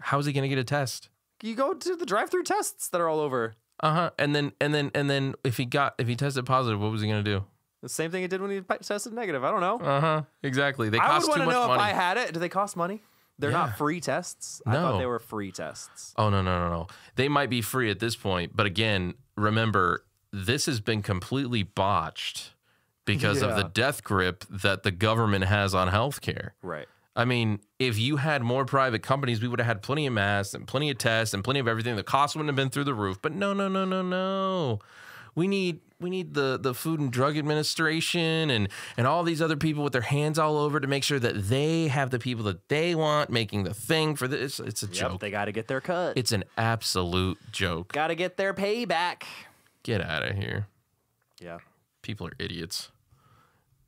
Speaker 1: how's he gonna get a test
Speaker 2: You go to the drive-through tests that are all over.
Speaker 1: Uh-huh. And then and then and then if he got if he tested positive, what was he gonna do?
Speaker 2: The same thing he did when he pe- tested negative. I don't know.
Speaker 1: Uh-huh. Exactly. They
Speaker 2: I would
Speaker 1: cost
Speaker 2: want
Speaker 1: too
Speaker 2: to
Speaker 1: much
Speaker 2: know
Speaker 1: money.
Speaker 2: if I had it. Do they cost money? They're
Speaker 1: Yeah.
Speaker 2: not free tests. I thought
Speaker 1: No.
Speaker 2: they were free tests.
Speaker 1: Oh no, no, no, no. They might be free at this point, but again, remember, this has been completely botched because of the
Speaker 2: Yeah.
Speaker 1: death grip that the government has on healthcare.
Speaker 2: Right.
Speaker 1: I mean, if you had more private companies, we would have had plenty of masks and plenty of tests and plenty of everything. The cost wouldn't have been through the roof. But no, no, no, no, no. We need we need the the Food and Drug Administration and and all these other people with their hands all over to make sure that they have the people that they want making the thing for this. It's a
Speaker 2: Yep.
Speaker 1: joke.
Speaker 2: They got to get their cut.
Speaker 1: It's an absolute joke.
Speaker 2: got to get their payback.
Speaker 1: Get out of here.
Speaker 2: Yeah.
Speaker 1: People are idiots.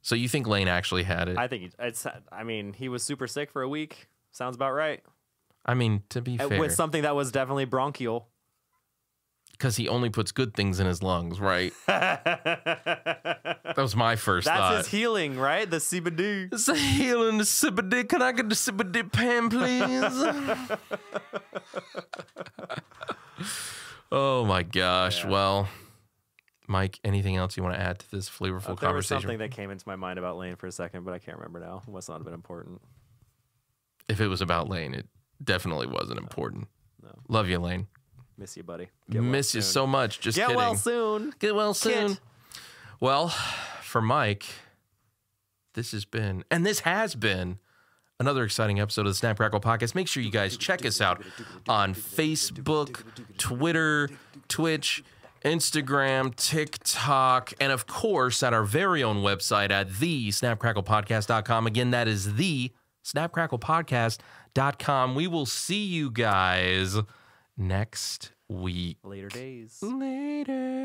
Speaker 1: So you think Lane actually had it?
Speaker 2: I
Speaker 1: I,
Speaker 2: think he- it's. I mean, he was super sick for a week. Sounds about right.
Speaker 1: mean, to be
Speaker 2: Uh,
Speaker 1: fair,
Speaker 2: With something that was definitely bronchial.
Speaker 1: because he only puts good things in his lungs, right?
Speaker 2: That's
Speaker 1: That was my first thought.
Speaker 2: his healing, right? The CBD.
Speaker 1: It's a healing sippity. Can I get the sippity pen, please? oh my gosh.
Speaker 2: Yeah.
Speaker 1: Well, Mike, anything else you want to add to this flavorful
Speaker 2: Uh, there was
Speaker 1: conversation?
Speaker 2: something that came into my mind about Lane for a second, but I can't remember now. It must not have been important.
Speaker 1: if it was about Lane, it definitely wasn't important.
Speaker 2: No.
Speaker 1: Love you, Lane.
Speaker 2: Miss you, buddy.
Speaker 1: Miss you so much. Just
Speaker 2: Get
Speaker 1: kidding.
Speaker 2: well soon.
Speaker 1: Get well soon.
Speaker 2: Kid.
Speaker 1: Well, for Mike, this has been, and this has been, another exciting episode of the Snap Crackle Podcast. Make sure you guys check us out on Facebook, Twitter, Twitch, Instagram, TikTok, and of course at our very own website at the snapcracklepodcast.com. Again, that is the snapcracklepodcast.com. We will see you guys next week.
Speaker 2: Later days.
Speaker 1: Later.